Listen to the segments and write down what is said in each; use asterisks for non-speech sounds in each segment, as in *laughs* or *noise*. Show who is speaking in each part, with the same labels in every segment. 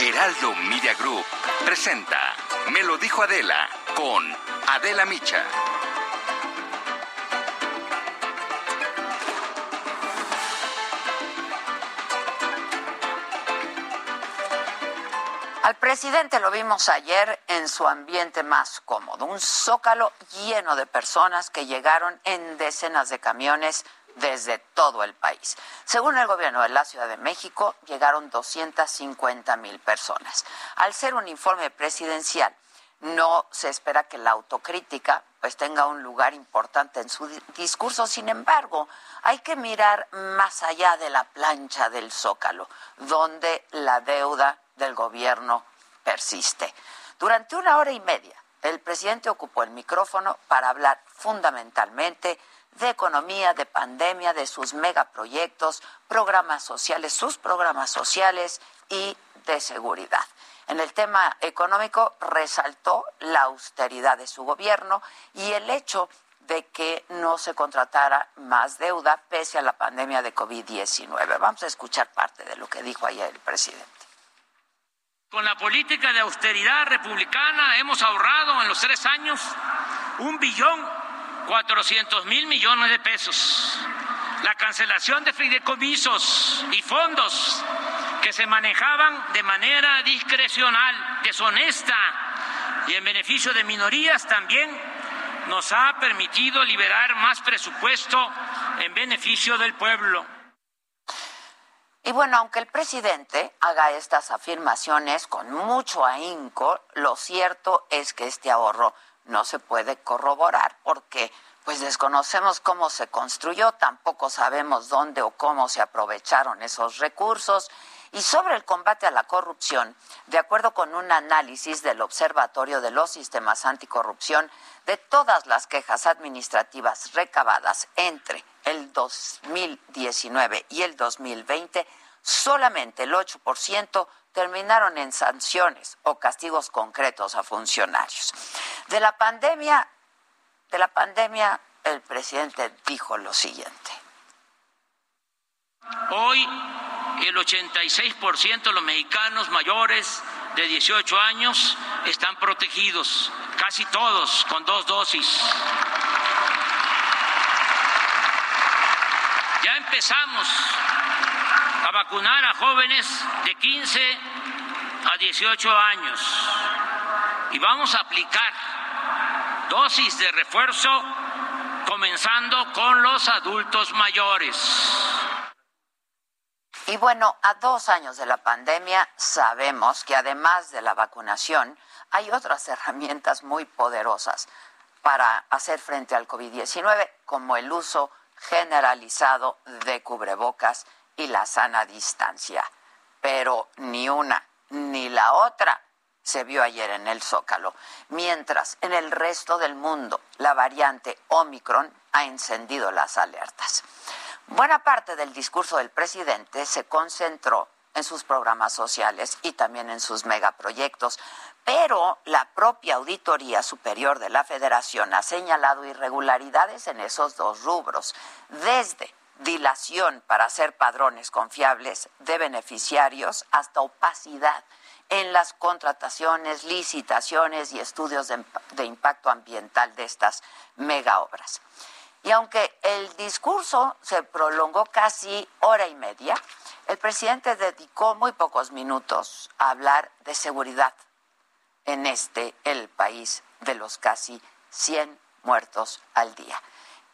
Speaker 1: Heraldo Media Group presenta Me lo dijo Adela con Adela Micha.
Speaker 2: Al presidente lo vimos ayer en su ambiente más cómodo, un zócalo lleno de personas que llegaron en decenas de camiones desde todo el país. Según el gobierno de la Ciudad de México, llegaron 250 mil personas. Al ser un informe presidencial, no se espera que la autocrítica pues tenga un lugar importante en su di- discurso. Sin embargo, hay que mirar más allá de la plancha del zócalo, donde la deuda del gobierno persiste. Durante una hora y media, el presidente ocupó el micrófono para hablar fundamentalmente de economía, de pandemia, de sus megaproyectos, programas sociales, sus programas sociales y de seguridad. En el tema económico resaltó la austeridad de su gobierno y el hecho de que no se contratara más deuda pese a la pandemia de COVID-19. Vamos a escuchar parte de lo que dijo ayer el presidente.
Speaker 3: Con la política de austeridad republicana hemos ahorrado en los tres años un billón cuatrocientos mil millones de pesos. La cancelación de fideicomisos y fondos que se manejaban de manera discrecional, deshonesta y en beneficio de minorías también nos ha permitido liberar más presupuesto en beneficio del pueblo.
Speaker 2: Y bueno, aunque el presidente haga estas afirmaciones con mucho ahínco, lo cierto es que este ahorro no se puede corroborar porque pues desconocemos cómo se construyó, tampoco sabemos dónde o cómo se aprovecharon esos recursos. Y sobre el combate a la corrupción, de acuerdo con un análisis del Observatorio de los Sistemas Anticorrupción, de todas las quejas administrativas recabadas entre el 2019 y el 2020, solamente el 8% terminaron en sanciones o castigos concretos a funcionarios. De la pandemia, de la pandemia el presidente dijo lo siguiente.
Speaker 3: Hoy el 86% de los mexicanos mayores de 18 años están protegidos, casi todos con dos dosis. Ya empezamos a vacunar a jóvenes de 15 a 18 años y vamos a aplicar dosis de refuerzo comenzando con los adultos mayores.
Speaker 2: Y bueno, a dos años de la pandemia sabemos que además de la vacunación hay otras *laughs* herramientas muy poderosas para hacer frente al COVID-19, como el uso generalizado de cubrebocas y la sana distancia. Pero ni una ni la otra se vio ayer en el Zócalo, mientras en el resto del mundo la variante Omicron ha encendido las alertas. Buena parte del discurso del presidente se concentró en sus programas sociales y también en sus megaproyectos, pero la propia Auditoría Superior de la Federación ha señalado irregularidades en esos dos rubros, desde dilación para hacer padrones confiables de beneficiarios hasta opacidad en las contrataciones, licitaciones y estudios de, imp- de impacto ambiental de estas megaobras. Y aunque el discurso se prolongó casi hora y media, el presidente dedicó muy pocos minutos a hablar de seguridad en este, el país de los casi 100 muertos al día,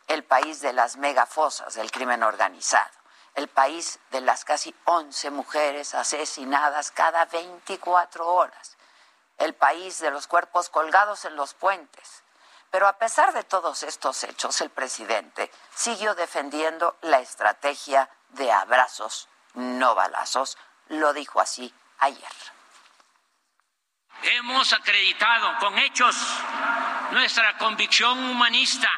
Speaker 2: el país de las megafosas del crimen organizado, el país de las casi 11 mujeres asesinadas cada 24 horas, el país de los cuerpos colgados en los puentes, Pero a pesar de todos estos hechos, el presidente siguió defendiendo la estrategia de abrazos, no balazos. Lo dijo así ayer.
Speaker 3: Hemos acreditado con hechos nuestra convicción humanista,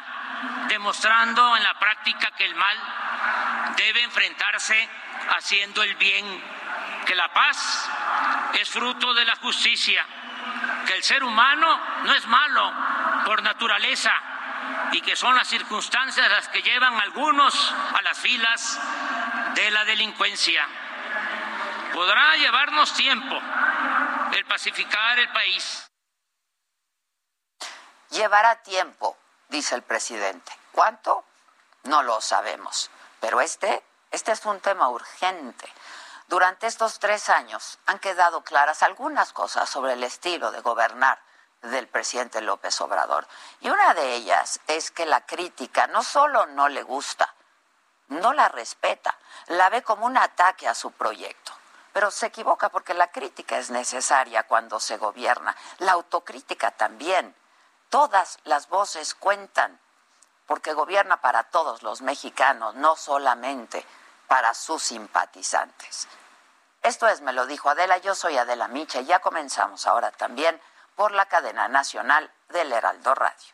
Speaker 3: demostrando en la práctica que el mal debe enfrentarse haciendo el bien, que la paz es fruto de la justicia, que el ser humano no es malo por naturaleza y que son las circunstancias las que llevan a algunos a las filas de la delincuencia. Podrá llevarnos tiempo el pacificar el país.
Speaker 2: Llevará tiempo, dice el presidente. ¿Cuánto? No lo sabemos. Pero este, este es un tema urgente. Durante estos tres años han quedado claras algunas cosas sobre el estilo de gobernar del presidente López Obrador. Y una de ellas es que la crítica no solo no le gusta, no la respeta, la ve como un ataque a su proyecto. Pero se equivoca porque la crítica es necesaria cuando se gobierna, la autocrítica también. Todas las voces cuentan, porque gobierna para todos los mexicanos, no solamente para sus simpatizantes. Esto es, me lo dijo Adela, yo soy Adela Micha y ya comenzamos ahora también por la cadena nacional del Heraldo Radio.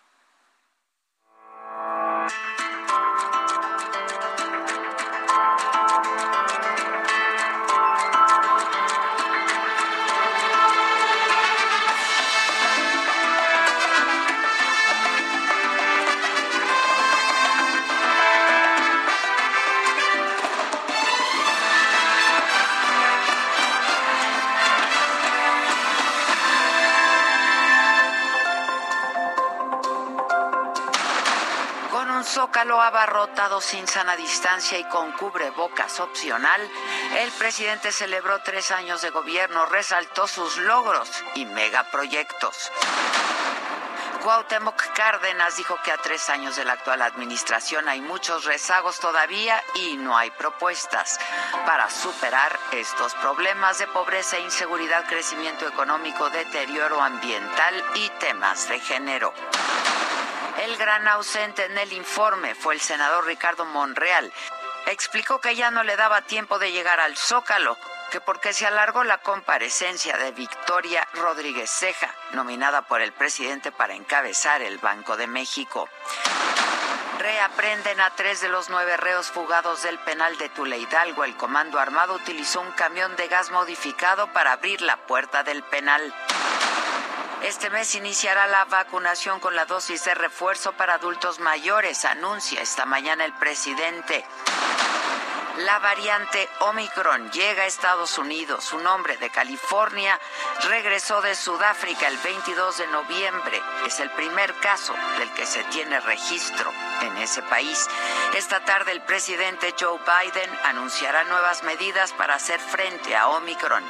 Speaker 2: Con un zócalo abarrotado sin sana distancia y con cubrebocas opcional, el presidente celebró tres años de gobierno, resaltó sus logros y megaproyectos. Cuauhtémoc Cárdenas dijo que a tres años de la actual administración hay muchos rezagos todavía y no hay propuestas para superar estos problemas de pobreza, inseguridad, crecimiento económico, deterioro ambiental y temas de género. El gran ausente en el informe fue el senador Ricardo Monreal. Explicó que ya no le daba tiempo de llegar al Zócalo, que porque se alargó la comparecencia de Victoria Rodríguez Ceja, nominada por el presidente para encabezar el Banco de México. Reaprenden a tres de los nueve reos fugados del penal de Tule Hidalgo. El comando armado utilizó un camión de gas modificado para abrir la puerta del penal. Este mes iniciará la vacunación con la dosis de refuerzo para adultos mayores, anuncia esta mañana el presidente. La variante Omicron llega a Estados Unidos. Un hombre de California regresó de Sudáfrica el 22 de noviembre. Es el primer caso del que se tiene registro en ese país. Esta tarde el presidente Joe Biden anunciará nuevas medidas para hacer frente a Omicron.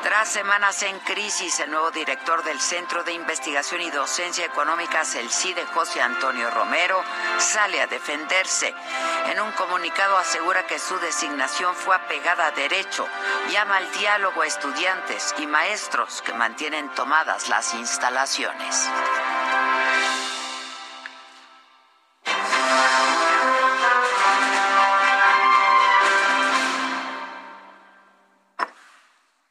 Speaker 2: Tras semanas en crisis, el nuevo director del Centro de Investigación y Docencia Económicas, el CIDE, José Antonio Romero, sale a defenderse. En un comunicado asegura que su designación fue apegada a derecho. Llama al diálogo a estudiantes y maestros que mantienen tomadas las instalaciones.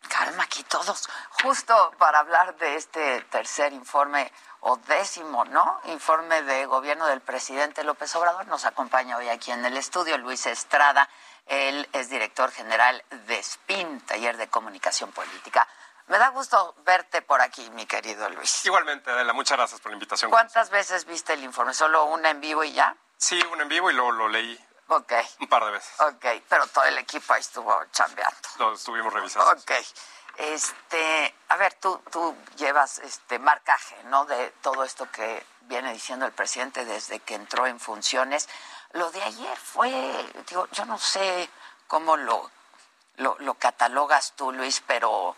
Speaker 2: Calma aquí todos. Justo para hablar de este tercer informe o décimo, ¿no? Informe de gobierno del presidente López Obrador. Nos acompaña hoy aquí en el estudio Luis Estrada. Él es director general de SPIN, Taller de Comunicación Política. Me da gusto verte por aquí, mi querido Luis.
Speaker 4: Igualmente, Adela, muchas gracias por la invitación.
Speaker 2: ¿Cuántas veces viste el informe? ¿Solo una en vivo y ya?
Speaker 4: Sí, un en vivo y luego lo leí
Speaker 2: Ok,
Speaker 4: un par de veces.
Speaker 2: ok. Pero todo el equipo ahí estuvo chambeando.
Speaker 4: Lo estuvimos revisando.
Speaker 2: Ok. Este, a ver, tú, tú llevas este marcaje, ¿no? De todo esto que viene diciendo el presidente desde que entró en funciones. Lo de ayer fue, digo, yo no sé cómo lo, lo, lo catalogas tú, Luis, pero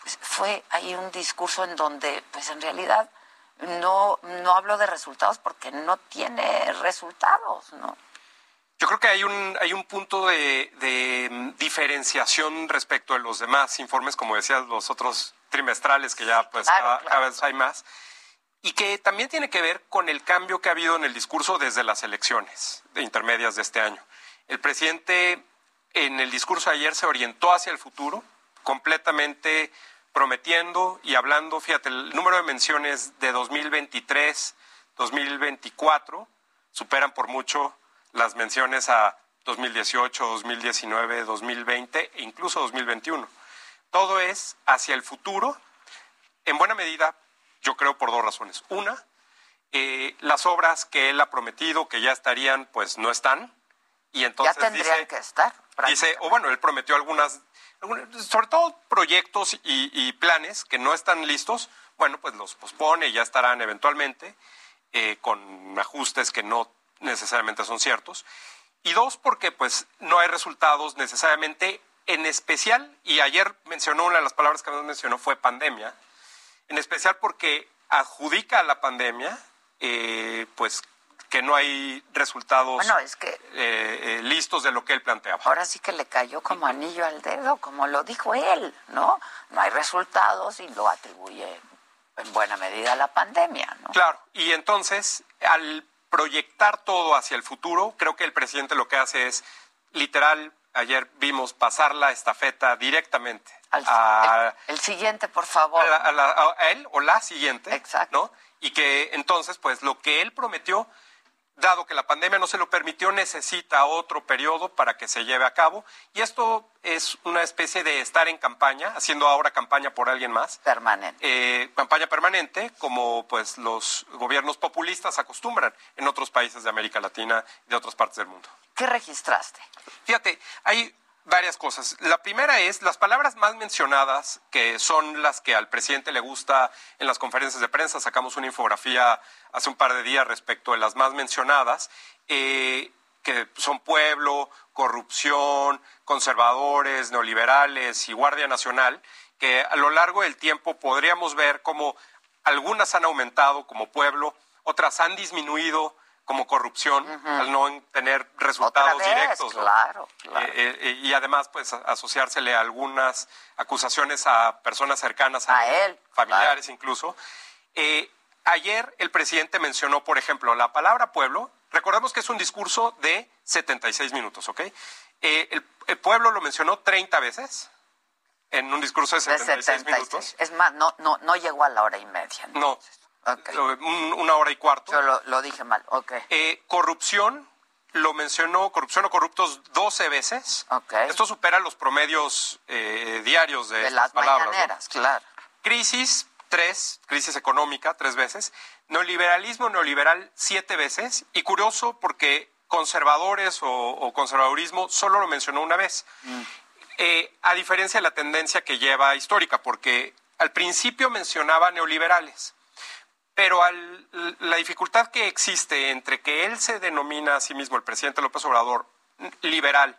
Speaker 2: pues, fue ahí un discurso en donde, pues en realidad, no, no hablo de resultados porque no tiene resultados, ¿no?
Speaker 4: Yo creo que hay un, hay un punto de, de, mm, diferenciación respecto a los demás informes, como decías, los otros trimestrales, que ya pues
Speaker 2: claro,
Speaker 4: cada,
Speaker 2: claro.
Speaker 4: cada vez hay más. y que también tiene que ver con el cambio que ha habido en el discurso desde las elecciones de intermedias de este año. El presidente en el discurso de ayer se orientó hacia el futuro, completamente prometiendo y hablando, fíjate, el número de menciones de 2023, 2024 superan por mucho las menciones a 2018, 2019, 2020 e incluso 2021. Todo es hacia el futuro, en buena medida, yo creo por dos razones. Una, eh, las obras que él ha prometido que ya estarían, pues no están. Y entonces
Speaker 2: ya tendrían
Speaker 4: dice,
Speaker 2: que estar.
Speaker 4: dice, o bueno, él prometió algunas, algunas- sobre todo proyectos y, y planes que no están listos, bueno, pues los pospone y ya estarán eventualmente, eh, con ajustes que no necesariamente son ciertos. Y dos, porque pues no hay resultados necesariamente, en especial, y ayer mencionó una de las palabras que más mencionó fue pandemia, en especial porque adjudica a la pandemia, eh, pues que no hay resultados
Speaker 2: Bueno, es que
Speaker 4: eh, eh, listos de lo que él planteaba.
Speaker 2: ahora sí que le cayó como anillo al dedo, como lo dijo él, ¿no? No hay resultados y lo atribuye en buena medida a la pandemia, ¿no?
Speaker 4: Claro, y entonces al proyectar todo hacia el futuro, creo que el presidente lo que hace es, literal, ayer vimos pasar la estafeta directamente
Speaker 2: Al-
Speaker 4: a,
Speaker 2: el, el siguiente, por favor.
Speaker 4: a la- a la- a- a él o la siguiente,
Speaker 2: Exacto.
Speaker 4: ¿no? Y que entonces, pues lo que él prometió, dado que la pandemia no se lo permitió, necesita otro periodo para que se lleve a cabo. Y esto es una especie de estar en campaña, haciendo ahora campaña por alguien más
Speaker 2: permanente.
Speaker 4: eh, campaña permanente, como pues los gobiernos populistas acostumbran en otros países de América Latina y de otras partes del mundo.
Speaker 2: ¿Qué registraste?
Speaker 4: Fíjate, hay varias cosas. La primera es las palabras más mencionadas, que son las que al presidente le gusta en las conferencias de prensa. Sacamos una infografía hace un par de días respecto de las más mencionadas, eh, que son pueblo, corrupción, conservadores, neoliberales y Guardia Nacional, que a lo largo del tiempo podríamos ver cómo algunas han aumentado como pueblo, otras han disminuido como corrupción, al no tener
Speaker 2: Otra
Speaker 4: resultados
Speaker 2: vez,
Speaker 4: directos. ¿no?
Speaker 2: claro, claro.
Speaker 4: Eh, eh, y además, pues, a- asociársele a algunas acusaciones a personas cercanas
Speaker 2: A él,
Speaker 4: familiares incluso. Eh, ayer el presidente mencionó, por ejemplo, la palabra pueblo. Recordemos que es un discurso de 76 minutos, ¿ok? Eh, el, el pueblo lo mencionó 30 veces en un discurso de
Speaker 2: De
Speaker 4: 76,
Speaker 2: 76.
Speaker 4: minutos.
Speaker 2: Es más, no, no, no llegó a la hora y media.
Speaker 4: No,
Speaker 2: Ok.
Speaker 4: eh, un- una hora y cuarto.
Speaker 2: Yo lo, lo dije mal. Ok.
Speaker 4: Eh, corrupción, lo mencionó, corrupción o corruptos 12 veces.
Speaker 2: Ok.
Speaker 4: Esto supera los promedios eh, diarios de,
Speaker 2: De
Speaker 4: estas
Speaker 2: las
Speaker 4: palabras. ¿no?
Speaker 2: mañaneras, claro.
Speaker 4: Crisis, tres, crisis económica, tres veces. Neoliberalismo neoliberal, siete veces. Y curioso porque conservadores o, o conservadurismo solo lo mencionó una vez. Eh, a diferencia de la tendencia que lleva histórica, porque al principio mencionaba neoliberales. Pero al- la dificultad que existe entre que él se denomina a sí mismo, el presidente López Obrador, n- liberal,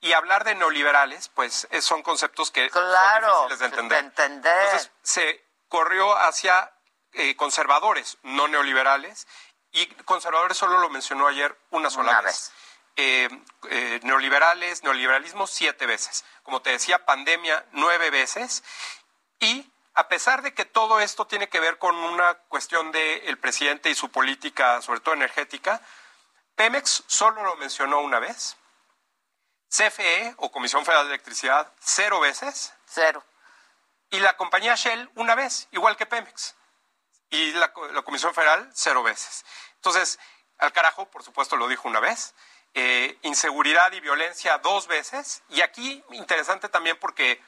Speaker 4: y hablar de neoliberales, pues eh, son conceptos que
Speaker 2: Claro,
Speaker 4: son difíciles de entender.
Speaker 2: de entender.
Speaker 4: Entonces, se corrió hacia eh, conservadores, no neoliberales, y conservadores solo lo mencionó ayer una sola
Speaker 2: Una vez.
Speaker 4: vez. Eh, eh, neoliberales, neoliberalismo siete veces. Como te decía, pandemia nueve veces. Y a pesar de que todo esto tiene que ver con una cuestión del presidente y su política, sobre todo energética, Pemex solo lo mencionó una vez. CFE o Comisión Federal de Electricidad cero veces
Speaker 2: Cero.
Speaker 4: y la compañía Shell una vez, igual que Pemex. Y la, co- la Comisión Federal cero veces. Entonces, al carajo, por supuesto, lo dijo una vez. Eh, inseguridad y violencia dos veces. Y aquí, interesante también porque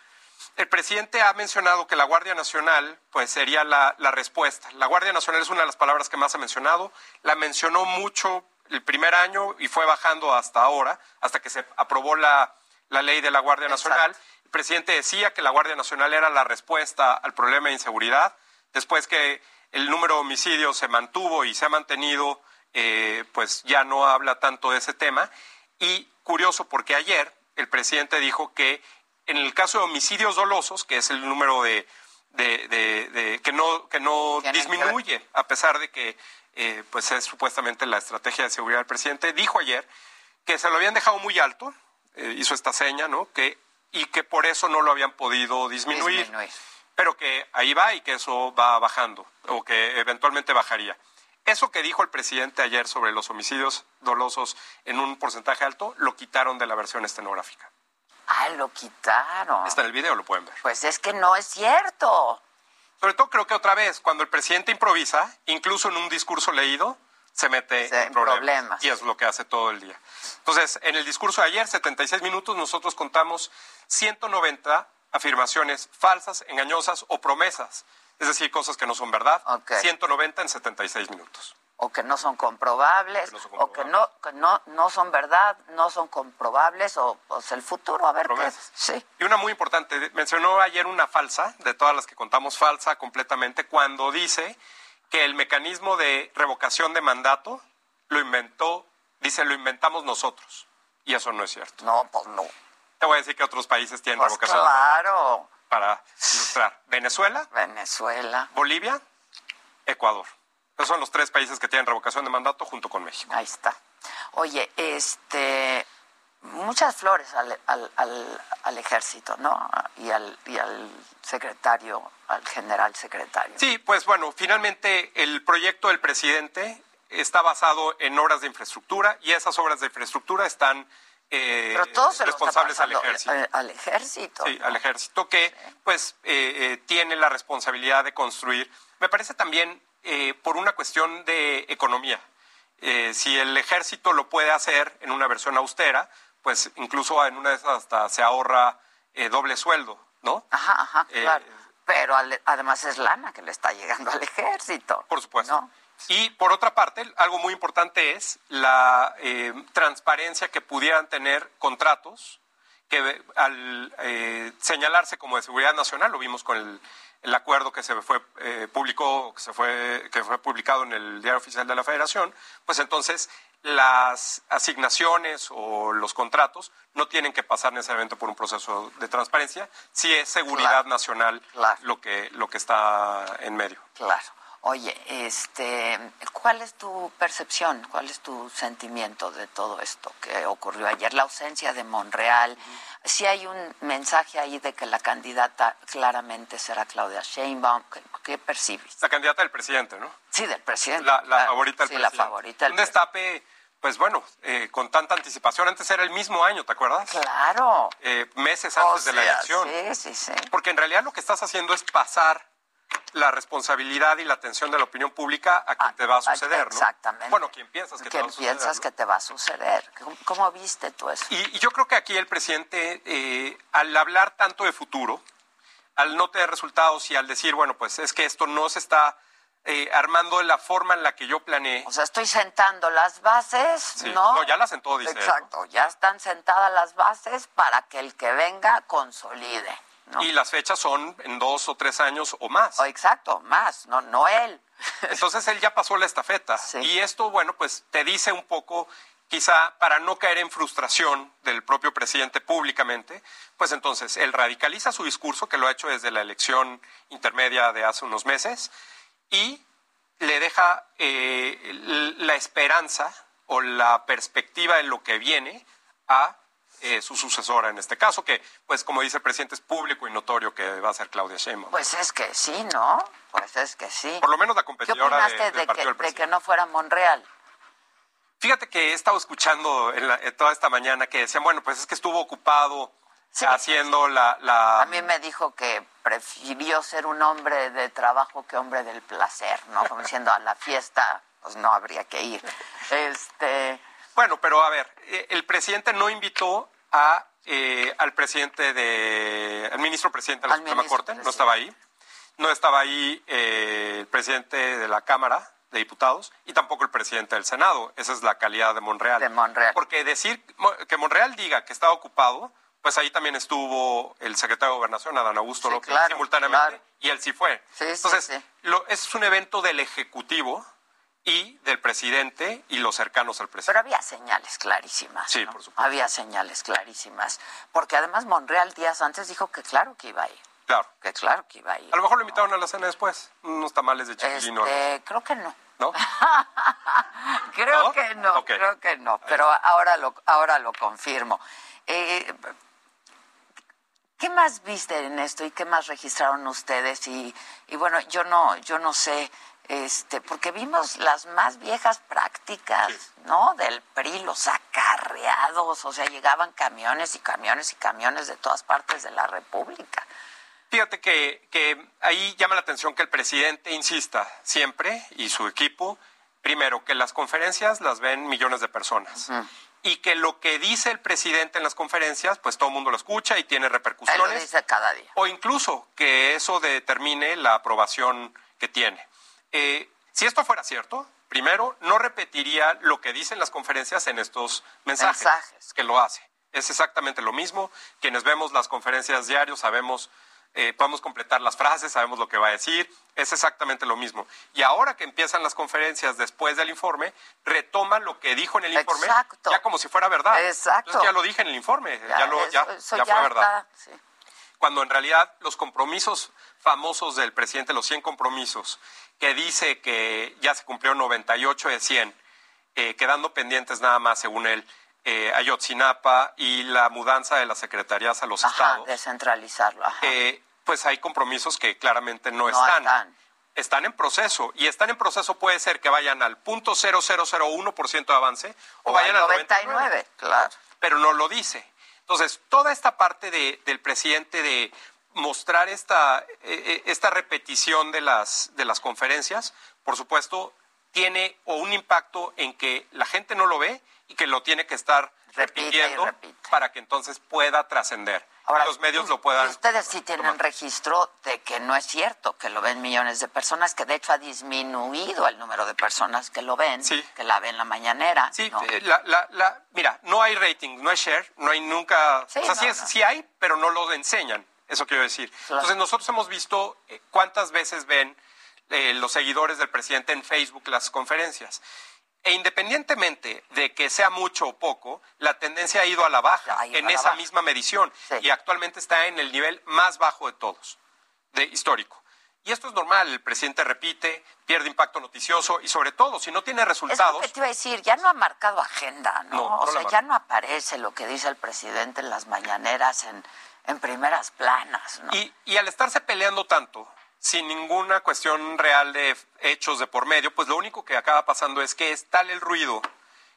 Speaker 4: el presidente ha mencionado que la Guardia Nacional pues sería la, la respuesta. La Guardia Nacional es una de las palabras que más ha mencionado. La mencionó mucho el primer año y fue bajando hasta ahora, hasta que se aprobó la, la ley de la Guardia Nacional. El presidente decía que la Guardia Nacional era la respuesta al problema de inseguridad. Después que el número de homicidios se mantuvo y se ha mantenido, eh, pues ya no habla tanto de ese tema. Y curioso porque ayer el presidente dijo que en el caso de homicidios dolosos, que es el número de, de- de- de- que no que no
Speaker 2: Tienen que ver.
Speaker 4: disminuye a pesar de que eh, pues es supuestamente la estrategia de seguridad del presidente, dijo ayer que se lo habían dejado muy alto, eh, hizo esta seña, ¿no? Que y que por eso no lo habían podido disminuir.
Speaker 2: Disminuir.
Speaker 4: pero que ahí va y que eso va bajando o que eventualmente bajaría. Eso que dijo el presidente ayer sobre los homicidios dolosos en un porcentaje alto, lo quitaron de la versión estenográfica.
Speaker 2: Ah, lo quitaron.
Speaker 4: Está en el video, lo pueden ver.
Speaker 2: Pues es que no es cierto.
Speaker 4: Sobre todo creo que otra vez, cuando el presidente improvisa, incluso en un discurso leído, se mete
Speaker 2: Se-
Speaker 4: en problemas,
Speaker 2: problemas.
Speaker 4: Y es lo que hace todo el día. Entonces, en el discurso de ayer, 76 minutos, nosotros contamos 190 afirmaciones falsas, engañosas o promesas. Es decir, cosas que no son verdad.
Speaker 2: Ok.
Speaker 4: 190 en 76 minutos.
Speaker 2: O que no son comprobables,
Speaker 4: Que no son
Speaker 2: o que no, que no, no son verdad, no son comprobables, o pues el futuro, a ver qué
Speaker 4: Promesas.
Speaker 2: Sí.
Speaker 4: Y una muy importante, mencionó ayer una falsa, de todas las que contamos falsa completamente, cuando dice que el mecanismo de revocación de mandato lo inventó, dice, lo inventamos nosotros. Y eso no es cierto.
Speaker 2: No, pues no.
Speaker 4: Te voy a decir que otros países tienen
Speaker 2: Pues
Speaker 4: revocación de mandato.
Speaker 2: claro.
Speaker 4: para ilustrar. Venezuela,
Speaker 2: Venezuela.
Speaker 4: Bolivia, Ecuador. Esos son los tres países que tienen revocación de mandato junto con México.
Speaker 2: Ahí está. Oye, este, muchas flores al, al- al- al ejército, ¿no? Y al, y al secretario, al general secretario.
Speaker 4: Sí, pues bueno, finalmente el proyecto del presidente está basado en obras de infraestructura y esas obras de infraestructura están eh,
Speaker 2: Pero todos se lo está
Speaker 4: responsables al
Speaker 2: pasando,
Speaker 4: ejército.
Speaker 2: eh, Al ejército.
Speaker 4: Sí, al ejército que pues eh, eh, tiene la responsabilidad de construir. Me parece también eh, por una cuestión de economía. Eh, si el ejército lo puede hacer en una versión austera, pues incluso en una de esas hasta se ahorra eh, doble sueldo, ¿no?
Speaker 2: Ajá, ajá,
Speaker 4: Eh,
Speaker 2: claro. Pero al- además es lana que le está llegando al ejército.
Speaker 4: Por supuesto.
Speaker 2: ¿no?
Speaker 4: Y por otra parte, algo muy importante es la eh, transparencia que pudieran tener contratos que al eh, señalarse como de seguridad nacional, lo vimos con el, el acuerdo que se fue eh, publicó, que se fue, que fue publicado en el Diario Oficial de la Federación, pues entonces las asignaciones o los contratos no tienen que pasar necesariamente por un proceso de transparencia, si es seguridad
Speaker 2: Claro.
Speaker 4: nacional
Speaker 2: Claro.
Speaker 4: lo que lo que está en medio.
Speaker 2: Claro. Oye, este, ¿cuál es tu percepción? ¿Cuál es tu sentimiento de todo esto que ocurrió ayer? La ausencia de Monreal. Si hay un mensaje ahí de que la candidata claramente será Claudia Sheinbaum. ¿Qué, qué percibes?
Speaker 4: La candidata del presidente, ¿no?
Speaker 2: Sí, del presidente.
Speaker 4: La, la
Speaker 2: claro.
Speaker 4: favorita del
Speaker 2: Sí,
Speaker 4: presidente.
Speaker 2: la favorita del
Speaker 4: Un destape, pues bueno, eh, con tanta anticipación. Antes era el mismo año, ¿te acuerdas?
Speaker 2: presidente. Claro.
Speaker 4: Eh, meses
Speaker 2: O
Speaker 4: antes de la
Speaker 2: sea,
Speaker 4: elección.
Speaker 2: Oh, Sí, sí, sí.
Speaker 4: Porque en realidad lo que estás haciendo es pasar la responsabilidad y la atención de la opinión pública a quien
Speaker 2: Ah,
Speaker 4: te va a suceder, ¿no?
Speaker 2: Exactamente.
Speaker 4: Bueno, quien piensas que te va
Speaker 2: ¿Quién
Speaker 4: a suceder.
Speaker 2: piensas
Speaker 4: ¿no?
Speaker 2: que te va a suceder? ¿Cómo, cómo viste tú eso?
Speaker 4: Y, y yo creo que aquí el presidente, eh, al hablar tanto de futuro, al no tener resultados y al decir, bueno, pues es que esto no se está eh, armando de la forma en la que yo planeé,
Speaker 2: O sea, estoy sentando las bases,
Speaker 4: Sí,
Speaker 2: ¿no?
Speaker 4: no, ya las sentó, dice él, ¿no?
Speaker 2: Exacto, ya están sentadas las bases para que el que venga consolide, ¿no?
Speaker 4: Y las fechas son en dos o tres años o más.
Speaker 2: O exacto, más, no, no él.
Speaker 4: Entonces él ya pasó la estafeta.
Speaker 2: Sí.
Speaker 4: Y esto, bueno, pues te dice un poco, quizá para no caer en frustración del propio presidente públicamente, pues entonces él radicaliza su discurso, que lo ha hecho desde la elección intermedia de hace unos meses, y le deja eh, l- la esperanza o la perspectiva de lo que viene a eh, su sucesora en este caso, que pues como dice el presidente es público y notorio que va a ser Claudia Sheinbaum.
Speaker 2: Pues es que sí, ¿no? Pues es que sí.
Speaker 4: Por lo menos la
Speaker 2: ¿Qué
Speaker 4: competidora Pues de-
Speaker 2: opinaste
Speaker 4: del
Speaker 2: de,
Speaker 4: partido
Speaker 2: que,
Speaker 4: del
Speaker 2: de
Speaker 4: presidente.
Speaker 2: que no fuera Monreal?
Speaker 4: Fíjate que he estado escuchando en la- eh, toda esta mañana que decían, bueno, pues es que estuvo ocupado
Speaker 2: Sí.
Speaker 4: haciendo la... la-
Speaker 2: A mí me dijo que prefirió ser un hombre de trabajo que hombre del placer, ¿no? Como diciendo a la fiesta, pues no habría que ir. Este,
Speaker 4: Bueno, pero a ver, eh, el presidente no invitó a, eh, al presidente de... al ministro presidente de la
Speaker 2: Al
Speaker 4: Suprema
Speaker 2: ministro
Speaker 4: Corte, no
Speaker 2: presidente.
Speaker 4: estaba ahí. No estaba ahí eh, el presidente de la Cámara de Diputados y tampoco el presidente del Senado. Esa es la calidad de Monreal.
Speaker 2: De Monreal.
Speaker 4: Porque decir mo- que Monreal diga que estaba ocupado, pues ahí también estuvo el secretario de Gobernación, Adán Augusto
Speaker 2: Sí,
Speaker 4: López,
Speaker 2: claro,
Speaker 4: simultáneamente,
Speaker 2: claro.
Speaker 4: y él sí fue.
Speaker 2: Sí, sí,
Speaker 4: Entonces,
Speaker 2: sí.
Speaker 4: lo- es un evento del Ejecutivo y del presidente y los cercanos al presidente.
Speaker 2: Pero había señales clarísimas.
Speaker 4: Sí,
Speaker 2: ¿no?
Speaker 4: por supuesto.
Speaker 2: Había señales clarísimas. Porque además Monreal días antes dijo que claro que iba a ir.
Speaker 4: Claro.
Speaker 2: Que claro que iba a ir.
Speaker 4: A lo mejor lo invitaron a la cena después. Unos tamales de
Speaker 2: Este,
Speaker 4: chiquilino.
Speaker 2: creo que no.
Speaker 4: ¿No?
Speaker 2: *laughs* Creo
Speaker 4: ¿No?
Speaker 2: que no,
Speaker 4: Ok.
Speaker 2: creo que no. Pero ahora lo, ahora lo confirmo. Eh, ¿Qué más viste en esto y qué más registraron ustedes? Y, y bueno, yo no, yo no sé, este, porque vimos las más viejas prácticas, ¿no? Del PRI, los acarreados, o sea, llegaban camiones y camiones y camiones de todas partes de la República.
Speaker 4: Fíjate que, que ahí llama la atención que el presidente insista siempre y su equipo, primero, que las conferencias las ven millones de personas. Y que lo que dice el presidente en las conferencias, pues todo el mundo lo escucha y tiene
Speaker 2: Él lo
Speaker 4: repercusiones.
Speaker 2: dice cada día.
Speaker 4: O incluso que eso determine la aprobación que tiene. Eh, si esto fuera cierto, primero, no repetiría lo que dicen las conferencias en estos mensajes,
Speaker 2: Mensajes.
Speaker 4: que lo hace. Es exactamente lo mismo. Quienes vemos las conferencias diarios sabemos, eh, podemos completar las frases, sabemos lo que va a decir. Es exactamente lo mismo. Y ahora que empiezan las conferencias después del informe, retoma lo que dijo en el informe,
Speaker 2: Exacto.
Speaker 4: ya como si fuera verdad.
Speaker 2: Exacto.
Speaker 4: Entonces ya lo dije en el informe, ya, lo,
Speaker 2: eso-
Speaker 4: ya,
Speaker 2: eso
Speaker 4: ya fue verdad
Speaker 2: está, sí.
Speaker 4: cuando en realidad los compromisos famosos del presidente, los 100 compromisos, que dice que ya se cumplió 98 de 100, eh, quedando pendientes nada más, según él, eh, Ayotzinapa y la mudanza de las secretarías a los
Speaker 2: Ajá,
Speaker 4: estados,
Speaker 2: descentralizarlo. ajá.
Speaker 4: eh, pues hay compromisos que claramente no,
Speaker 2: No
Speaker 4: están.
Speaker 2: están.
Speaker 4: Están en proceso, y están en proceso puede ser que vayan al punto 0001% de avance o,
Speaker 2: O
Speaker 4: vayan
Speaker 2: al
Speaker 4: al
Speaker 2: 99, claro.
Speaker 4: pero no lo dice. Entonces, toda esta parte de- del presidente de mostrar esta, eh, eh, esta repetición de las, de las conferencias, por supuesto, tiene o un impacto en que la gente no lo ve y que lo tiene que estar
Speaker 2: Repite y
Speaker 4: repitiendo
Speaker 2: repite.
Speaker 4: para que entonces pueda trascender.
Speaker 2: Ahora,
Speaker 4: Y los medios
Speaker 2: u-
Speaker 4: lo puedan.
Speaker 2: y Ustedes sí tienen registro de que no es cierto que lo ven millones de personas, que de hecho ha disminuido el número de personas que lo ven,
Speaker 4: Sí.
Speaker 2: que la ven la mañanera.
Speaker 4: Sí,
Speaker 2: ¿no?
Speaker 4: eh, la- la- la- mira, no hay rating, no hay share, no hay nunca.
Speaker 2: Sí,
Speaker 4: o sea,
Speaker 2: no,
Speaker 4: sí, es-
Speaker 2: no.
Speaker 4: sí hay, pero no lo enseñan. Eso quiero decir.
Speaker 2: Claro.
Speaker 4: Entonces, nosotros hemos visto eh, cuántas veces ven eh, los seguidores del presidente en Facebook las conferencias. E independientemente de que sea mucho o poco, la tendencia ha ido a la baja
Speaker 2: Ha ido
Speaker 4: en
Speaker 2: a la
Speaker 4: esa
Speaker 2: baja.
Speaker 4: misma medición
Speaker 2: Sí.
Speaker 4: y actualmente está en el nivel más bajo de todos, de histórico. Y esto es normal, el presidente repite, pierde impacto noticioso y sobre todo si no tiene
Speaker 2: Es lo
Speaker 4: resultados,
Speaker 2: que te iba a decir, ya no ha marcado agenda, ¿no?
Speaker 4: No, no
Speaker 2: o
Speaker 4: la
Speaker 2: sea,
Speaker 4: marca.
Speaker 2: ya no aparece lo que dice el presidente en las mañaneras en, en primeras planas, ¿no?
Speaker 4: Y, y al estarse peleando tanto, sin ninguna cuestión real de f- hechos de por medio, pues lo único que acaba pasando es que es tal el ruido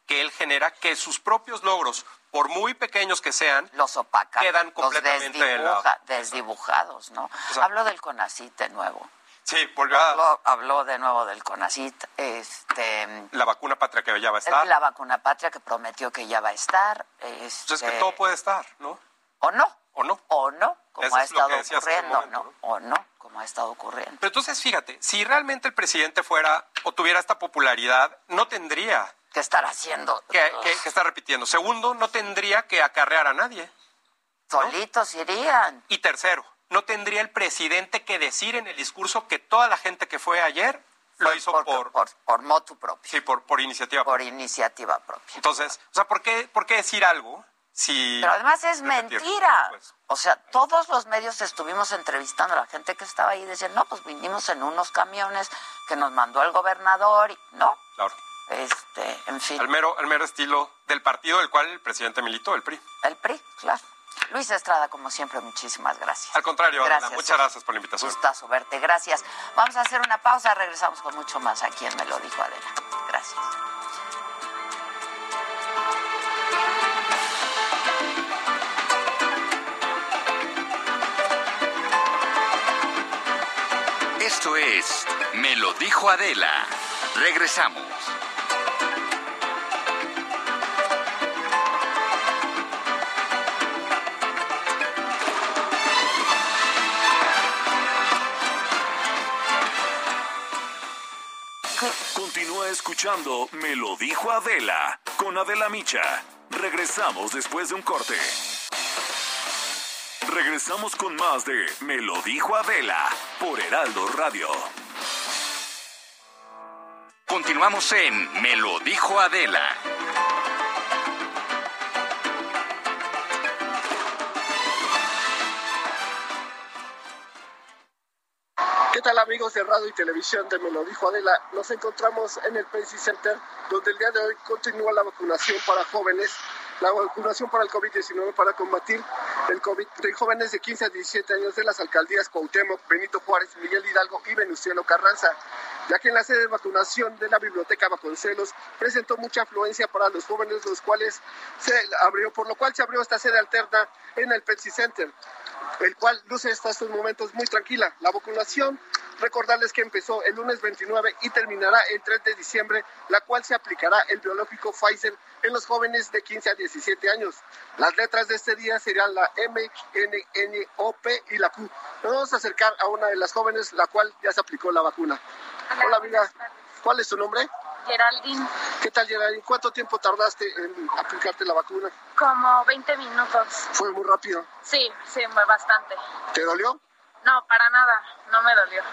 Speaker 4: que él genera que sus propios logros, por muy pequeños que sean,
Speaker 2: los opaca,
Speaker 4: Quedan
Speaker 2: los
Speaker 4: completamente de
Speaker 2: desdibuja-
Speaker 4: lado.
Speaker 2: desdibujados, ¿no?
Speaker 4: Exacto.
Speaker 2: Hablo del CONACIT de nuevo.
Speaker 4: sí, volvió a
Speaker 2: Habló, habló de nuevo del CONACIT, este...
Speaker 4: la vacuna patria que ya va a
Speaker 2: Es
Speaker 4: estar.
Speaker 2: la vacuna patria que prometió que ya va a estar.
Speaker 4: Entonces es
Speaker 2: este,
Speaker 4: que todo puede estar, ¿no?
Speaker 2: O no.
Speaker 4: o no.
Speaker 2: O no, como
Speaker 4: Eso
Speaker 2: ha
Speaker 4: es lo que
Speaker 2: estado
Speaker 4: decías hace un
Speaker 2: ocurriendo,
Speaker 4: momento,
Speaker 2: ¿no? O no, como ha estado ocurriendo.
Speaker 4: Pero entonces fíjate, si realmente el presidente fuera o tuviera esta popularidad, no tendría
Speaker 2: ¿Qué estar haciendo?
Speaker 4: que, que- que estar repitiendo. Segundo, no tendría que acarrear a nadie.
Speaker 2: Solitos irían.
Speaker 4: Y tercero, no tendría el presidente que decir en el discurso que toda la gente que fue ayer lo hizo
Speaker 2: Por,
Speaker 4: por,
Speaker 2: por, por motu propio,
Speaker 4: sí, por, por iniciativa.
Speaker 2: por iniciativa propia.
Speaker 4: Entonces, o sea, ¿por qué, por qué decir algo si...
Speaker 2: Pero además es
Speaker 4: repetir?
Speaker 2: mentira.
Speaker 4: Pues,
Speaker 2: O sea, todos los medios estuvimos entrevistando a la gente que estaba ahí, decían, no, pues vinimos en unos camiones que nos mandó el gobernador, y, ¿no?
Speaker 4: claro.
Speaker 2: Este, en fin.
Speaker 4: Al mero, al mero estilo del partido del cual el presidente militó, el PRI.
Speaker 2: El PRI, claro. Luis Estrada, como siempre, muchísimas gracias.
Speaker 4: Al contrario, Adela,
Speaker 2: Gracias,
Speaker 4: muchas
Speaker 2: Sergio.
Speaker 4: gracias por la invitación.
Speaker 2: Gustazo verte, gracias. Vamos a hacer una pausa, regresamos con mucho más aquí en Me lo dijo Adela. Gracias.
Speaker 1: Esto es Me lo dijo Adela. Regresamos.
Speaker 5: Continúa escuchando Me lo dijo Adela con Adela Micha. Regresamos después de un corte. Regresamos con más de Me lo dijo Adela por Heraldo Radio.
Speaker 1: Continuamos en Me lo dijo Adela.
Speaker 6: ¿Qué tal amigos de radio y televisión de Me lo dijo Adela? Nos encontramos en el Pensi Center, donde el día de hoy continúa la vacunación para jóvenes, la vacunación para el COVID-19 para combatir del COVID de jóvenes de 15 a 17 años de las alcaldías Cuauhtémoc, Benito Juárez, Miguel Hidalgo y Venustiano Carranza, ya que en la sede de vacunación de la Biblioteca Vasconcelos presentó mucha afluencia para los jóvenes, los cuales se abrió, por lo cual se abrió esta sede alterna en el Pepsi Center, el cual luce hasta estos momentos muy tranquila. La vacunación Recordarles que empezó el lunes 29 y terminará el 3 de diciembre, la cual se aplicará el biológico Pfizer en los jóvenes de 15 a 17 años. Las letras de este día serían la M, N, N, O, P y la Q. Nos vamos a acercar a una de las jóvenes, la cual ya se aplicó la vacuna. Hola, Hola amiga. ¿Cuál es tu nombre?
Speaker 7: Geraldine.
Speaker 6: ¿Qué tal, Geraldine? ¿Cuánto tiempo tardaste en aplicarte la vacuna?
Speaker 7: Como 20 minutos.
Speaker 6: ¿Fue muy rápido?
Speaker 7: Sí, sí, bastante.
Speaker 6: ¿Te dolió?
Speaker 7: No, para nada, no me dolió.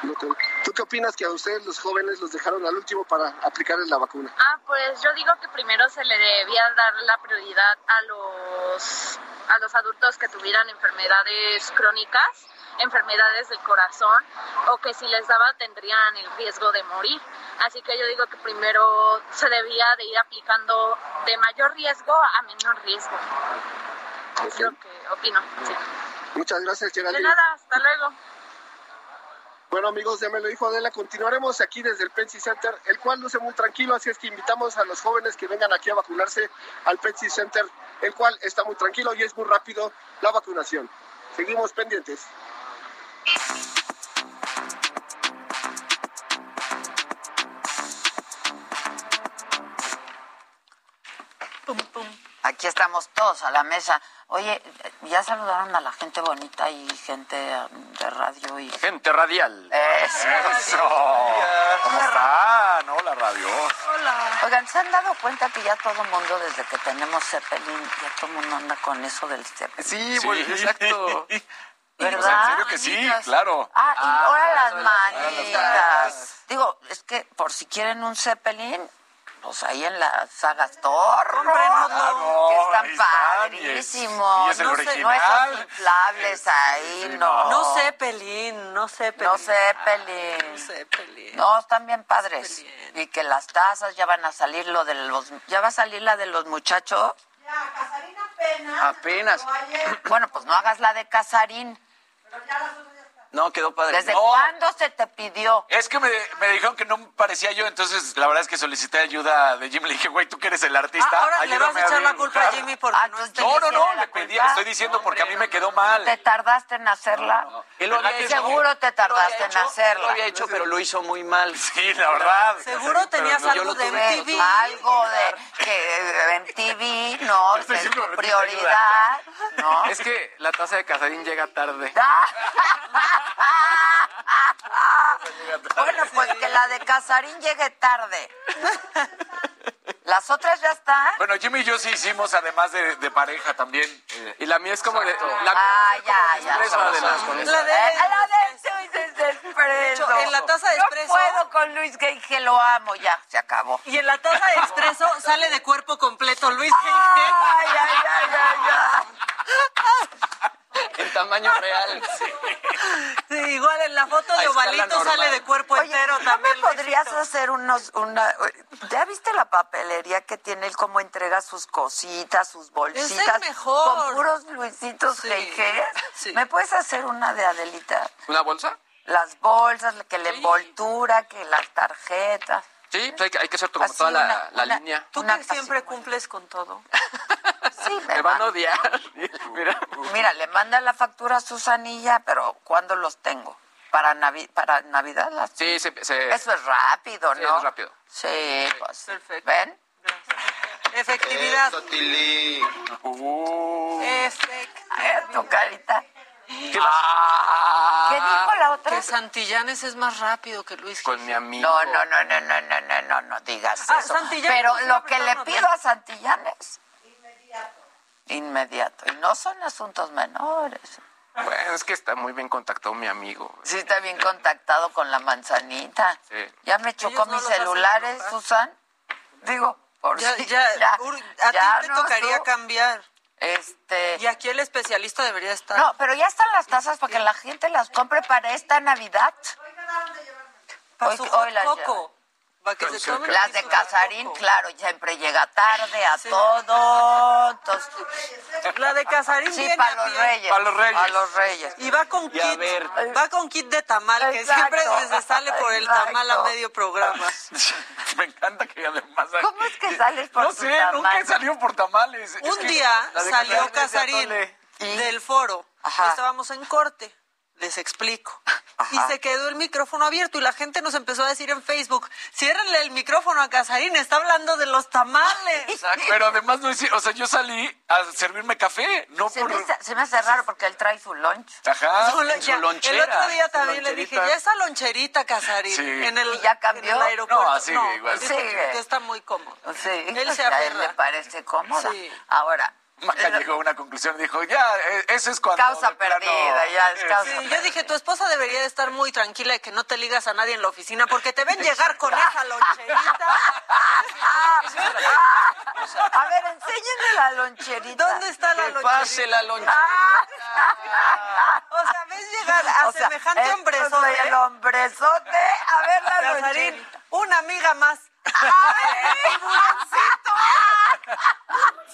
Speaker 6: ¿Tú qué opinas que a ustedes los jóvenes los dejaron al último para aplicarles la vacuna?
Speaker 7: Ah, pues yo digo que primero se le debía dar la prioridad a los a los adultos que tuvieran enfermedades crónicas, enfermedades del corazón o que si les daba tendrían el riesgo de morir. Así que yo digo que primero se debía de ir aplicando de mayor riesgo a menor riesgo. Okay. Es lo que opino. Sí.
Speaker 6: Muchas gracias,
Speaker 7: De
Speaker 6: Geraldine.
Speaker 7: nada, hasta luego.
Speaker 6: Bueno amigos de Me lo dijo Adela, continuaremos aquí desde el Pepsi Center, el cual luce muy tranquilo, así es que invitamos a los jóvenes que vengan aquí a vacunarse al Pepsi Center, el cual está muy tranquilo y es muy rápido la vacunación. Seguimos pendientes.
Speaker 2: Aquí estamos todos a la mesa. Oye, ya saludaron a la gente bonita y gente um, de radio y...
Speaker 8: Gente radial.
Speaker 2: Eso.
Speaker 8: Eso. ¿Cómo están? Hola, radio.
Speaker 2: Hola. Oigan, ¿se han dado cuenta que ya todo el mundo, desde que tenemos Zeppelin, ya todo el mundo anda con eso del Zeppelin?
Speaker 8: Sí, bueno, *laughs* exacto.
Speaker 2: ¿Verdad?
Speaker 8: O sea, pues, en serio que sí,
Speaker 7: Manitas.
Speaker 8: claro.
Speaker 2: Ah, y
Speaker 7: Ah,
Speaker 2: ahora las
Speaker 7: ahora las
Speaker 2: manitas. Digo, es que por si quieren un Zeppelin, pues ahí en la saga Store.
Speaker 8: Claro,
Speaker 2: Que están
Speaker 8: ahí están, y es-
Speaker 2: padrísimos.
Speaker 8: y es el
Speaker 2: no, sé, no
Speaker 8: original.
Speaker 2: esos inflables ahí,
Speaker 8: sí,
Speaker 2: no.
Speaker 9: No sé, Pelín, no sé, Pelín.
Speaker 2: No Zeppelin.
Speaker 9: No sé, Pelín.
Speaker 2: No, están bien padres.
Speaker 9: Está bien.
Speaker 2: Y que las tazas ya van a salir lo de los ya va a salir la de los muchachos.
Speaker 8: Apenas.
Speaker 2: *clears throat* Bueno, pues no hagas la de Casarín.
Speaker 8: No, quedó padre.
Speaker 2: ¿Desde
Speaker 8: No,
Speaker 2: cuándo se te pidió?
Speaker 8: Es que me, me dijeron que no me parecía yo, entonces la verdad es que solicité ayuda de Jim. Le dije, güey, tú que eres el artista.
Speaker 9: Ah, ahora le vas
Speaker 8: ayúdame
Speaker 9: a echar la
Speaker 8: dibujar".
Speaker 9: culpa a Jimmy porque
Speaker 2: Ah,
Speaker 9: no es
Speaker 2: entonces-
Speaker 8: No, no, no,
Speaker 2: ¿Tiene
Speaker 8: le
Speaker 2: la
Speaker 8: pedí,
Speaker 2: culpa?
Speaker 8: estoy diciendo porque a mí me quedó mal.
Speaker 2: ¿Te tardaste en hacerla?
Speaker 8: Él lo había hecho.
Speaker 2: Seguro te tardaste en hacerla.
Speaker 8: hecho, pero lo hizo muy mal. *laughs* Sí, la verdad.
Speaker 9: Seguro tenías
Speaker 8: Pero no, yo lo
Speaker 9: algo de
Speaker 8: tuve. Ah,
Speaker 2: Ve,
Speaker 9: MTV.
Speaker 2: Algo de que en TV, ¿no?
Speaker 8: Yo estoy
Speaker 2: Es
Speaker 8: siempre
Speaker 2: tu
Speaker 8: me metí
Speaker 9: *laughs*
Speaker 2: prioridad, ¿no?
Speaker 8: Es que la taza de Casarín llega tarde.
Speaker 2: bueno, pues que la de Casarín llegue tarde. Las otras ya están.
Speaker 8: Bueno, Jimmy y yo sí hicimos, además de, de pareja también. Y la mía es como de.
Speaker 2: Ah, ya, ya.
Speaker 8: expreso, la de las- con
Speaker 9: La de-
Speaker 2: Eh, la de Luis es expreso.
Speaker 9: en la taza de
Speaker 2: No
Speaker 9: expreso-
Speaker 2: puedo con Luis Gay, que lo amo. Ya, se acabó.
Speaker 9: Y en la taza de expreso
Speaker 2: *laughs*
Speaker 9: sale de cuerpo completo Luis
Speaker 2: Ah. Ay, ay, ay, ay, ay.
Speaker 8: En tamaño *laughs* real.
Speaker 9: Sí, igual en la foto de
Speaker 8: A escala
Speaker 9: Ovalito
Speaker 8: normal.
Speaker 9: sale de cuerpo
Speaker 2: Oye,
Speaker 9: entero
Speaker 2: ¿no me
Speaker 9: también.
Speaker 2: podrías
Speaker 9: Luisito.
Speaker 2: hacer unos, una, ya viste la papelería que tiene él cómo entrega sus cositas, sus bolsitas,
Speaker 9: mejor.
Speaker 2: con puros Luisitos
Speaker 9: Sí,
Speaker 2: jejes?
Speaker 9: sí.
Speaker 2: ¿Me puedes hacer una de Adelita?
Speaker 8: ¿Una bolsa?
Speaker 2: Las bolsas, que la envoltura, que las tarjetas.
Speaker 8: Sí,
Speaker 10: pues,
Speaker 8: hay que, hacer
Speaker 2: como Así toda la- una- la una- línea.
Speaker 9: Tú
Speaker 2: Una
Speaker 9: que
Speaker 2: casi
Speaker 9: siempre
Speaker 2: buena.
Speaker 9: cumples con todo.
Speaker 2: Sí, ¿verdad?
Speaker 8: odiar. Mira.
Speaker 2: Mira, le manda la factura a Susanilla, pero ¿cuándo los tengo? Para Navi- para Navidad las
Speaker 8: se,
Speaker 2: Eso es rápido,
Speaker 8: Sí,
Speaker 2: ¿no?
Speaker 8: es rápido.
Speaker 2: Sí, pues.
Speaker 9: Perfecto.
Speaker 2: ¿Ven?
Speaker 9: Efectividad.
Speaker 2: Eh, tu carita. ¿Qué
Speaker 9: Ah,
Speaker 2: dijo la otra?
Speaker 9: Que Santillanes es más rápido que Luis.
Speaker 8: con mi amigo.
Speaker 2: No, no, no, no, no, no, no, no, no digas
Speaker 9: Ah,
Speaker 2: eso.
Speaker 9: Santillanes
Speaker 2: Pero
Speaker 9: es una
Speaker 2: lo que le
Speaker 9: persona,
Speaker 2: pido a Santillanes. Inmediato. Inmediato. Y no son asuntos menores.
Speaker 8: Bueno, es que está muy bien contactado mi amigo.
Speaker 2: Sí está bien contactado con la manzanita.
Speaker 8: Sí.
Speaker 2: Ya me chocó
Speaker 9: Ellos no
Speaker 2: mis
Speaker 9: los hacen
Speaker 2: celulares,
Speaker 9: enojar.
Speaker 2: Susan. Digo, por
Speaker 9: Ya,
Speaker 2: si-
Speaker 9: ya,
Speaker 2: *laughs* ya,
Speaker 9: Ur- a
Speaker 2: ya
Speaker 9: ti te
Speaker 2: no
Speaker 9: tocaría
Speaker 2: su-
Speaker 9: cambiar.
Speaker 2: Este.
Speaker 9: Y aquí el especialista debería estar.
Speaker 2: No, pero ya están las tazas para que la gente las compre para esta Navidad.
Speaker 9: para
Speaker 2: hoy-
Speaker 9: su
Speaker 2: hoy
Speaker 9: hot
Speaker 2: las
Speaker 9: coco. Va que se tomen
Speaker 2: Las de Casarín, claro, siempre llega tarde a todo. entonces-
Speaker 9: La de Casarín
Speaker 2: Sí,
Speaker 9: viene
Speaker 2: para
Speaker 9: a
Speaker 2: los
Speaker 9: pie.
Speaker 2: reyes. Para los reyes. Para los reyes.
Speaker 9: Y va con kit, va con kit de tamal, que
Speaker 2: Exacto.
Speaker 9: siempre se sale por el tamal a
Speaker 2: Exacto.
Speaker 9: medio programa.
Speaker 8: Me encanta que además.
Speaker 2: ¿Cómo es que sales por
Speaker 8: No
Speaker 2: tu
Speaker 8: sé,
Speaker 2: tamal?
Speaker 8: nunca he salido por tamales. Es
Speaker 9: Un
Speaker 8: que
Speaker 9: día
Speaker 8: la de Casarín es
Speaker 9: salió Casarín
Speaker 8: de atole.
Speaker 9: del foro.
Speaker 2: Ajá.
Speaker 9: Y Estábamos en corte. Les explico. Y se quedó el micrófono abierto y la gente nos empezó a decir en Facebook, ciérrenle el micrófono a Casarín, está hablando de los tamales.
Speaker 8: Pero además no es, o sea, yo salí a servirme café, no
Speaker 2: Se
Speaker 8: por
Speaker 2: me, hace- se me hace raro porque él trae su lunch.
Speaker 9: *laughs*
Speaker 8: ajá,
Speaker 9: Solo
Speaker 8: en
Speaker 9: ya-
Speaker 8: su lonchera.
Speaker 9: el otro día
Speaker 8: su
Speaker 9: también le dije,
Speaker 8: loncherita.
Speaker 9: ya esa loncherita, Casarín,
Speaker 8: Sí.
Speaker 9: en,
Speaker 2: ¿Y
Speaker 9: el,
Speaker 2: ya cambió?
Speaker 9: en el aeropuerto.
Speaker 8: No, así, igual.
Speaker 9: dice
Speaker 2: Sigue. Pues
Speaker 9: que está muy cómodo.
Speaker 2: Sí.
Speaker 9: Él se
Speaker 2: a él le
Speaker 9: aferra.
Speaker 2: parece cómoda.
Speaker 9: Sí.
Speaker 2: Ahora.
Speaker 8: Maca llegó a una conclusión y dijo, ya, eh, eso es cuando...
Speaker 2: Causa
Speaker 8: de plano- eh,
Speaker 2: perdida, ya, es
Speaker 8: Sí,
Speaker 2: causa-
Speaker 9: Sí, yo dije, tu esposa debería de estar muy tranquila de que no te ligas a nadie en la oficina porque te ven
Speaker 2: *laughs*
Speaker 9: llegar con esa loncherita.
Speaker 2: Ah, A ver, enséñenme la loncherita. Ah,
Speaker 9: ¿Dónde está la
Speaker 8: Que
Speaker 9: loncherita?
Speaker 8: pase la lonchera.
Speaker 9: O sea, ves llegar a
Speaker 2: O sea,
Speaker 9: semejante
Speaker 2: esto
Speaker 9: hombrezote.
Speaker 2: soy El hombrezote. A ver la
Speaker 9: Casarín,
Speaker 2: loncherita.
Speaker 9: una amiga más. *laughs*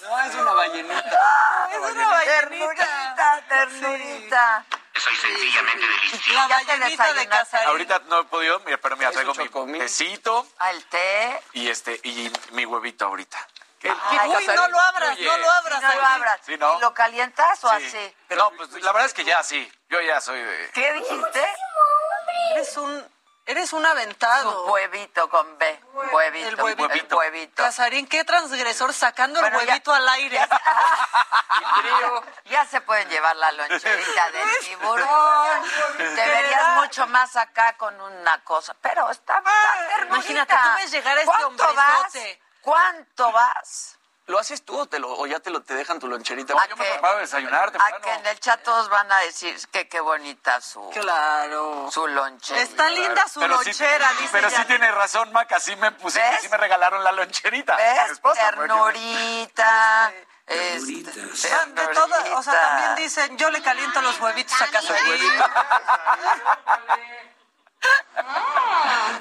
Speaker 8: No, es una ballenita.
Speaker 9: Es una ballenita.
Speaker 2: Ternurita, ternurita.
Speaker 3: Soy sencillamente delicioso.
Speaker 9: La
Speaker 2: Ya te
Speaker 9: ballenita de
Speaker 2: desayunaste.
Speaker 9: Casarín.
Speaker 8: Ahorita no he podido, mira, pero mira, traigo mi
Speaker 11: chocomil.
Speaker 8: quesito
Speaker 2: Al Ah, té.
Speaker 8: y este y mi huevito ahorita.
Speaker 9: Uy, no lo abras, no lo abras.
Speaker 2: no lo
Speaker 9: Adrián.
Speaker 2: abras.
Speaker 8: Sí, ¿no?
Speaker 2: ¿Y lo calientas o
Speaker 8: Sí.
Speaker 2: así?
Speaker 8: No, pues la verdad es que ya sí. Yo ya soy de...
Speaker 2: ¿Qué dijiste?
Speaker 9: Eres un, eres un aventado.
Speaker 2: Un huevito con B. Huevito.
Speaker 9: El huevito.
Speaker 2: El huevito.
Speaker 9: Casarín, qué transgresor sacando
Speaker 2: Bueno,
Speaker 9: el
Speaker 2: ya-
Speaker 9: huevito al aire. *laughs*
Speaker 2: Ya se pueden llevar la
Speaker 9: *laughs*
Speaker 2: loncherita del tiburón. Te verías mucho más acá con una cosa. Pero está, está ternurita.
Speaker 9: Imagínate, tú ves llegar a este
Speaker 2: ¿Cuánto vas?
Speaker 9: hombrezote.
Speaker 2: ¿Cuánto vas?
Speaker 8: ¿Lo haces tú o, te lo, o ya te lo te dejan tu loncherita?
Speaker 2: ¿A
Speaker 8: yo me
Speaker 2: qué?
Speaker 8: preparo a desayunar
Speaker 2: A
Speaker 8: temprano.
Speaker 2: que en el chat todos van a decir que qué bonita su,
Speaker 9: Claro.
Speaker 2: su loncherita.
Speaker 9: Está linda su
Speaker 8: Pero sí-
Speaker 9: lonchera, dice
Speaker 8: Pero sí
Speaker 9: Janet.
Speaker 8: tiene razón, Maca, sí me puse,
Speaker 2: ¿Ves?
Speaker 8: sí me regalaron la loncherita. Mi
Speaker 2: ¿Ves?
Speaker 8: esposa, porque-
Speaker 2: Ternurita. este,
Speaker 9: Ah, de todo, o sea, también dicen, yo le caliento los huevitos a Casarín.
Speaker 2: Ah.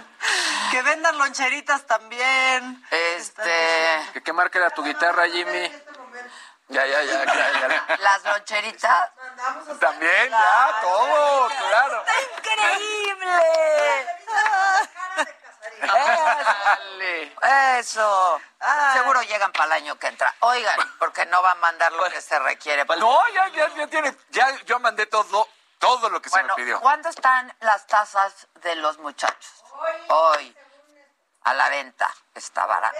Speaker 9: que vendan loncheritas también.
Speaker 2: Este,
Speaker 8: ¿Qué, qué marca era tu guitarra, Jimmy? Ya, ya, ya, ya, ya.
Speaker 2: las loncheritas.
Speaker 8: También,
Speaker 9: Ah,
Speaker 8: ya, todo, claro.
Speaker 2: Ah, ¡Está increíble! Eso. Eso.
Speaker 9: Ah.
Speaker 2: Seguro llegan para el año que entra. Oigan, porque no va a mandar lo que se requiere.
Speaker 8: No, ya, ya, ya tiene, ya yo mandé todo, todo lo que se
Speaker 2: Bueno,
Speaker 8: me pidió.
Speaker 2: ¿cuándo están las tasas de los muchachos? Hoy. A la venta. Está barata.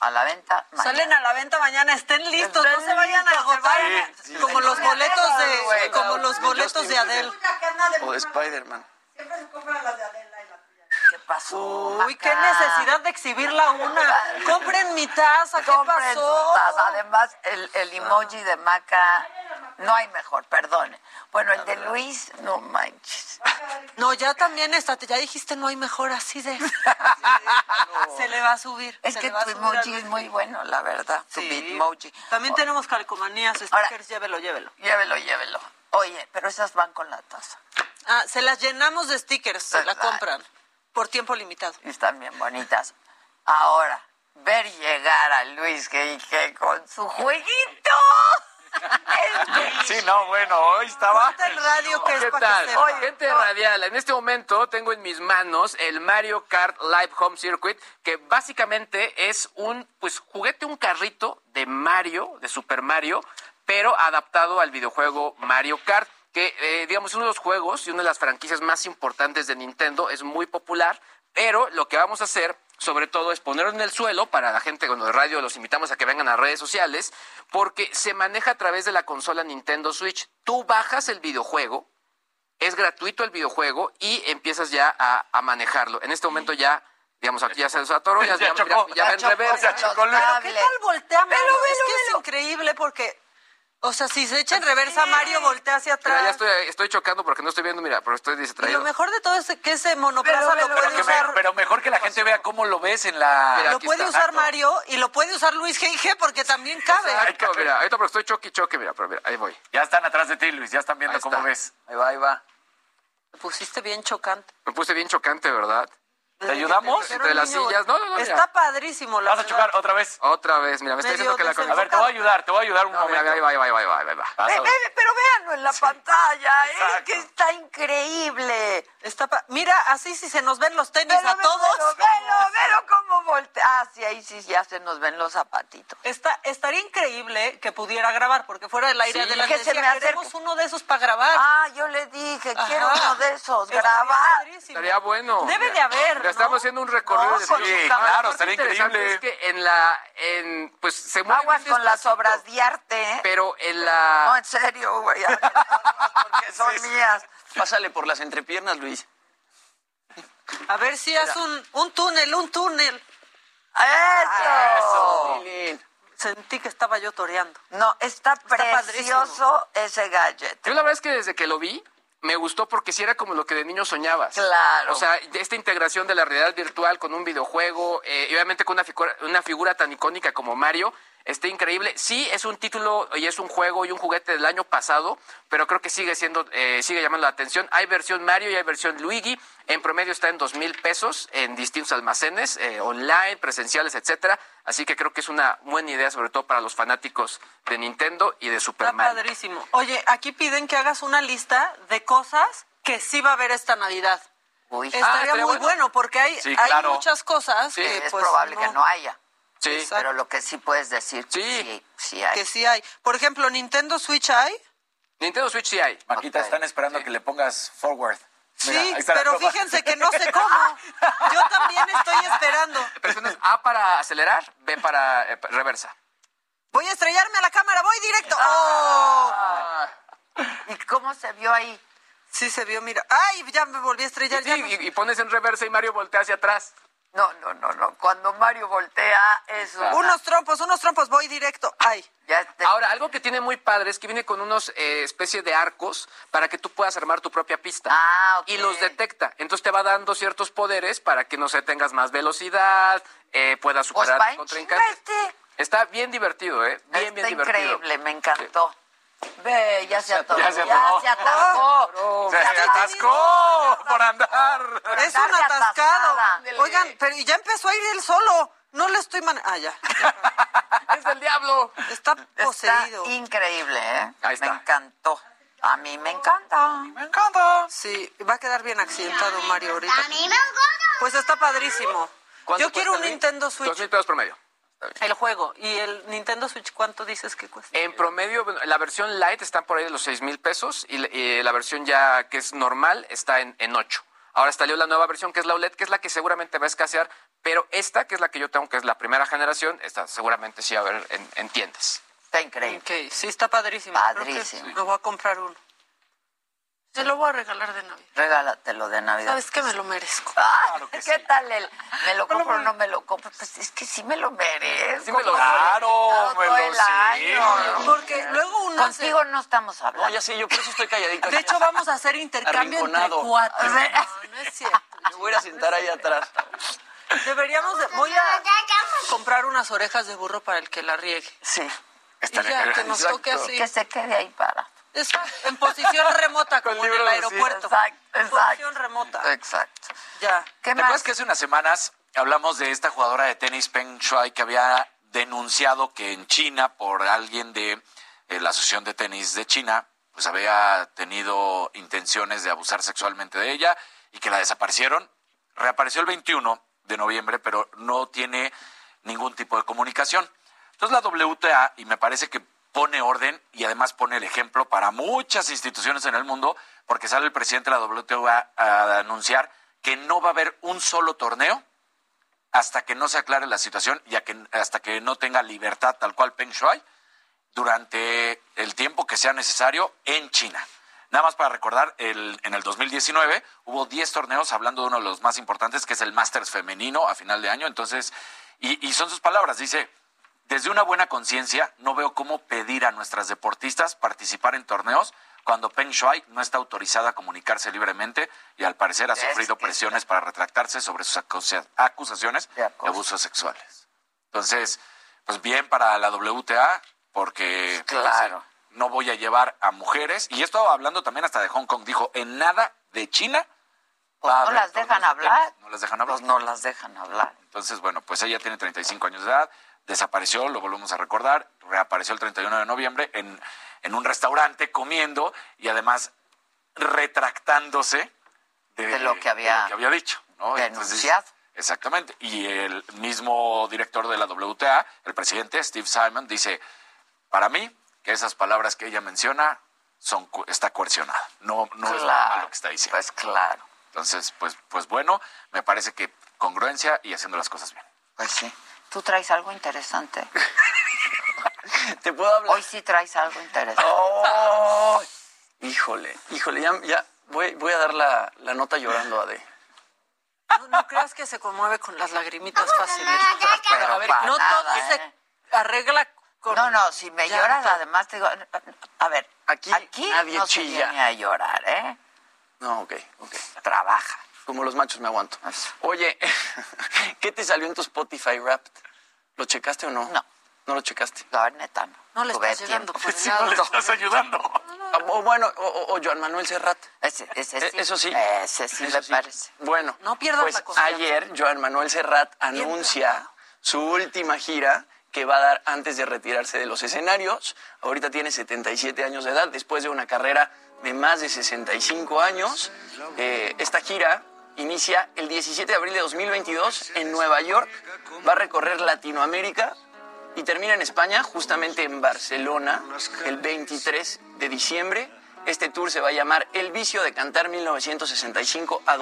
Speaker 2: A la venta. mañana.
Speaker 9: Salen a la venta mañana, estén listos,
Speaker 2: Estén
Speaker 9: no se vayan a
Speaker 2: listos, se
Speaker 9: agotar
Speaker 2: vayan.
Speaker 8: Sí, sí,
Speaker 9: como
Speaker 2: sí.
Speaker 9: los boletos de
Speaker 2: Güey.
Speaker 9: como los boletos de Adele.
Speaker 8: O de Spider-Man.
Speaker 2: ¿Qué pasó?
Speaker 9: Uy, qué
Speaker 2: Maca?
Speaker 9: necesidad de
Speaker 2: *laughs*
Speaker 9: exhibirla una. Compren mi taza, ¿qué
Speaker 2: Compren
Speaker 9: pasó?
Speaker 2: sus tazas. Además, el, el emoji de Maca no hay mejor, perdone. Bueno, el de Luis, no manches.
Speaker 9: No, ya también está, ya dijiste no hay mejor así
Speaker 2: *laughs*
Speaker 9: de. Ah, Se le va a subir.
Speaker 2: Es
Speaker 9: se
Speaker 2: que
Speaker 9: le va a
Speaker 2: tu
Speaker 9: subir al
Speaker 2: emoji es muy bueno, la verdad. Tu bitmoji.
Speaker 9: También
Speaker 2: O-
Speaker 9: tenemos calcomanías,
Speaker 2: Ahora-
Speaker 9: stickers, llévelo, llévelo.
Speaker 2: Llévelo, llévelo. Oye, pero esas van con la taza.
Speaker 9: Ah, se las llenamos de stickers, se la
Speaker 2: Exacto.
Speaker 9: compran por tiempo limitado.
Speaker 2: Y están bien bonitas. Ahora, ver llegar a Luis que que con su jueguito.
Speaker 8: Sí, no, bueno, hoy estaba.
Speaker 9: Ponte el radio que es
Speaker 10: ¿Qué
Speaker 9: para que
Speaker 10: tal?
Speaker 9: sepa.
Speaker 10: Gente radial, en este momento tengo en mis manos el Mario Kart Live Home Circuit, que básicamente es un pues juguete, un carrito de Mario, de Super Mario, pero adaptado al videojuego Mario Kart, que eh, digamos es uno de los juegos y una de las franquicias más importantes de Nintendo, es muy popular, pero lo que vamos a hacer sobre todo es ponerlo en el suelo para la gente con el radio los invitamos a que vengan a redes sociales porque se maneja a través de la consola Nintendo Switch. Tú bajas el videojuego, es gratuito el videojuego y empiezas ya a, a manejarlo. En este momento ya, digamos, aquí ya se atoró, ya, ya,
Speaker 8: chocó.
Speaker 10: ya- ya va en
Speaker 2: Chocó
Speaker 10: reversa.
Speaker 2: los
Speaker 9: Pero qué
Speaker 2: cables.
Speaker 9: tal voltea Mario,
Speaker 2: Velo,
Speaker 9: es
Speaker 2: velo,
Speaker 9: que es
Speaker 2: velo.
Speaker 9: increíble porque, o sea, si se echa en reversa Mario, voltea hacia atrás.
Speaker 10: Mira, ya estoy, estoy chocando porque no estoy viendo, mira, pero estoy
Speaker 9: Y lo
Speaker 10: distraído.
Speaker 9: mejor de todo es que ese monoplaza
Speaker 2: Pero,
Speaker 9: lo
Speaker 2: pero,
Speaker 9: puede
Speaker 8: Pero, que me-
Speaker 9: usar.
Speaker 8: pero mejor que la gente vea cómo lo ves en la.
Speaker 10: Mira,
Speaker 9: lo
Speaker 10: Ah, aquí
Speaker 9: puede
Speaker 10: está.
Speaker 9: usar Mario y lo puede usar Luis G.I.G. porque también cabe.
Speaker 10: Exacto, mira, ahorita porque estoy choque y choque, mira, pero mira, ahí voy.
Speaker 8: Ya están atrás de ti, Luis, ya están viendo
Speaker 10: Ahí
Speaker 8: cómo
Speaker 10: está.
Speaker 8: ves. Ahí va, ahí va.
Speaker 9: Te pusiste bien chocante.
Speaker 10: Me puse bien chocante, ¿verdad?
Speaker 8: ¿Te ayudamos?
Speaker 9: Pero
Speaker 10: Entre
Speaker 9: un
Speaker 10: las
Speaker 9: niño-
Speaker 10: sillas. No, no, no. mira.
Speaker 9: Está padrísimo. La
Speaker 10: Vas a
Speaker 9: verdad.
Speaker 10: chocar otra vez. Otra vez, mira, me está
Speaker 9: Medio
Speaker 10: diciendo que la
Speaker 9: desenfocado. Eh,
Speaker 8: A ver, te voy a ayudar, te voy a ayudar un
Speaker 10: No, mira,
Speaker 8: momento.
Speaker 10: ahí va, ahí va, ahí va, ahí va, ahí va.
Speaker 9: Ve- ve- pero véanlo en la pantalla, ¿eh?
Speaker 10: Exacto.
Speaker 9: que está increíble. Está pa- Mira, así si se nos ven los tenis
Speaker 2: Velo,
Speaker 9: a
Speaker 2: velo,
Speaker 9: todos.
Speaker 2: velo, velo, velo cómo voltea. Ah, sí, ahí sí ya se nos ven los zapatitos.
Speaker 9: Está, estaría increíble que pudiera grabar, porque fuera del aire
Speaker 2: Sí,
Speaker 9: adelante
Speaker 2: que se
Speaker 9: decía,
Speaker 2: me acerque.
Speaker 9: queremos uno de esos para grabar.
Speaker 2: Ah, yo le dije, quiero
Speaker 9: Ajá.
Speaker 2: uno de esos,
Speaker 9: Estaría
Speaker 2: grabar.
Speaker 9: padrísimo.
Speaker 10: Estaría bueno.
Speaker 9: Debe de haber,
Speaker 10: Le estamos
Speaker 9: ¿no?
Speaker 10: haciendo un recorrido
Speaker 2: Oh,
Speaker 9: No,
Speaker 10: de
Speaker 9: con
Speaker 10: Sí,
Speaker 9: su cámara.
Speaker 10: claro,
Speaker 9: Aparte,
Speaker 10: estaría increíble. Es que en la en pues se mueve
Speaker 2: Aguas
Speaker 10: bien
Speaker 2: con las
Speaker 10: despacito,
Speaker 2: obras de arte, ¿eh?
Speaker 10: Pero en
Speaker 2: No,
Speaker 10: la
Speaker 2: en serio,
Speaker 8: *laughs*
Speaker 2: güey. ya me aguas Porque son mías.
Speaker 8: Pásale por las entrepiernas, Luis.
Speaker 9: A ver si haz un, un túnel, un túnel.
Speaker 2: Ah, ¡Eso!
Speaker 9: Sentí que estaba yo toreando.
Speaker 2: No, está
Speaker 9: padrísimo.
Speaker 2: precioso ese gadget.
Speaker 10: Yo la verdad es que desde que lo vi me gustó porque si era como lo que de niño soñabas.
Speaker 2: Claro.
Speaker 10: O sea, de esta integración de la realidad virtual con un videojuego eh, y obviamente con una figura, una figura tan icónica como Mario, está increíble. Sí, es un título y es un juego y un juguete del año pasado, pero creo que sigue siendo, eh, sigue llamando la atención. Hay versión Mario y hay versión Luigi. En promedio está en dos mil pesos en distintos almacenes, eh, online, presenciales, etcétera. Así que creo que es una buena idea, sobre todo para los fanáticos de Nintendo y de Super
Speaker 9: Está
Speaker 10: Mario.
Speaker 9: padrísimo. Oye, aquí piden que hagas una lista de cosas que sí va a haber esta Navidad.
Speaker 2: Uy, Ah,
Speaker 9: Estaría,
Speaker 10: estaría
Speaker 9: muy bueno,
Speaker 10: bueno.
Speaker 9: porque hay,
Speaker 10: Sí,
Speaker 9: hay
Speaker 10: claro.
Speaker 9: muchas cosas
Speaker 10: Sí,
Speaker 9: que
Speaker 2: es
Speaker 9: pues,
Speaker 2: probable que no haya.
Speaker 10: Sí.
Speaker 2: Pero lo que sí puedes decir, que
Speaker 10: Sí.
Speaker 2: sí, sí hay.
Speaker 9: que sí hay. Por ejemplo, Nintendo Switch hay.
Speaker 10: Nintendo Switch sí hay.
Speaker 8: Maquita,
Speaker 2: Ok.
Speaker 8: están esperando que le pongas forward. Mira,
Speaker 9: sí,
Speaker 8: ahí está la
Speaker 9: pero
Speaker 8: toma.
Speaker 9: fíjense que no
Speaker 10: *laughs*
Speaker 9: sé cómo. Yo también estoy esperando.
Speaker 10: Presionas A para acelerar, B para eh, reversa.
Speaker 9: Voy a estrellarme a la cámara, voy directo. ¡Oh!
Speaker 2: ¿Y cómo se vio ahí?
Speaker 9: Sí se vio, mira. ¡Ay, ya me volví a estrellar!
Speaker 10: Sí,
Speaker 9: ya no-
Speaker 10: y, y pones en reversa y Mario voltea hacia atrás.
Speaker 2: No, no, no, no. Cuando Mario voltea, es una-
Speaker 9: Unos trompos, unos trompos, voy directo. ¡Ay!
Speaker 2: Ya este-
Speaker 10: Ahora, algo que tiene muy padre es que viene con unos eh, especie de arcos para que tú puedas armar tu propia pista.
Speaker 2: Ah, ok.
Speaker 10: Y los detecta. Entonces te va dando ciertos poderes para que, no sé, tengas más velocidad, eh, puedas
Speaker 2: Pues
Speaker 10: superar
Speaker 2: va
Speaker 10: a
Speaker 2: en
Speaker 10: tu contrincante.
Speaker 2: chinga
Speaker 10: Está bien divertido, ¿eh? Bien,
Speaker 2: Está
Speaker 10: bien divertido.
Speaker 2: increíble, me encantó. Ve, ya se atoró.
Speaker 8: Ya se atoró.
Speaker 9: Oh,
Speaker 2: atascó.
Speaker 8: Se
Speaker 2: Ya
Speaker 8: atascó por andar.
Speaker 9: Es
Speaker 2: Darle
Speaker 9: un atascado.
Speaker 2: atascada.
Speaker 9: Oigan, pero ya empezó a ir él solo. No le estoy man... Ah, ya.
Speaker 10: ¡Es del diablo!
Speaker 9: Está
Speaker 2: Está
Speaker 9: poseído.
Speaker 2: increíble, ¿eh?
Speaker 10: Ahí está.
Speaker 2: Me encantó. A mí me encanta.
Speaker 8: Me encanta.
Speaker 9: Sí, va a quedar bien accidentado Mario ahorita. Pues está padrísimo. Yo quiero un Nintendo
Speaker 10: Dos mil
Speaker 9: Switch,
Speaker 10: pesos promedio.
Speaker 9: el juego. ¿Y el Nintendo Switch cuánto dices que cuesta?
Speaker 10: En promedio, bueno, la versión light está por ahí de los 6 mil pesos y, la- y la versión ya que es normal está en, en 8. Ahora salió la nueva versión que es la OLED, que es la que seguramente va a escasear, pero esta, que es la que yo tengo, que es la primera generación, esta seguramente sí va a haber en, en tiendas.
Speaker 2: Está increíble.
Speaker 9: Ok, sí, está padrísimo.
Speaker 2: Padrísimo.
Speaker 9: Creo que lo voy a comprar uno. Te lo voy a regalar de Navidad.
Speaker 2: Regálatelo de Navidad.
Speaker 9: Sabes que me lo merezco.
Speaker 2: Ah, *laughs* ¿Qué tal el me lo compro o no me lo compro? Pues es que sí me lo merezco.
Speaker 10: Sí me lo-
Speaker 2: porque
Speaker 8: Claro,
Speaker 2: todo
Speaker 8: me lo-
Speaker 2: el
Speaker 8: sí.
Speaker 2: año, ¿no?
Speaker 9: Porque luego uno. hace-
Speaker 2: Contigo no estamos hablando.
Speaker 8: No, ya sé, yo por eso estoy calladito.
Speaker 9: De hecho, vamos a hacer intercambio entre
Speaker 8: Arrinconado.
Speaker 9: cuatro.
Speaker 2: Arre-
Speaker 9: No, no es cierto.
Speaker 8: me voy a ir a sentar ahí atrás.
Speaker 9: Deberíamos. de- voy a comprar unas orejas de burro para el que la riegue.
Speaker 2: Sí.
Speaker 9: Y ya, que nos toque así.
Speaker 2: Que se quede ahí para.
Speaker 9: Exacto, en posición remota, como en el aeropuerto.
Speaker 2: Exacto, exacto.
Speaker 9: Posición remota.
Speaker 2: Exacto.
Speaker 9: Ya.
Speaker 2: ¿Qué
Speaker 8: ¿Te acuerdas
Speaker 2: más?
Speaker 8: que hace unas semanas hablamos de esta jugadora de tenis Peng Shuai que había denunciado que en China por alguien de eh, la Asociación de Tenis de China pues había tenido intenciones de abusar sexualmente de ella y que la desaparecieron? Reapareció el 21 de noviembre, pero no tiene ningún tipo de comunicación. Entonces la WTA, y me parece que pone orden y además pone el ejemplo para muchas instituciones en el mundo, porque sale el presidente de la WTA a anunciar que no va a haber un solo torneo hasta que no se aclare la situación y a que- hasta que no tenga libertad tal cual Peng Shuai durante el tiempo que sea necesario en China. Nada más para recordar, el- en el 2019 hubo 10 torneos, hablando de uno de los más importantes, que es el Masters femenino a final de año. Entonces, y, y son sus palabras, dice, desde una buena conciencia no veo cómo pedir a nuestras deportistas participar en torneos cuando Peng Shuai no está autorizada a comunicarse libremente y al parecer ha
Speaker 2: Es
Speaker 8: sufrido
Speaker 2: que-
Speaker 8: presiones para retractarse sobre sus acusa- acusaciones
Speaker 2: De
Speaker 8: de
Speaker 2: acoso.
Speaker 8: abusos sexuales. Entonces, pues bien para la WTA, porque pues,
Speaker 2: Claro.
Speaker 8: no voy a llevar a mujeres. Y esto hablando también hasta de Hong Kong, dijo, en nada de China
Speaker 2: Pues
Speaker 8: va
Speaker 12: Ah,
Speaker 8: a
Speaker 2: no
Speaker 8: haber
Speaker 2: las
Speaker 8: torneos
Speaker 2: dejan
Speaker 8: de tenis,
Speaker 2: hablar.
Speaker 8: No las dejan hablar.
Speaker 2: no las dejan hablar.
Speaker 8: Entonces, bueno, pues ella tiene 35 años de edad, desapareció, lo volvemos a recordar, reapareció el 31 de noviembre en, en un restaurante comiendo y además retractándose de,
Speaker 2: De lo que había-
Speaker 8: de lo dicho. ¿no? Entonces,
Speaker 2: denunciado.
Speaker 8: exactamente. Y el mismo director de la WTA, el presidente Steve Simon, dice, para mí, que esas palabras que ella menciona son co- está coercionada. No, no es nada malo lo que está diciendo.
Speaker 2: Pues claro.
Speaker 8: Entonces, pues, pues bueno, me parece que congruencia y haciendo las cosas bien.
Speaker 2: Pues sí. Tú traes algo interesante.
Speaker 12: *laughs* ¿Te puedo hablar?
Speaker 2: Hoy sí traes algo interesante.
Speaker 12: ¡Oh! Híjole, híjole, ya, ya voy, voy a dar la, la nota llorando, Ade.
Speaker 9: No, no creas que se conmueve con las lagrimitas fáciles.
Speaker 2: Pero
Speaker 9: a ver,
Speaker 2: para
Speaker 9: no
Speaker 2: nada,
Speaker 9: todo
Speaker 2: ¿eh?
Speaker 9: se arregla con.
Speaker 2: No, no, si me
Speaker 9: llanto.
Speaker 2: lloras, además te digo, a ver, aquí,
Speaker 12: nadie
Speaker 2: no se
Speaker 12: chilla.
Speaker 2: viene a llorar, ¿eh?
Speaker 12: No, ok, ok.
Speaker 2: Trabaja.
Speaker 12: Como los machos me aguanto. Oye, *laughs* ¿qué te salió en tu Spotify Wrapped? ¿Lo checaste o no? No. ¿No lo checaste?
Speaker 2: No, neta, no.
Speaker 9: No le estás llegando por el lado.
Speaker 12: estás ayudando. O Ah, bueno, o, o- o Joan Manuel Serrat.
Speaker 2: Ese, ese
Speaker 12: sí. Eso sí.
Speaker 2: Ese sí
Speaker 12: me parece. Bueno.
Speaker 9: No pierdas
Speaker 12: pues,
Speaker 9: la confianza.
Speaker 12: Ayer Joan Manuel Serrat anuncia su última gira que va a dar antes de retirarse de los escenarios. Ahorita tiene 77 años de edad, después de una carrera de más de 65 años. Eh, esta gira inicia el 17 de abril de 2022 en Nueva York. Va a recorrer Latinoamérica y termina en España, justamente en Barcelona, el 23 de diciembre. Este tour se va a llamar El vicio de cantar 1965 a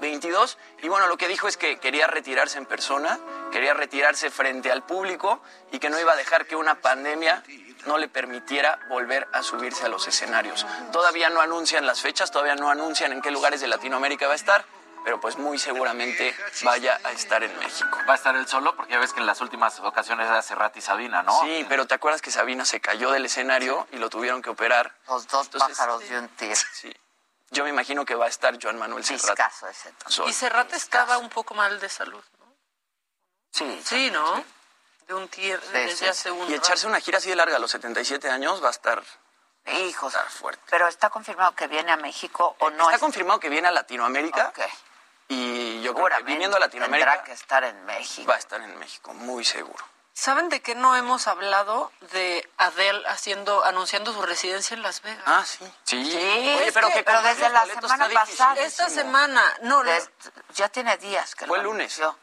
Speaker 12: 2022. Y bueno, lo que dijo es que quería retirarse en persona, quería retirarse frente al público y que no iba a dejar que una pandemia no le permitiera volver a subirse a los escenarios. Todavía no anuncian las fechas, todavía no anuncian en qué lugares de Latinoamérica va a estar, pero pues muy seguramente vaya a estar en México.
Speaker 8: Va a estar él solo porque ya ves que en las últimas ocasiones era Serrat y Sabina, ¿no?
Speaker 12: Sí, pero ¿te acuerdas que Sabina se cayó del escenario y lo tuvieron que operar?
Speaker 2: Los dos pájaros de un tiro.
Speaker 12: Sí. Yo me imagino que va a estar Joan Manuel Serrat.
Speaker 2: Discaso ese
Speaker 12: Sol.
Speaker 9: Y Serrat estaba un poco mal de salud, ¿no?
Speaker 2: Sí.
Speaker 9: Sí, ¿no? De un tier desde hace un
Speaker 12: Y echarse una gira así de larga a los 77 años va a estar...
Speaker 2: Hijos.
Speaker 12: fuerte.
Speaker 2: Pero está confirmado que viene a México o no
Speaker 12: Eh, Está
Speaker 2: es-
Speaker 12: confirmado que viene a Latinoamérica
Speaker 2: Ok.
Speaker 12: y yo creo que
Speaker 2: Seguramente
Speaker 12: viniendo a Latinoamérica
Speaker 2: Tendrá que estar en México.
Speaker 12: va a estar en México, muy seguro.
Speaker 9: ¿Saben de qué no hemos hablado? De Adele haciendo, anunciando su residencia en Las Vegas.
Speaker 12: Ah, sí.
Speaker 8: Sí.
Speaker 12: Oye, pero que comprar
Speaker 2: desde
Speaker 12: los
Speaker 2: la
Speaker 12: boletos
Speaker 2: semana
Speaker 12: está difícil.
Speaker 2: pasada.
Speaker 9: Esta semana, no, lo-
Speaker 2: Des- ya tiene días que
Speaker 12: Fue
Speaker 2: lo
Speaker 12: el lunes.
Speaker 2: anunció.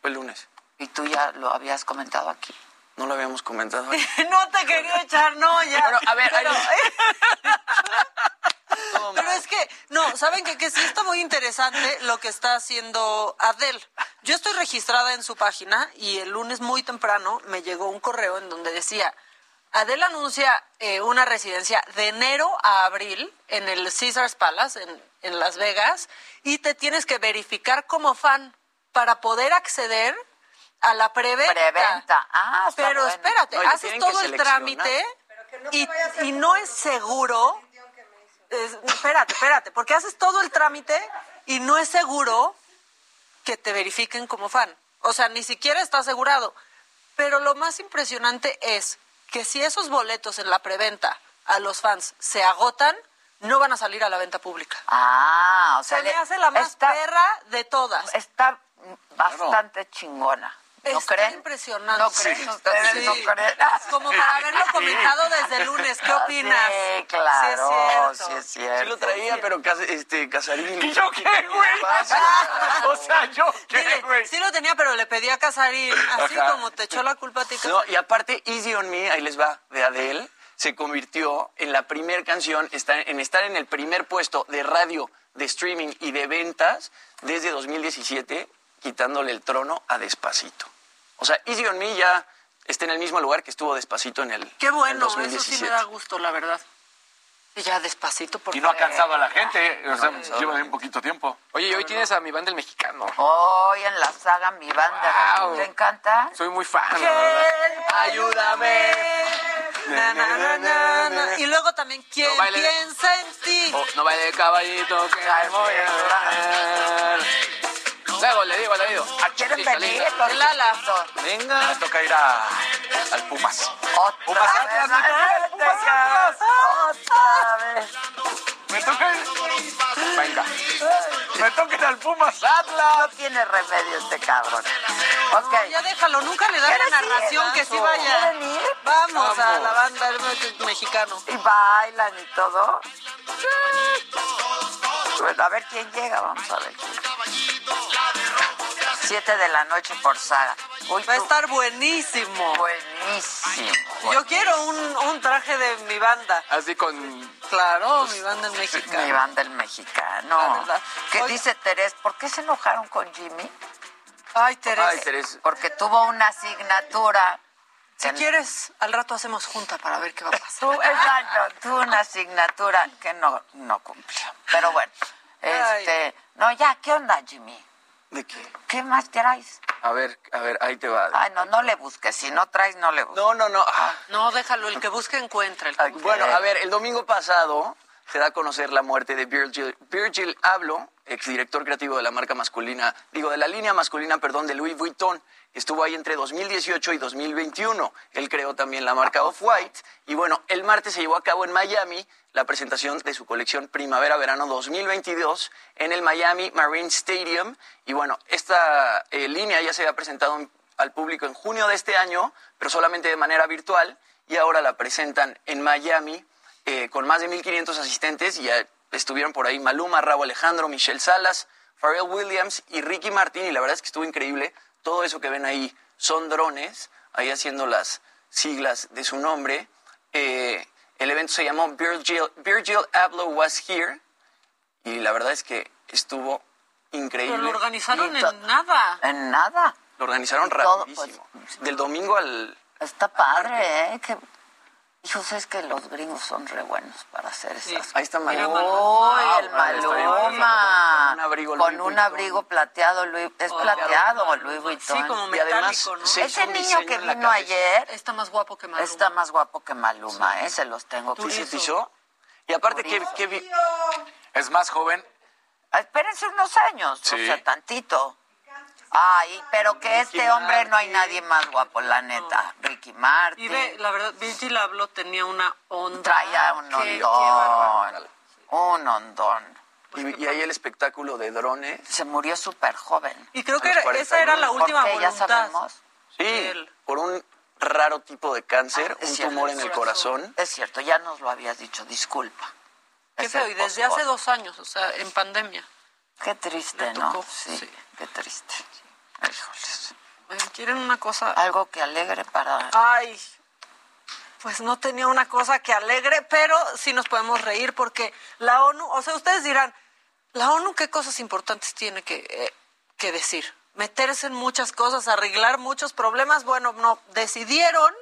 Speaker 12: Fue el lunes.
Speaker 2: Y tú ya lo habías comentado aquí.
Speaker 12: No lo habíamos comentado.
Speaker 9: *laughs* no te quería echar, no, ya.
Speaker 12: Bueno, a ver,
Speaker 9: pero, *laughs*
Speaker 12: ahí-
Speaker 9: pero es que, no, ¿saben qué? Que sí está muy interesante lo que está haciendo Adele. Yo estoy registrada en su página y el lunes muy temprano me llegó un correo en donde decía, Adele anuncia eh, una residencia de enero a abril en el Caesars Palace en, en Las Vegas y te tienes que verificar como fan para poder acceder a la preventa.
Speaker 2: Preventa. Ah, está
Speaker 9: Pero
Speaker 2: bueno.
Speaker 9: espérate,
Speaker 12: No, y lo
Speaker 9: haces
Speaker 12: tienen que
Speaker 9: todo el
Speaker 12: seleccionar.
Speaker 9: trámite y, y no es seguro. es- espérate, espérate, porque haces todo el trámite y no es seguro que te verifiquen como fan. O sea, ni siquiera está asegurado. Pero lo más impresionante es que si esos boletos en la preventa a los fans se agotan, no van a salir a la venta pública.
Speaker 2: Ah, o sea,
Speaker 9: Se le
Speaker 2: le-
Speaker 9: hace la más
Speaker 2: está,
Speaker 9: perra de todas.
Speaker 2: está bastante chingona. ¿No
Speaker 9: Está
Speaker 2: creen?
Speaker 9: impresionante.
Speaker 2: ¿No creen
Speaker 9: Sí.
Speaker 2: ustedes?
Speaker 9: Sí.
Speaker 2: ¿No creen?
Speaker 9: Como para haberlo comentado desde el lunes.
Speaker 12: *laughs* Ah,
Speaker 9: ¿Qué opinas?
Speaker 2: Sí, claro,
Speaker 9: Sí, es cierto.
Speaker 2: sí es
Speaker 12: Sí
Speaker 2: cierto.
Speaker 12: lo traía, pero cas- este,
Speaker 9: *laughs*
Speaker 12: Casarín.
Speaker 10: ¿Y yo qué, güey? O sea, yo qué,
Speaker 9: Dile,
Speaker 10: güey.
Speaker 9: sí lo tenía, pero le pedí a Casarín, así
Speaker 12: Ajá.
Speaker 9: como te echó la culpa a ti,
Speaker 12: No,
Speaker 9: Casarín.
Speaker 12: y aparte, Easy on Me, ahí les va, de Adele, se convirtió en la primera canción está- en estar en el primer puesto de radio, de streaming y de ventas desde 2017, quitándole el trono a Despacito. O sea, Easy on Me ya está en el mismo lugar que estuvo Despacito en el,
Speaker 9: Qué
Speaker 12: en el
Speaker 9: bueno, eso sí
Speaker 12: 2017.
Speaker 9: me da gusto, la verdad. Y ya despacito, porque...
Speaker 8: Y no ha cansado a la gente, eh, o sea,
Speaker 12: cansado
Speaker 8: lleva
Speaker 12: la
Speaker 8: bien poquito tiempo.
Speaker 10: Oye, y hoy tienes a mi banda el mexicano.
Speaker 2: Hoy en la saga Mi Banda.
Speaker 10: Wow.
Speaker 2: ¿Te encanta?
Speaker 10: Soy muy fan. la verdad.
Speaker 9: Ayúdame. Na, na, na, na, na. Y luego también, ¿quién
Speaker 10: No baile.
Speaker 9: piensa en ti?
Speaker 10: Oh, no vaya de caballito que me voy a llorar. Luego le digo al oído.
Speaker 8: Ah,
Speaker 2: ¿A quieren
Speaker 10: Lista,
Speaker 2: venir?
Speaker 10: lista.
Speaker 2: los
Speaker 9: Lala.
Speaker 2: chiquitos?
Speaker 10: Venga.
Speaker 8: Me toca ir a, al Pumas.
Speaker 2: Otra vez. Otra vez.
Speaker 10: Me toca ir. Venga.
Speaker 8: me toquen al Pumas Atlas.
Speaker 2: No tiene remedio este cabrón. Ok.
Speaker 9: Ya déjalo, nunca le da la
Speaker 2: ¿Quieren ir?
Speaker 9: narración que sí vaya.
Speaker 2: ¿Quieren ir?
Speaker 9: Vamos, a la banda del me- mexicano.
Speaker 2: Y bailan y todo. Bueno, a ver quién llega, vamos a ver. Siete de la noche por saga.
Speaker 9: Va a estar buenísimo.
Speaker 2: Buenísimo.
Speaker 9: Yo quiero un, un traje de mi banda.
Speaker 10: Así con.
Speaker 9: Claro, mi banda en México.
Speaker 2: *laughs* Mi banda el mexicano. ¿Qué dice Terés? ¿Por qué se enojaron con Jimmy?
Speaker 9: Ay, Terés.
Speaker 2: Ay, Porque tuvo una asignatura.
Speaker 9: Si quieres, al rato hacemos junta para ver qué va a pasar.
Speaker 2: Tú, exacto, tuvo una asignatura que no, no cumplió. Pero bueno,
Speaker 12: Ay.
Speaker 2: este, no, ya, ¿qué onda, Jimmy?
Speaker 12: ¿De qué?
Speaker 2: ¿Qué más traes?
Speaker 12: A ver, a ver, ahí te va.
Speaker 2: Ay, no, no le busques, si no traes, no le busques.
Speaker 12: No, no, no. ah.
Speaker 9: No, déjalo, el que busque encuentra. El
Speaker 12: Bueno, a ver, el domingo pasado se da a conocer la muerte de Virgil, Virgil Abloh, exdirector creativo de la marca masculina, digo, de la línea masculina, perdón, de Louis Vuitton. Estuvo ahí entre 2018 y 2021. Él creó también la marca Off-White. Y bueno, el martes se llevó a cabo en Miami la presentación de su colección Primavera-Verano 2022 en el Miami Marine Stadium. Y bueno, esta eh, línea ya se había presentado en- al público en junio de este año, pero solamente de manera virtual y ahora la presentan en Miami eh, con más de 1.500 asistentes y ya estuvieron por ahí Maluma, Raúl Alejandro, Michelle Salas, Pharrell Williams y Ricky Martin y la verdad es que estuvo increíble. Todo eso que ven ahí son drones, ahí haciendo las siglas de su nombre. Eh, el evento se llamó Virgil, Virgil Abloh Was Here y la verdad es que estuvo increíble.
Speaker 9: Pero lo organizaron
Speaker 12: Y to-
Speaker 9: en nada.
Speaker 2: En nada.
Speaker 12: Lo organizaron
Speaker 2: Y todo,
Speaker 12: rapidísimo. Del domingo al...
Speaker 2: Está padre, ¿eh? Que... Hijos, es que los gringos son re buenos para hacer esas
Speaker 12: Ahí está
Speaker 2: Uy,
Speaker 12: Maluma.
Speaker 2: el
Speaker 12: Ah, está bien,
Speaker 2: Maluma.
Speaker 12: Con un abrigo
Speaker 2: Ah, Con
Speaker 12: Louis
Speaker 2: un abrigo plateado, Louis- es plateado, Louis Vuitton.
Speaker 9: Sí, como
Speaker 2: Y además,
Speaker 9: metálico, ¿no?
Speaker 2: Ese niño que vino ayer
Speaker 9: está más guapo que Maluma.
Speaker 2: está más guapo que Maluma, ¿eh? Se los tengo que
Speaker 12: ¿Sí se tizó? Y aparte, ¿qué, qué vi-
Speaker 8: Es más joven.
Speaker 2: Ah, Espérense unos años, o
Speaker 8: Sí.
Speaker 2: sea, tantito. Ay, pero que este hombre no hay nadie más guapo, la neta. Ricky Martin.
Speaker 9: Y ve, la verdad, Virgil Abloh tenía una onda.
Speaker 2: Traía un
Speaker 9: Qué- qué bárbaro. Pues
Speaker 2: hondón. Un hondón.
Speaker 12: Y, y ahí el espectáculo de drones.
Speaker 2: Se murió súper joven.
Speaker 9: Y creo
Speaker 12: A
Speaker 9: que
Speaker 12: los
Speaker 9: era- esa era la
Speaker 12: 41.
Speaker 9: última
Speaker 2: Porque ya
Speaker 9: voluntad.
Speaker 2: sabemos.
Speaker 12: Sí, por un raro tipo de cáncer,
Speaker 2: Ah, es
Speaker 12: un
Speaker 2: cierto,
Speaker 12: tumor
Speaker 2: es
Speaker 12: en el
Speaker 2: cierto.
Speaker 12: corazón.
Speaker 2: Es cierto, ya nos lo habías dicho, disculpa.
Speaker 9: Qué
Speaker 2: Es
Speaker 9: feo,
Speaker 2: el
Speaker 9: y desde
Speaker 2: post-COVID.
Speaker 9: hace dos años, o sea, en pandemia.
Speaker 2: Qué triste,
Speaker 9: Le
Speaker 2: ¿no?
Speaker 9: tocó,
Speaker 2: Sí,
Speaker 9: sí.
Speaker 2: qué triste. Híjoles.
Speaker 9: Ay, ¿Quieren una cosa?
Speaker 2: Algo que alegre para...
Speaker 9: Ay, pues no tenía una cosa que alegre, pero sí nos podemos reír porque la ONU, o sea, ustedes dirán, la ONU qué cosas importantes tiene que, eh, que decir, meterse en muchas cosas, arreglar muchos problemas. Bueno, no, decidieron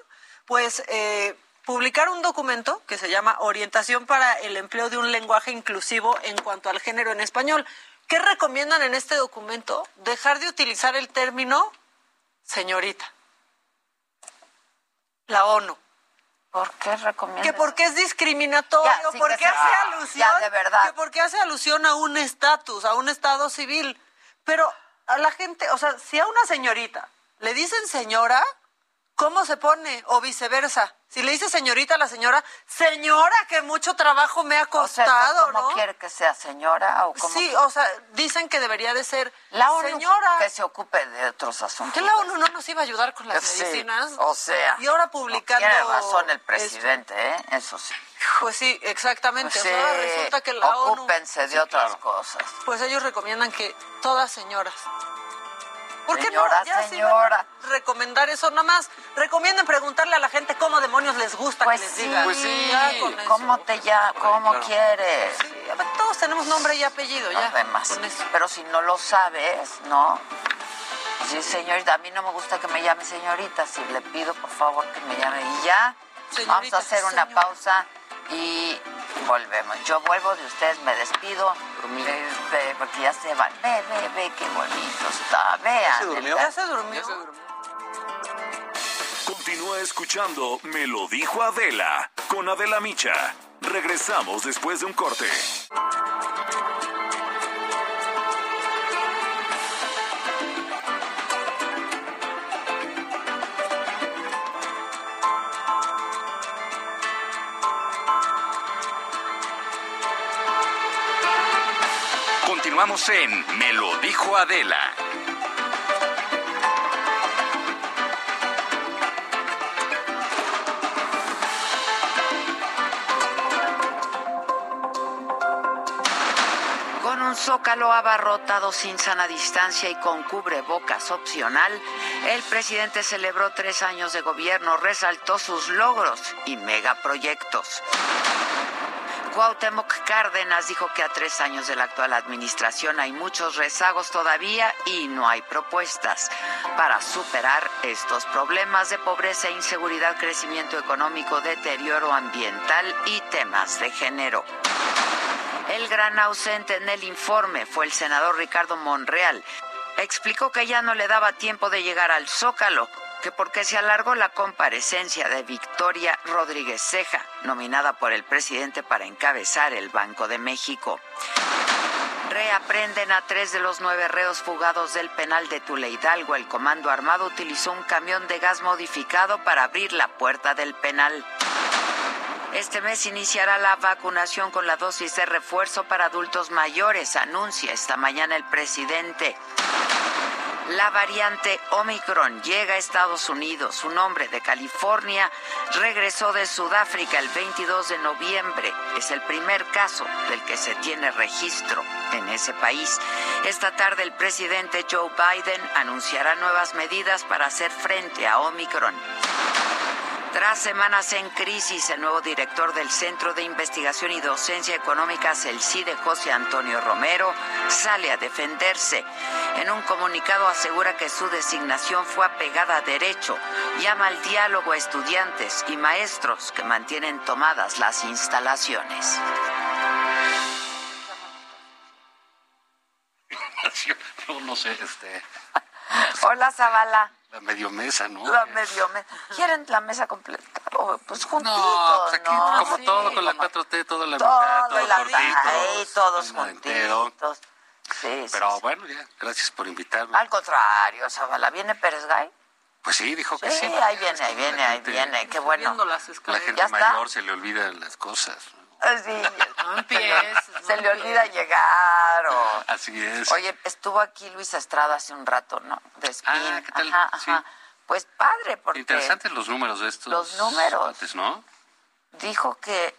Speaker 9: pues eh, publicar un documento que se llama Orientación para el empleo de un lenguaje inclusivo en cuanto al género en español. ¿Qué recomiendan en este documento? Dejar de utilizar el término señorita. La ONU.
Speaker 2: ¿Por qué recomiendas?
Speaker 9: Que porque es discriminatorio,
Speaker 2: Ya, sí,
Speaker 9: porque
Speaker 2: que se-
Speaker 9: hace
Speaker 2: ah,
Speaker 9: alusión,
Speaker 2: ya, de verdad.
Speaker 9: que porque hace alusión a un estatus, a un estado civil. Pero a la gente, o sea, si a una señorita le dicen señora, ¿cómo se pone? O viceversa. Si le dice señorita a la señora, señora, que mucho trabajo me ha
Speaker 2: O sea, ¿esto
Speaker 9: costado,
Speaker 2: ¿cómo
Speaker 9: ¿no?
Speaker 2: quiere que sea, señora? ¿O cómo
Speaker 9: Sí, o sea, dicen que debería de ser
Speaker 2: La ONU
Speaker 9: señora.
Speaker 2: que se ocupe de otros asuntos.
Speaker 9: Que la ONU no nos iba a ayudar con las
Speaker 2: Sí,
Speaker 9: medicinas.
Speaker 2: o sea,
Speaker 9: Y ahora publicando.
Speaker 2: Tiene razón el
Speaker 9: esto.
Speaker 2: presidente, ¿eh? Eso sí.
Speaker 9: Pues sí, exactamente.
Speaker 2: Pues Sí,
Speaker 9: O sea, ahora resulta que la ONU,
Speaker 2: ocúpense de otras cosas.
Speaker 9: pues ellos recomiendan que todas señoras. ¿Por qué
Speaker 2: Señora,
Speaker 9: no? Ya sí van a
Speaker 2: señora.
Speaker 9: recomendar eso nomás. Recomienden preguntarle a la gente cómo demonios les gusta
Speaker 2: Pues
Speaker 9: que les
Speaker 2: sí,
Speaker 9: digan. Ya con eso.
Speaker 2: ¿cómo te ya, cómo
Speaker 9: claro.
Speaker 2: quieres?
Speaker 9: Ya, pues, Todos tenemos nombre y apellido ya.
Speaker 2: Además,
Speaker 9: con eso.
Speaker 2: pero si no lo sabes, ¿no? Sí, señorita, a mí no me gusta que me llame señorita, si le pido por favor que me llame y ya. Vamos a
Speaker 9: Señorita,
Speaker 2: hacer una
Speaker 9: señora.
Speaker 2: pausa y volvemos. Yo vuelvo de ustedes, me despido, este, porque ya se van. Ve, ve, ve, qué bonito está. Vean.
Speaker 5: se durmió?
Speaker 9: Ya se durmió.
Speaker 5: Continúa escuchando Me lo dijo Adela con Adela Micha. Regresamos después de un corte.
Speaker 1: Continuamos en Me lo dijo Adela.
Speaker 2: Con un zócalo abarrotado sin sana distancia y con cubrebocas opcional, el presidente celebró tres años de gobierno, resaltó sus logros y megaproyectos. Cuauhtémoc Cárdenas dijo que a tres años de la actual administración hay muchos rezagos todavía y no hay propuestas para superar estos problemas de pobreza, inseguridad, crecimiento económico, deterioro ambiental y temas de género. El gran ausente en el informe fue el senador Ricardo Monreal. Explicó que ya no le daba tiempo de llegar al Zócalo, que porque se alargó la comparecencia de Victoria Rodríguez Ceja, nominada por el presidente para encabezar el Banco de México. Reaprenden a tres de los nueve reos fugados del penal de Tule Hidalgo. El comando armado utilizó un camión de gas modificado para abrir la puerta del penal. Este mes iniciará la vacunación con la dosis de refuerzo para adultos mayores, anuncia esta mañana el presidente. La variante Omicron llega a Estados Unidos. Un hombre de California regresó de Sudáfrica el 22 de noviembre. Es el primer caso del que se tiene registro en ese país. Esta tarde el presidente Joe Biden anunciará nuevas medidas para hacer frente a Omicron. Tras semanas en crisis, el nuevo director del Centro de Investigación y Docencia Económicas, el CIDE, José Antonio Romero, sale a defenderse. En un comunicado asegura que su designación fue apegada a derecho. Llama al diálogo a estudiantes y maestros que mantienen tomadas las instalaciones.
Speaker 13: *laughs* Yo no sé, este,
Speaker 2: Hola, Zavala.
Speaker 13: la medio mesa, ¿no?
Speaker 2: La medio mesa. ¿Quieren la mesa completa? O, pues juntitos,
Speaker 13: No, pues aquí
Speaker 2: ¿no?
Speaker 13: como
Speaker 2: Sí,
Speaker 13: todo con la 4T, todo la
Speaker 2: todo
Speaker 13: mitad,
Speaker 2: en la
Speaker 13: todo
Speaker 2: mitad, ahí, todos
Speaker 13: juntitos.
Speaker 2: Sí,
Speaker 13: Pero bueno, ya, gracias por invitarme.
Speaker 2: Al contrario, Zavala. ¿Viene Pérez Gay?
Speaker 13: Pues sí, dijo
Speaker 2: Sí,
Speaker 13: que sí.
Speaker 2: ahí viene, ahí viene, ahí
Speaker 13: gente-
Speaker 2: viene. Qué bueno.
Speaker 13: La gente
Speaker 2: ¿Ya está?
Speaker 13: mayor se le olvidan las cosas.
Speaker 2: Ah, Sí. *laughs* Se le olvida llegar o...
Speaker 13: Así es.
Speaker 2: Oye, estuvo aquí Luis Estrada hace un rato, ¿no? De Spin. Ajá, ajá. Pues padre, porque
Speaker 13: Interesantes los números de estos.
Speaker 2: Los números.
Speaker 13: cuates, ¿no?
Speaker 2: dijo que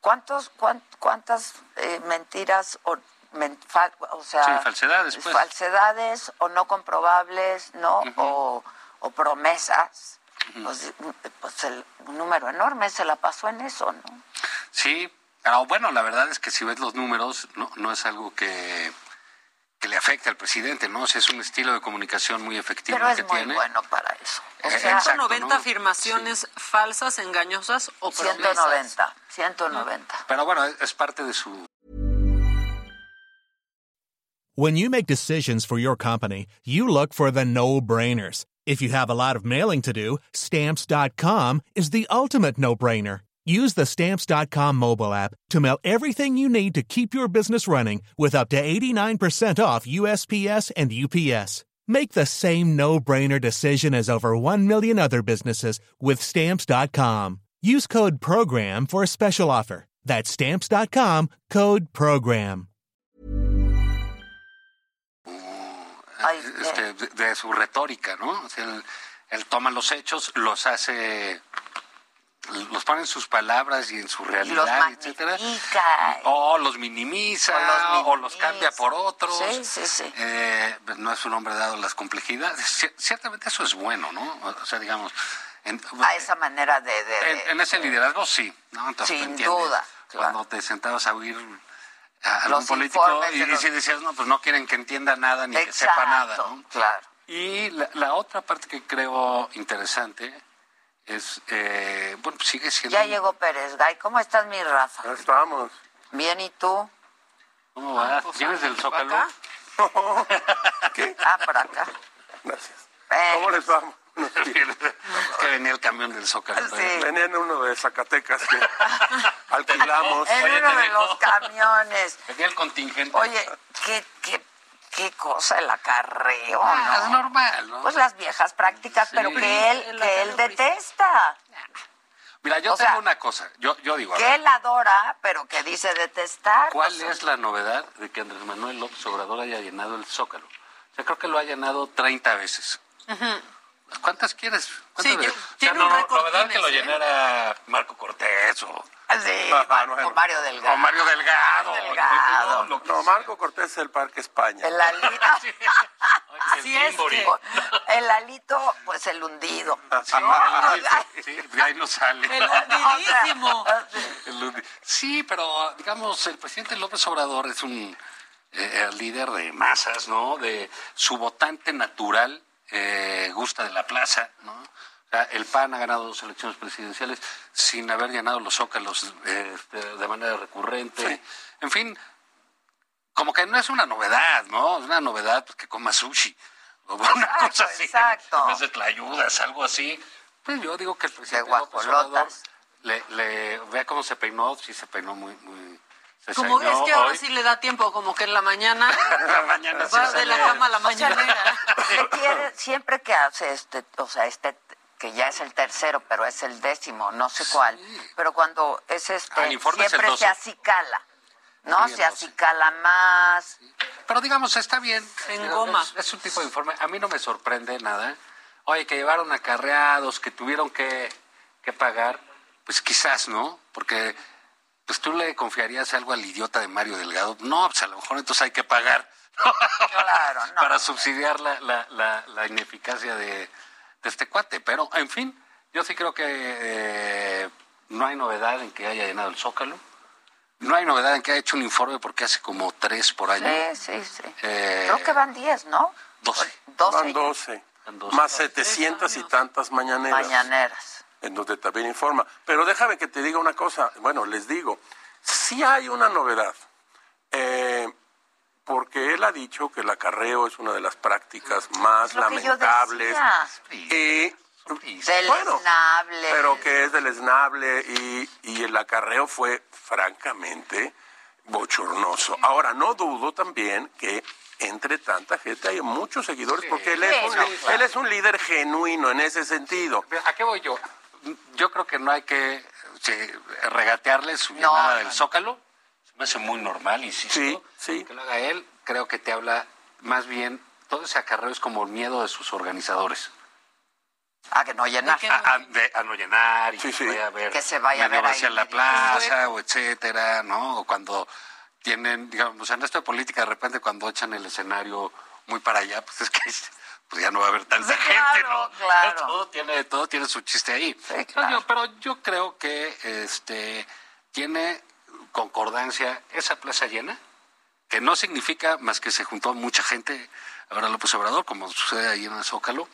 Speaker 2: cuántos cuán- cuántas eh, mentiras o men- fa- o sea,
Speaker 13: Sí, falsedades, pues.
Speaker 2: falsedades o no comprobables, ¿no? o, o promesas. Pues, pues el un número enorme se la pasó en eso, ¿no?
Speaker 13: Sí, pero bueno, la verdad es que si ves los números, no, no es algo que, que le afecte al presidente, ¿no? O sea, es un estilo de comunicación muy efectivo
Speaker 9: Pero
Speaker 13: el
Speaker 9: es
Speaker 13: que
Speaker 9: muy
Speaker 13: tiene. Eh,
Speaker 2: bueno para eso.
Speaker 9: O sea, 190 afirmaciones falsas, engañosas o promesas.
Speaker 2: 190, 190.
Speaker 13: Pero bueno, es es parte de su
Speaker 14: When you make decisions for your company, you look for the no brainers. If you have a lot of mailing to do, stamps.com is the ultimate no brainer. Use the stamps.com mobile app to mail everything you need to keep your business running with up to 89% off USPS and UPS. Make the same no brainer decision as over 1 million other businesses with stamps.com. Use code PROGRAM for a special offer. That's stamps.com code PROGRAM.
Speaker 13: *laughs* este, de, de su retórica, ¿no? O sea, él, él toma los hechos, los hace, los pone en sus palabras y en su realidad, etcétera. O los minimiza, o los, cambia por otros.
Speaker 2: Sí, sí, sí.
Speaker 13: Eh, pues, no es un hombre dado a las complejidades. Cier- Ciertamente eso es bueno, ¿no? O- O sea, digamos, en,
Speaker 2: A esa manera de, de- de-
Speaker 13: en, en ese liderazgo sí, ¿no? Entonces,
Speaker 2: Sin
Speaker 13: tú entiendes
Speaker 2: duda,
Speaker 13: Cuando te sentabas a oír a algún
Speaker 2: Los
Speaker 13: político
Speaker 2: informes
Speaker 13: y,
Speaker 2: de los-
Speaker 13: y si decías, no, pues no quieren que entienda nada ni que sepa nada,
Speaker 2: Exacto,
Speaker 13: ¿no?
Speaker 2: Claro.
Speaker 13: Y la, la otra parte que creo interesante es, eh, bueno, pues sigue siendo...
Speaker 2: Ya llegó Pérez Gay. ¿Cómo estás, mi Rafa?
Speaker 13: Estamos.
Speaker 2: Bien, ¿y
Speaker 13: *laughs*
Speaker 2: tú?
Speaker 13: ¿Cómo
Speaker 2: Ah,
Speaker 13: vas?
Speaker 2: pues,
Speaker 13: ¿Vienes del Zócalo?
Speaker 2: ¿Qué? Ah, para acá.
Speaker 13: Gracias.
Speaker 2: ¿Cómo
Speaker 13: les *laughs* vamos? que venía el camión del Zócalo.
Speaker 15: Venían uno de Zacatecas
Speaker 2: *laughs*
Speaker 15: que alquilamos.
Speaker 2: En uno de los camiones.
Speaker 13: Venía el contingente.
Speaker 2: Oye, qué, qué, qué cosa el acarreo, ¿no?
Speaker 13: es normal, ¿no?
Speaker 2: Pues las viejas prácticas, pero que él, que él detesta.
Speaker 13: Mira, yo
Speaker 2: O
Speaker 13: tengo
Speaker 2: sea,
Speaker 13: una cosa. Yo, yo digo, a
Speaker 2: que
Speaker 13: ver,
Speaker 2: él adora, pero que dice detestar.
Speaker 13: ¿cuál
Speaker 2: O sea, *laughs*
Speaker 13: es la novedad de que Andrés Manuel López Obrador haya llenado el Zócalo? Yo creo que lo ha llenado 30 veces. ¿Cuántas quieres? ¿Cuántas veces? O sea, no, no, novedad que
Speaker 2: ¿eh?
Speaker 13: lo llenara Marco Cortés o...
Speaker 2: Sí,
Speaker 13: Ah,
Speaker 2: Mario, Mario Delgado.
Speaker 13: o Mario Delgado.
Speaker 2: Delgado.
Speaker 15: No, Marco Cortés es el Parque España.
Speaker 2: El alito. Así es que- el alito, pues el hundido.
Speaker 13: Ah, sí, sí, de ahí no sale.
Speaker 2: hundidísimo.
Speaker 13: El hundi- Sí, pero digamos, el presidente López Obrador es un eh, el líder de masas, ¿no? De su votante natural eh, gusta de la plaza, ¿no? O sea, el PAN ha ganado dos elecciones presidenciales sin haber ganado los zócalos eh, de de manera recurrente. En fin, como que no es una novedad, ¿no? Es una novedad pues, que coma sushi. O una *laughs* cosa así. Exacto. En vez de tlayudas, algo así. Pues yo digo que el presidente López Obrador le, le- vea cómo se peinó, sí se peinó muy, muy se
Speaker 9: Como
Speaker 13: ceñó
Speaker 9: es que ahora
Speaker 13: hoy.
Speaker 9: sí le da tiempo, como que en la mañana
Speaker 13: *laughs* La mañana sí
Speaker 9: va
Speaker 13: se
Speaker 9: de la
Speaker 13: le-
Speaker 9: cama a la mañanera.
Speaker 2: Que quiere- siempre que hace este, o sea, este que ya es el tercero, pero es el décimo, no sé cuál. Pero cuando es este,
Speaker 13: Ah, el informe es el
Speaker 2: siempre se
Speaker 13: 12.
Speaker 2: acicala, ¿no?
Speaker 13: Sí, el
Speaker 2: se acicala más.
Speaker 13: Pero digamos, está bien.
Speaker 2: En
Speaker 13: Es, es un tipo de informe. A mí no me sorprende nada. Oye, que llevaron acarreados, que tuvieron que, que pagar. Pues quizás, ¿no? Porque pues tú le confiarías algo al idiota de Mario Delgado. No, pues a lo mejor entonces hay que pagar. *laughs* Para subsidiar la, la, la, la ineficacia de, de este cuate. Pero, en fin, yo sí creo que eh, no hay novedad en que haya llenado el Zócalo. No hay novedad en que haya hecho un informe porque hace como tres por año.
Speaker 2: Sí, sí, sí.
Speaker 13: Eh,
Speaker 2: Creo que van 10, ¿no?
Speaker 13: 12.
Speaker 15: Van 12. Más 700 y tantas mañaneras.
Speaker 2: Mañaneras.
Speaker 15: En donde también informa. Pero déjame que te diga una cosa. Bueno, les digo. Sí hay una novedad. Eh, porque él ha dicho que el acarreo es una de las prácticas más
Speaker 2: Es lo que yo
Speaker 15: lamentables.
Speaker 2: decía.
Speaker 15: Eh, bueno,
Speaker 2: Deleznable.
Speaker 15: pero que es deleznable y, y el acarreo fue francamente bochornoso. Ahora, no dudo también que entre tanta gente hay muchos seguidores porque él es,
Speaker 13: Sí, no,
Speaker 15: un, él es un líder genuino en ese sentido.
Speaker 13: ¿A qué voy yo? Yo creo que no hay que eh, sí, regatearle su llamada del Zócalo. Se me hace muy normal, insisto. Que lo haga él, creo que te habla más bien, todo ese acarreo es como el miedo de sus organizadores.
Speaker 2: A Ah, que no llenar.
Speaker 13: A, a- Ah, de- a no llenar y que vaya a ver.
Speaker 2: Que se vaya a
Speaker 13: medio
Speaker 2: ver ahí
Speaker 13: vacía la
Speaker 2: medio.
Speaker 13: plaza o etcétera, ¿no? O cuando tienen, digamos, en esto de política, de repente cuando echan el escenario muy para allá, pues es que pues ya no va a haber tanta gente, ¿no? Todo tiene, todo tiene su chiste ahí. Yo- pero yo creo que este tiene concordancia esa plaza llena, que no significa más que se juntó mucha gente, ahora López Obrador, como sucede ahí en el Zócalo.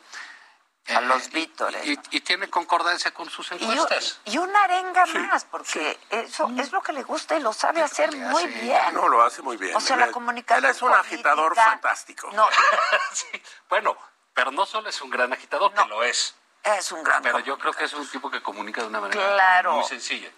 Speaker 13: A los
Speaker 2: Vítores.
Speaker 13: Y, y tiene concordancia con sus
Speaker 2: Y, u-
Speaker 13: encuestas.
Speaker 2: y una arenga más, porque eso es lo que le gusta y lo sabe hacer muy bien.
Speaker 15: No, lo hace muy bien.
Speaker 2: O sea,
Speaker 15: Él
Speaker 2: la
Speaker 15: es-
Speaker 2: comunicación
Speaker 15: Él es un
Speaker 2: política-
Speaker 15: agitador fantástico.
Speaker 2: No,
Speaker 13: *laughs* Sí, Bueno, pero no solo es un gran agitador, que lo es.
Speaker 2: Es un gran
Speaker 13: Pero yo creo que es un tipo que comunica de una manera
Speaker 2: Claro.
Speaker 13: muy sencilla.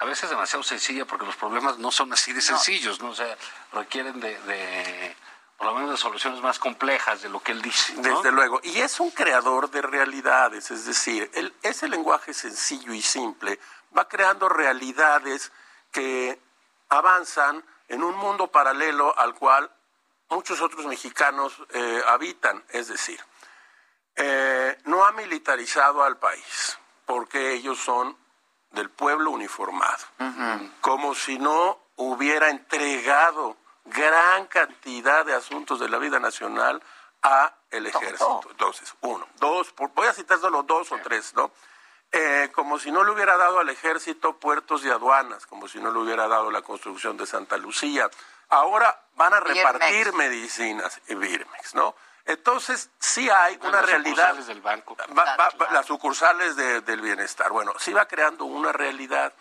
Speaker 13: A veces demasiado sencilla porque los problemas no son así de sencillos, ¿no? O sea, requieren de, de, por lo menos de soluciones más complejas de lo que él dice. ¿no?
Speaker 15: Desde luego. Y es un creador de realidades, es decir, el- ese lenguaje sencillo y simple va creando realidades que avanzan en un mundo paralelo al cual muchos otros mexicanos eh, habitan. Es decir, eh, no ha militarizado al país porque ellos son del pueblo uniformado como si no hubiera entregado gran cantidad de asuntos de la vida nacional a el ejército. Entonces, uno, dos, por- voy a citar solo dos o tres, ¿no? Eh, como si no le hubiera dado al ejército puertos y aduanas, como si no le hubiera dado la construcción de Santa Lucía. Ahora van a
Speaker 4: Birmex.
Speaker 15: repartir medicinas y Birmex, ¿no? Entonces, sí hay una
Speaker 13: Las
Speaker 15: realidad.
Speaker 13: sucursales del banco.
Speaker 15: Va- va- va- las sucursales de- del bienestar. Bueno, sí va creando una realidad.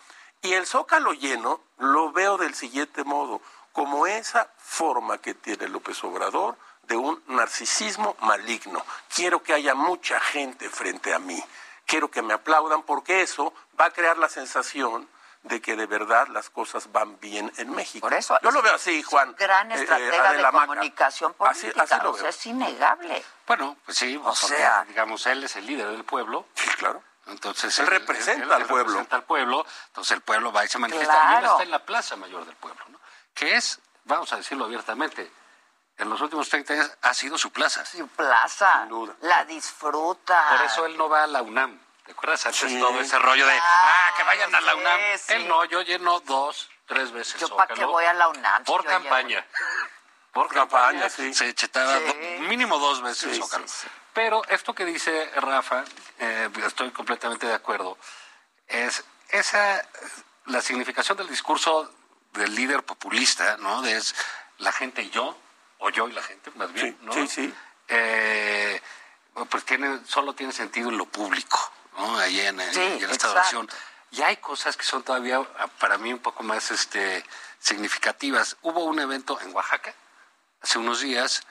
Speaker 15: Y el zócalo lleno lo veo del siguiente modo, como esa forma que tiene López Obrador de un narcisismo maligno. Quiero que haya mucha gente frente a mí. Quiero que me aplaudan porque eso va a crear la sensación de que de verdad las cosas van bien en México. Por eso, Yo lo veo así, Juan.
Speaker 2: gran
Speaker 15: Eh, eh,
Speaker 2: estratega de
Speaker 15: Adela Maca.
Speaker 2: comunicación
Speaker 15: Así-
Speaker 2: política.
Speaker 15: así lo
Speaker 2: o sea,
Speaker 15: veo.
Speaker 2: es innegable.
Speaker 13: Bueno, pues sí, o sea, digamos, él es el líder del pueblo.
Speaker 15: claro.
Speaker 13: Entonces
Speaker 15: Él representa al pueblo.
Speaker 13: representa al pueblo, entonces el pueblo va y se manifiesta.
Speaker 15: Claro.
Speaker 13: Y él está en la plaza mayor del pueblo, ¿no? que es, vamos a decirlo abiertamente, en los últimos 30 años ha sido su plaza.
Speaker 2: Su plaza. La disfruta.
Speaker 13: Por eso él no va a la UNAM. ¿Te acuerdas antes
Speaker 2: Sí.
Speaker 13: todo ese rollo de,
Speaker 2: Claro,
Speaker 13: ah, que vayan a la
Speaker 2: sí,
Speaker 13: UNAM?
Speaker 2: sí.
Speaker 13: Él no, yo lleno dos, tres veces.
Speaker 2: Yo para qué
Speaker 13: Zócalo.
Speaker 2: voy a la UNAM.
Speaker 13: Por
Speaker 2: Yo
Speaker 13: campaña. *laughs* Por campaña, se chetaba do- mínimo dos veces el Zócalo. Pero esto que dice Rafa, eh, estoy completamente de acuerdo, es esa la significación del discurso del líder populista, ¿no? De es la gente y yo, o yo y la gente, más bien, ¿no?
Speaker 15: sí, sí.
Speaker 13: Eh, pues tiene, solo tiene sentido en lo público, ¿no? Ahí en, en-
Speaker 15: Sí,
Speaker 13: en esta
Speaker 15: exacto.
Speaker 13: oración. Y hay cosas que son todavía ah, para mí un poco más este, significativas. Hubo un evento en Oaxaca hace unos días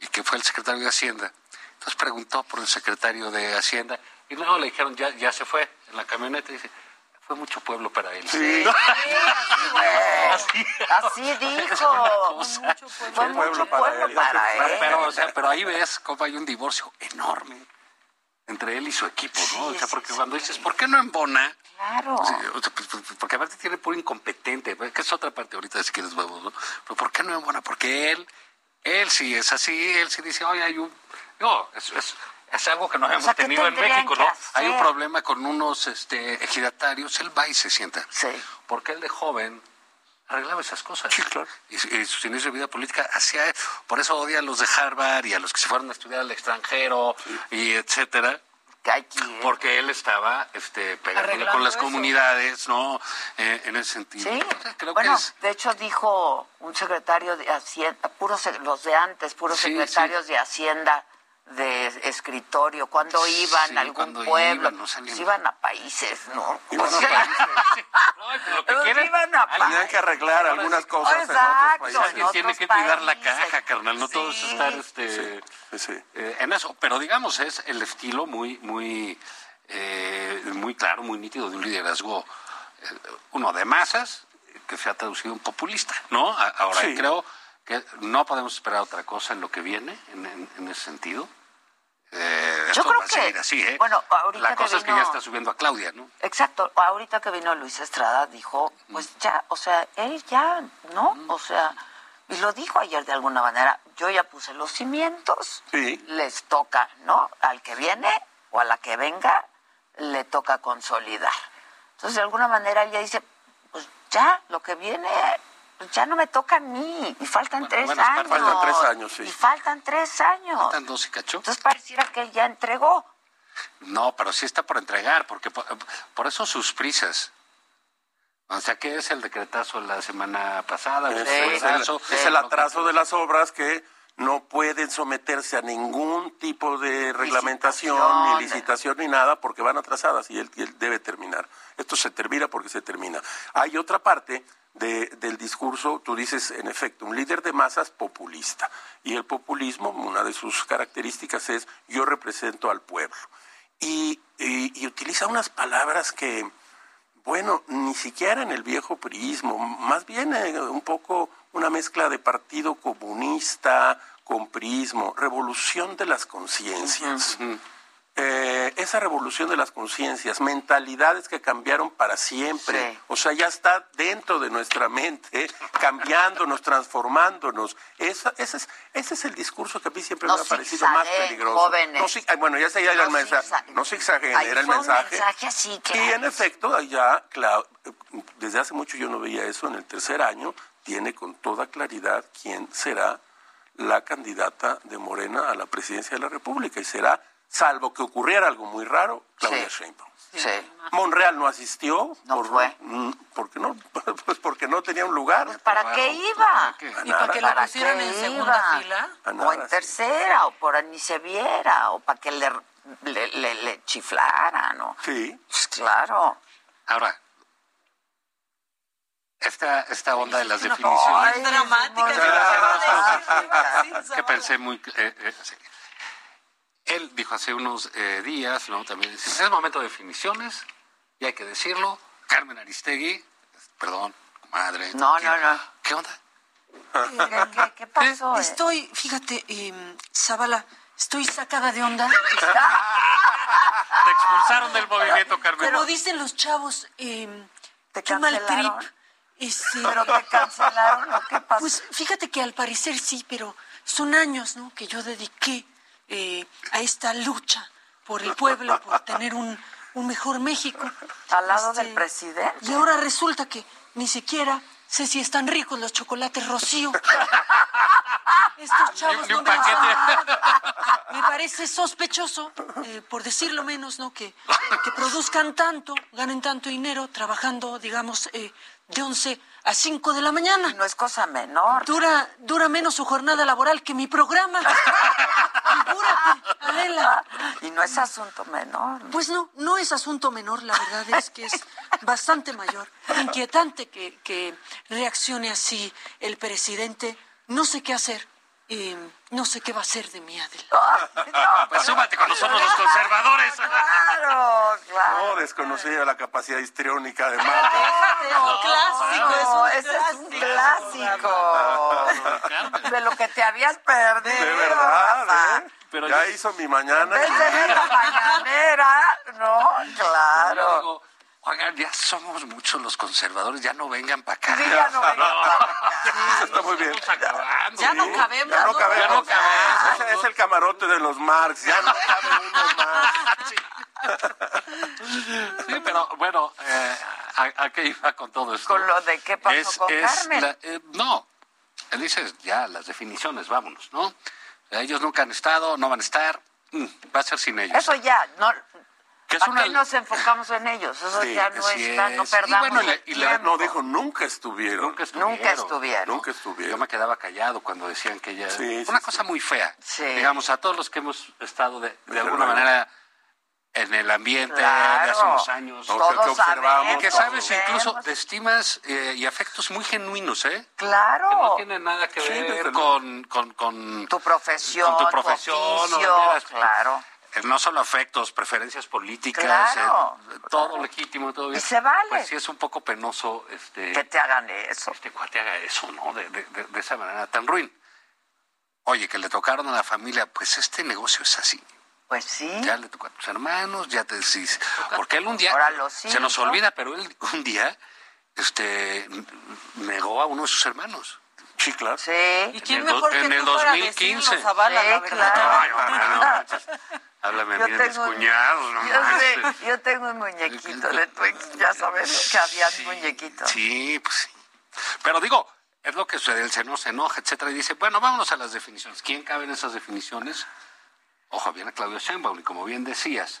Speaker 13: y que fue el secretario de Hacienda. Entonces preguntó por el secretario de Hacienda y no, le dijeron, ya, ya se fue en la camioneta. Y dice, fue mucho pueblo para él.
Speaker 2: Sí, así, güey. Así dijo. Fue mucho pueblo para él.
Speaker 13: Pero, o sea, pero ahí ves cómo hay un divorcio enorme entre él y su equipo, ¿no? O sea, porque cuando dices, ¿por qué no embona?
Speaker 2: Claro.
Speaker 13: Sí, o sea, pues, pues, Porque aparte tiene puro incompetente, pues, que es otra parte ahorita si quieres huevos, ¿no? Pero ¿por qué no embona? Porque él, él sí es así, él sí dice, oye, hay un... No, es, es, es algo que no
Speaker 8: O sea,
Speaker 13: habíamos
Speaker 8: ¿qué
Speaker 13: tenido en
Speaker 8: tendrían
Speaker 13: México,
Speaker 8: que
Speaker 13: ¿no? Hay un
Speaker 8: hacer?
Speaker 13: problema con unos este, ejidatarios, él va y se sienta.
Speaker 2: Sí.
Speaker 13: Porque él de joven arreglaba esas cosas. Y, su- y sus inicios de vida política hacía, por eso odia a los de Harvard y a los que se fueron a estudiar al extranjero y etcétera. Porque él estaba este, pegándole
Speaker 2: Arreglando
Speaker 13: con las
Speaker 2: eso.
Speaker 13: comunidades, ¿no? Eh, en ese sentido.
Speaker 2: Sí,
Speaker 13: creo
Speaker 2: bueno,
Speaker 13: que es-
Speaker 2: de hecho dijo un secretario de Hacienda, puros sec- los de antes, puros
Speaker 13: Sí,
Speaker 2: secretarios de Hacienda de escritorio, cuando iban
Speaker 13: Sí,
Speaker 2: a algún
Speaker 13: cuando
Speaker 2: pueblo,
Speaker 13: iban, no salían.
Speaker 2: pues iban a países, ¿no? *laughs*
Speaker 15: Iban a
Speaker 2: Pues iban a
Speaker 15: Tenían que arreglar algunas cosas en otros
Speaker 2: Exacto,
Speaker 15: países.
Speaker 2: en Alguien tiene
Speaker 13: Tiene Pues que cuidar la caja, carnal, no todos estar este, eh, en eso. Pero digamos, es el estilo muy, muy, eh, muy claro, muy nítido de un liderazgo, eh, uno de masas, eh, que se ha traducido en populista, ¿no? A- Ahora,
Speaker 15: Sí.
Speaker 13: creo que no podemos esperar otra cosa en lo que viene, en, en- en ese sentido. Eh,
Speaker 2: Yo
Speaker 13: esto
Speaker 2: creo
Speaker 13: va a seguir
Speaker 2: que-
Speaker 13: así, ¿eh?
Speaker 2: bueno, ahorita
Speaker 13: la
Speaker 2: que
Speaker 13: cosa es que
Speaker 2: vino-
Speaker 13: ya está subiendo a Claudia, ¿no?
Speaker 2: Exacto, ahorita que vino Luis Estrada dijo,
Speaker 13: Mm.
Speaker 2: pues ya, o sea, él ya, ¿no? O sea, y lo dijo ayer de alguna manera, yo ya puse los cimientos, les toca, ¿no? Al que viene o a la que venga, le toca consolidar. Entonces, de alguna manera él ya dice, pues ya, lo que viene, pues ya no me toca a mí, y faltan tres
Speaker 13: bueno,
Speaker 2: años.
Speaker 13: faltan tres años, sí.
Speaker 2: Y faltan tres años.
Speaker 13: Faltan dos y cacho.
Speaker 2: Entonces pareciera que él ya entregó.
Speaker 13: No, pero sí está por entregar, porque por, por eso sus prisas. O sea, ¿qué es el decretazo la semana pasada?
Speaker 15: Es,
Speaker 13: Pues,
Speaker 15: es el,
Speaker 13: eso,
Speaker 15: es el atraso de las obras que no pueden someterse a ningún tipo de reglamentación, ni licitación, ni nada, porque van atrasadas y él, y él debe terminar. Esto se termina porque se termina. Hay otra parte de- del discurso, tú dices, en efecto, un líder de masas populista. Y el populismo, una de sus características es yo represento al pueblo. Y, y- y utiliza unas palabras que, bueno, ni siquiera en el viejo priismo, más bien eh, un poco una mezcla de partido comunista con priismo, revolución de las conciencias. Eh, esa revolución de las conciencias, mentalidades que cambiaron para siempre, o sea, ya está dentro de nuestra mente, *laughs* cambiándonos, transformándonos. Esa- ese, es, ese es el discurso que a mí siempre
Speaker 2: No
Speaker 15: me ha parecido más
Speaker 2: zigzagueen,
Speaker 15: peligroso.
Speaker 2: jóvenes.
Speaker 15: No zig- ay, bueno, ya, sé, ya era el mensaje. No zigzagueen,
Speaker 2: Ahí
Speaker 15: era el
Speaker 2: fue
Speaker 15: mensaje.
Speaker 2: un mensaje así que...
Speaker 15: Y en efecto, allá, Clau- desde hace mucho yo no veía eso, en el tercer año tiene con toda claridad quién será la candidata de Morena a la presidencia de la República y será, salvo que ocurriera algo muy raro, Claudia Sheinbaum. Monreal no asistió. No fue. Porque no, *laughs* pues porque no tenía un lugar.
Speaker 2: ¿Para qué iba?
Speaker 15: ¿Y para que lo pusieran
Speaker 2: qué
Speaker 15: en segunda
Speaker 2: iba?
Speaker 15: fila? A
Speaker 2: O
Speaker 15: nada,
Speaker 2: en
Speaker 15: sí.
Speaker 2: tercera, o por ni se viera, o para que le, le, le- le chiflaran, ¿no? Pues
Speaker 15: Sí.
Speaker 2: claro.
Speaker 13: Ahora, esta, esta onda de las
Speaker 2: una-
Speaker 13: definiciones.
Speaker 2: Ay, es dramática,
Speaker 13: Gracias,
Speaker 2: se va
Speaker 13: Rafa.
Speaker 2: a decir,
Speaker 13: Que pensé muy. eh, eh, sí. Él dijo hace unos eh, días, ¿no? También dice, es momento de definiciones, y hay que decirlo. Carmen Aristegui, perdón, madre.
Speaker 2: No,
Speaker 13: ¿qué-
Speaker 2: no, no.
Speaker 13: ¿Qué onda?
Speaker 9: ¿Qué,
Speaker 2: pasó?
Speaker 9: Estoy, fíjate, eh, Zavala, Estoy sacada de onda.
Speaker 13: Te expulsaron del movimiento, Carmen.
Speaker 9: Como dicen los chavos, eh, qué
Speaker 2: cancelaron?
Speaker 9: mal trip. Este,
Speaker 2: ¿Pero te cancelaron o qué pasó?
Speaker 9: Pues fíjate que al parecer sí, pero son años ¿no? que yo dediqué eh, a esta lucha por el pueblo, por tener un, un mejor México. Este,
Speaker 2: Al lado del presidente.
Speaker 9: Y ahora resulta que ni siquiera sé si están ricos los chocolates Rocío. Estos chavos
Speaker 13: Ni
Speaker 9: no
Speaker 13: un
Speaker 9: me los han
Speaker 13: paquete.
Speaker 9: dado. Me parece sospechoso, eh, por decirlo menos, ¿no? Que, que produzcan tanto, ganen tanto dinero trabajando, digamos, eh, de 11 a 5 de la mañana. No
Speaker 2: es cosa menor.
Speaker 9: Dura, dura menos su jornada laboral que mi programa. Figúrate, Adela.
Speaker 2: Y no es asunto menor.
Speaker 9: Pues no, no es asunto menor, la verdad es que es bastante mayor. Inquietante que, que reaccione así el presidente. No sé qué hacer. y no sé qué va a hacer de mí, Adela.
Speaker 13: Pues súmate con nosotros los conservadores.
Speaker 2: *laughs* Claro, claro.
Speaker 15: No desconocía la capacidad
Speaker 2: *laughs*
Speaker 15: histriónica de Marta.
Speaker 9: clásico,
Speaker 2: No, ese es un clásico. De lo que te habías
Speaker 13: *laughs*
Speaker 2: perdido.
Speaker 15: De verdad, ¿eh?
Speaker 13: Pero
Speaker 15: ya hizo mi
Speaker 2: En
Speaker 15: mañana.
Speaker 2: vez de ver la mañanera, no,
Speaker 13: Pero yo
Speaker 2: claro.
Speaker 13: digo, Oigan, ya somos muchos los conservadores, ya no vengan para acá.
Speaker 2: Sí, ya no vengan
Speaker 15: *laughs* Está muy bien.
Speaker 9: Ya no cabemos.
Speaker 15: Ya no cabemos.
Speaker 13: Ya no cabemos.
Speaker 15: Ese es el camarote de los Marx. Ya no cabe uno más.
Speaker 13: *laughs* Sí, pero bueno, eh, ¿a, a qué iba con todo esto?
Speaker 2: Con lo de qué pasó con Carmen.
Speaker 13: la- eh, no, dices ya las definiciones, vámonos, ¿no? Ellos nunca han estado, no van a estar, mm, va a ser sin ellos.
Speaker 2: Eso ya, no.
Speaker 13: Que es
Speaker 2: ¿Para
Speaker 13: una-
Speaker 2: qué nos enfocamos en ellos? Eso
Speaker 13: Sí,
Speaker 2: ya no
Speaker 13: así
Speaker 2: está, no
Speaker 13: es.
Speaker 2: perdamos
Speaker 13: Y bueno, y la-
Speaker 2: el
Speaker 13: y la-
Speaker 2: tiempo.
Speaker 15: No, dijo, nunca estuvieron.
Speaker 13: Nunca estuvieron.
Speaker 2: Nunca estuvieron.
Speaker 13: Nunca estuvieron. Yo me quedaba callado cuando decían que ella... una cosa muy fea.
Speaker 2: Sí.
Speaker 13: Digamos, a todos los que hemos estado de, de alguna manera en el ambiente de hace
Speaker 2: Claro.
Speaker 13: unos años.
Speaker 2: Todos
Speaker 13: que
Speaker 2: sabemos,
Speaker 13: Que sabes
Speaker 2: todos
Speaker 13: incluso
Speaker 2: vemos.
Speaker 13: de estimas eh, y afectos muy genuinos, ¿eh?
Speaker 2: Claro.
Speaker 13: Que no tienen nada que ver con, con, con...
Speaker 2: Tu profesión,
Speaker 13: Con tu
Speaker 2: tu
Speaker 13: profesión.
Speaker 2: oficio,
Speaker 13: o maneras,
Speaker 2: claro.
Speaker 13: eh, No solo afectos, preferencias políticas,
Speaker 2: Claro.
Speaker 13: eh, todo legítimo, todo bien.
Speaker 2: Y se vale.
Speaker 13: Pues sí es un poco penoso este,
Speaker 2: Que te hagan eso.
Speaker 13: este cuate haga eso, ¿no? De, de- de- de esa manera tan ruin. Oye, que le tocaron a la familia, pues este negocio es así.
Speaker 2: Pues sí.
Speaker 13: Ya le tocó a tus hermanos, ya te decís. Porque él un día.
Speaker 2: Ahora los
Speaker 13: se nos
Speaker 2: hijos.
Speaker 13: olvida, pero él un día este, n- negó a uno de sus hermanos.
Speaker 15: Sí, claro.
Speaker 2: Sí.
Speaker 9: ¿Y
Speaker 13: En
Speaker 9: quién
Speaker 13: el
Speaker 9: mejor
Speaker 13: do-
Speaker 9: que
Speaker 13: en el
Speaker 9: tú para
Speaker 13: 2015.
Speaker 9: decirlo, Zavala, la
Speaker 2: Sí,
Speaker 9: verdad?
Speaker 2: claro.
Speaker 13: Ay, mamá, no manches. Háblame a mí de mis cuñados, no
Speaker 2: yo, sé,
Speaker 13: manches.
Speaker 2: yo tengo un muñequito de tu ex, ya sabes que había muñequitos.
Speaker 13: Sí, pues sí. Pero digo, es lo que sucede, él se eno- se enoja, etcétera, y dice, bueno, vámonos a las definiciones. ¿Quién cabe en esas definiciones? Ojo, viene Claudio Sheinbaum, y como bien decías,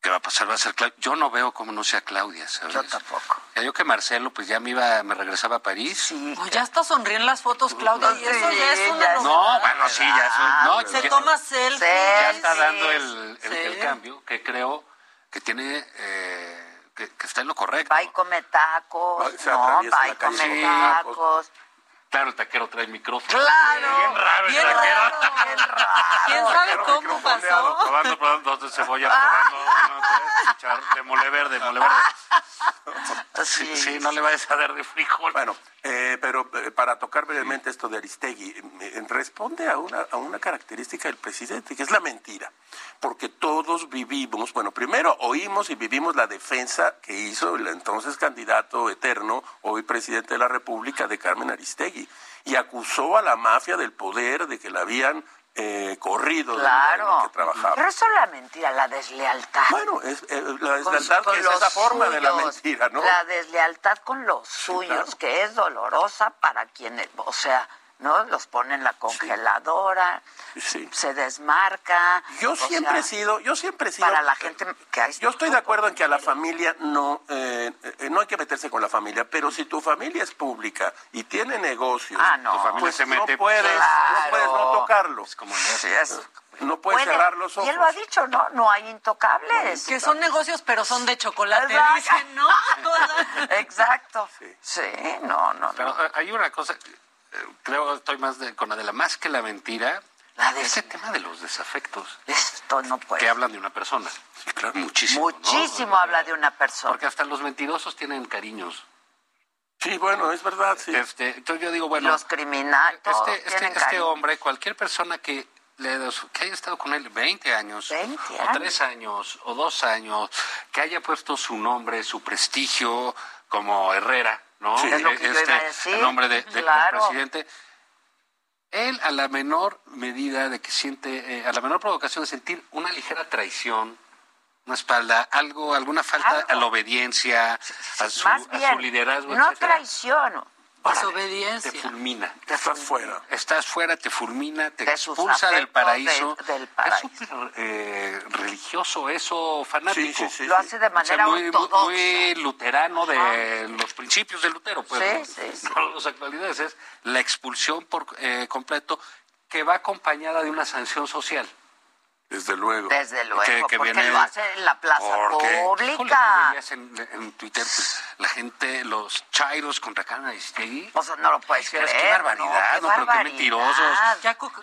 Speaker 13: ¿qué va a pasar? Va a ser Claudia. Yo no veo cómo no sea Claudia, ¿sabes? Yo tampoco. yo que Marcelo, pues ya me iba, me regresaba a París.
Speaker 9: No, Pues ya hasta sonríen las fotos, Claudia. y eso ya es una
Speaker 13: No,
Speaker 9: novedad.
Speaker 13: bueno, sí, ya es un- no,
Speaker 9: Se
Speaker 13: ya-
Speaker 9: toma selfies.
Speaker 13: ya está dando el, el- el
Speaker 9: Sí.
Speaker 13: cambio que creo que tiene, eh, que, que está en lo correcto.
Speaker 2: Va y come tacos,
Speaker 13: Va- se
Speaker 2: no,
Speaker 13: atraviesa
Speaker 2: va y
Speaker 13: la calle
Speaker 2: come
Speaker 13: con
Speaker 2: tacos.
Speaker 13: pues, Claro, el taquero trae micrófono.
Speaker 2: Claro.
Speaker 13: Bien raro el
Speaker 2: Bien
Speaker 13: taquero.
Speaker 2: raro, bien raro.
Speaker 9: ¿Quién sabe cómo
Speaker 13: Probando,
Speaker 9: pasó?
Speaker 13: probando, probando, dos de cebolla, probando, uno, tres, chicharrón, de mole verde, mole verde.
Speaker 15: *laughs*
Speaker 2: Sí,
Speaker 13: *laughs* sí, no le vayas a dar de frijol.
Speaker 15: Bueno, eh, pero eh, para tocar brevemente esto de Aristegui, eh, responde a una, a una característica del presidente, que es la mentira. Porque todos vivimos, bueno, primero oímos y vivimos la defensa que hizo el entonces candidato eterno, hoy presidente de la República, de Carmen Aristegui. Y acusó a la mafia del poder de que la habían eh, corrido del lugar en el
Speaker 2: Claro.
Speaker 15: que trabajaba.
Speaker 2: Pero eso es la mentira, la deslealtad.
Speaker 15: Bueno, es, eh, la
Speaker 2: Con-
Speaker 15: deslealtad
Speaker 2: con
Speaker 15: que es
Speaker 2: los
Speaker 15: esa forma de la
Speaker 2: suyos,
Speaker 15: mentira, ¿no?
Speaker 2: La deslealtad con los suyos,
Speaker 15: claro.
Speaker 2: que es dolorosa para quienes, o sea, ¿no? Los pone en la congeladora, se desmarca.
Speaker 15: Yo
Speaker 2: o
Speaker 15: siempre
Speaker 2: sea,
Speaker 15: he sido, yo siempre he sido.
Speaker 2: Para la gente que ha
Speaker 15: Yo estoy de acuerdo en que a la familia no, eh, eh, no hay que meterse con la familia, pero si tu familia es pública y tiene negocios,
Speaker 2: Ah, no.
Speaker 15: tu familia
Speaker 13: Pues
Speaker 15: se
Speaker 13: no
Speaker 15: mete,
Speaker 13: puedes,
Speaker 15: no
Speaker 2: Claro.
Speaker 15: puedes no tocarlo.
Speaker 2: Sí, es-
Speaker 15: No puedes
Speaker 2: puede-
Speaker 15: cerrar los
Speaker 2: Y
Speaker 15: ojos.
Speaker 2: él lo ha dicho, ¿no? No hay intocables.
Speaker 9: Que son negocios, pero son de chocolate.
Speaker 2: ¿Verdad?
Speaker 9: Dicen, ¿no?
Speaker 13: *laughs*
Speaker 2: Exacto. Sí. no, no, no.
Speaker 13: Pero eh, hay una cosa, eh, creo estoy más de, con Adela, más que la mentira, ese tema de los desafectos.
Speaker 2: Esto no puede.
Speaker 13: Que hablan de una persona. Muchísimo. ¿no?
Speaker 2: Muchísimo habla de una persona.
Speaker 13: Porque hasta los mentirosos tienen cariños.
Speaker 15: Sí, bueno, es verdad, sí.
Speaker 13: Este, entonces yo digo, bueno,
Speaker 2: Los criminales, todos
Speaker 13: este, este,
Speaker 2: tienen
Speaker 13: este
Speaker 2: cariño.
Speaker 13: hombre, cualquier persona que dedos, que haya estado con él 20 años, o 3 años, o 2 años, que haya puesto su nombre, su prestigio como Herrera, ¿no? Este,
Speaker 2: Sí. Es lo que yo iba a decir.
Speaker 13: El nombre de- de-
Speaker 2: Claro.
Speaker 13: del presidente. Él a la menor medida de que siente, eh, a la menor provocación de sentir una ligera traición, una espalda, algo, alguna falta a la obediencia, a su,
Speaker 2: Más
Speaker 13: a
Speaker 2: bien,
Speaker 13: su liderazgo,
Speaker 2: no
Speaker 13: etcétera.
Speaker 2: traición,
Speaker 9: desobediencia.
Speaker 13: Te fulmina. Estás fuera. Estás fuera, te fulmina, te expulsa del
Speaker 2: afectos,
Speaker 13: paraíso.
Speaker 2: de- del paraíso.
Speaker 13: Es súper eh, religioso eso, fanático.
Speaker 2: Lo hace de manera
Speaker 13: muy,
Speaker 2: ortodoxa.
Speaker 13: muy luterano de los principios de Lutero. Pues,
Speaker 2: Sí, sí, sí.
Speaker 13: *laughs* No los actualidades es la expulsión por eh, completo que va acompañada de una sanción social.
Speaker 15: Desde luego.
Speaker 2: desde luego, porque lo hace en la plaza
Speaker 13: Porque, híjole, tú
Speaker 2: pública.
Speaker 13: veías en, en Twitter pues, la gente, los chairos contra Carmen Aristegui.
Speaker 2: O sea, no lo puedes
Speaker 13: Dijeras, Qué
Speaker 2: creer, ¿no? Qué
Speaker 13: barbaridad, no, pero qué
Speaker 2: barbaridad.
Speaker 13: mentirosos.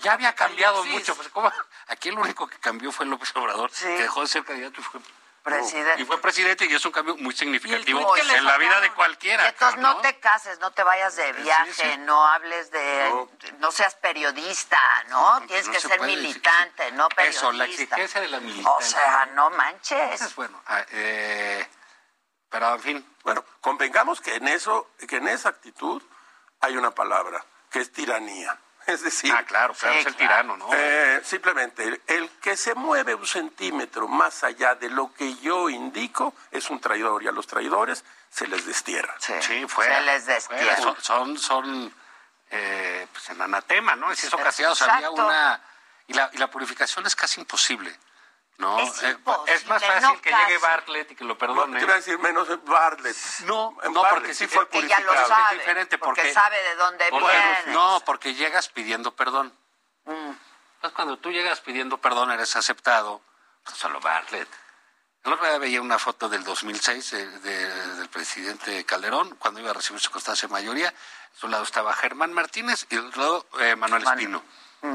Speaker 13: Ya, había cambiado mucho. Pues, ¿cómo? Aquí el único que cambió fue López Obrador, que dejó de ser candidato y fue uh,
Speaker 2: Presidente.
Speaker 13: Y fue presidente y es un cambio muy significativo
Speaker 2: tweet que le
Speaker 13: en la vida de
Speaker 2: sacaron.
Speaker 13: cualquiera.
Speaker 2: Y entonces no, te cases, no te vayas de viaje, no hables de, no. seas periodista, ¿no?
Speaker 13: No,
Speaker 2: Tienes
Speaker 13: no
Speaker 2: que
Speaker 13: se
Speaker 2: ser
Speaker 13: puede
Speaker 2: militante, no periodista.
Speaker 13: Eso, la exigencia de la militancia.
Speaker 2: O sea, no manches.
Speaker 13: Es bueno. Ah, eh, pero en fin.
Speaker 15: Bueno, convengamos que en eso, que en esa actitud hay una palabra, que es tiranía. *laughs* Es decir,
Speaker 13: Ah, claro, claro, Sí, es el claro. tirano, ¿no?
Speaker 15: Eh, simplemente, el- el que se mueve un centímetro más allá de lo que yo indico es un traidor y a los traidores se les destierra.
Speaker 2: Sí,
Speaker 13: fuera. Fuera. Son, son, son, eh, pues en anatema, ¿no? Si eso castigados había
Speaker 2: Exacto.
Speaker 13: una... Y la, y la purificación es casi imposible, ¿no? Eh, Es, más
Speaker 2: imposible,
Speaker 13: fácil
Speaker 2: no
Speaker 13: que
Speaker 2: casi.
Speaker 13: llegue Bartlett y que lo perdone.
Speaker 15: No, te iba a decir menos Bartlett.
Speaker 13: ¿eh? No,
Speaker 15: En
Speaker 13: no,
Speaker 15: Bartlett
Speaker 13: porque sí
Speaker 15: sí
Speaker 13: fue
Speaker 15: fue
Speaker 2: Porque ya lo
Speaker 13: purificado.
Speaker 2: sabe,
Speaker 13: Es diferente
Speaker 2: porque
Speaker 13: porque,
Speaker 2: sabe de dónde
Speaker 13: porque-
Speaker 2: vienes.
Speaker 13: No, porque llegas pidiendo perdón. Entonces, cuando tú llegas pidiendo perdón, eres aceptado. Pues solo Bartlett. El otro día veía una foto del 2006 de- eh, de- del presidente Calderón, cuando iba a recibir su constancia de mayoría. A su lado estaba Germán Martínez y al lado eh, Manuel Espino.
Speaker 2: *laughs*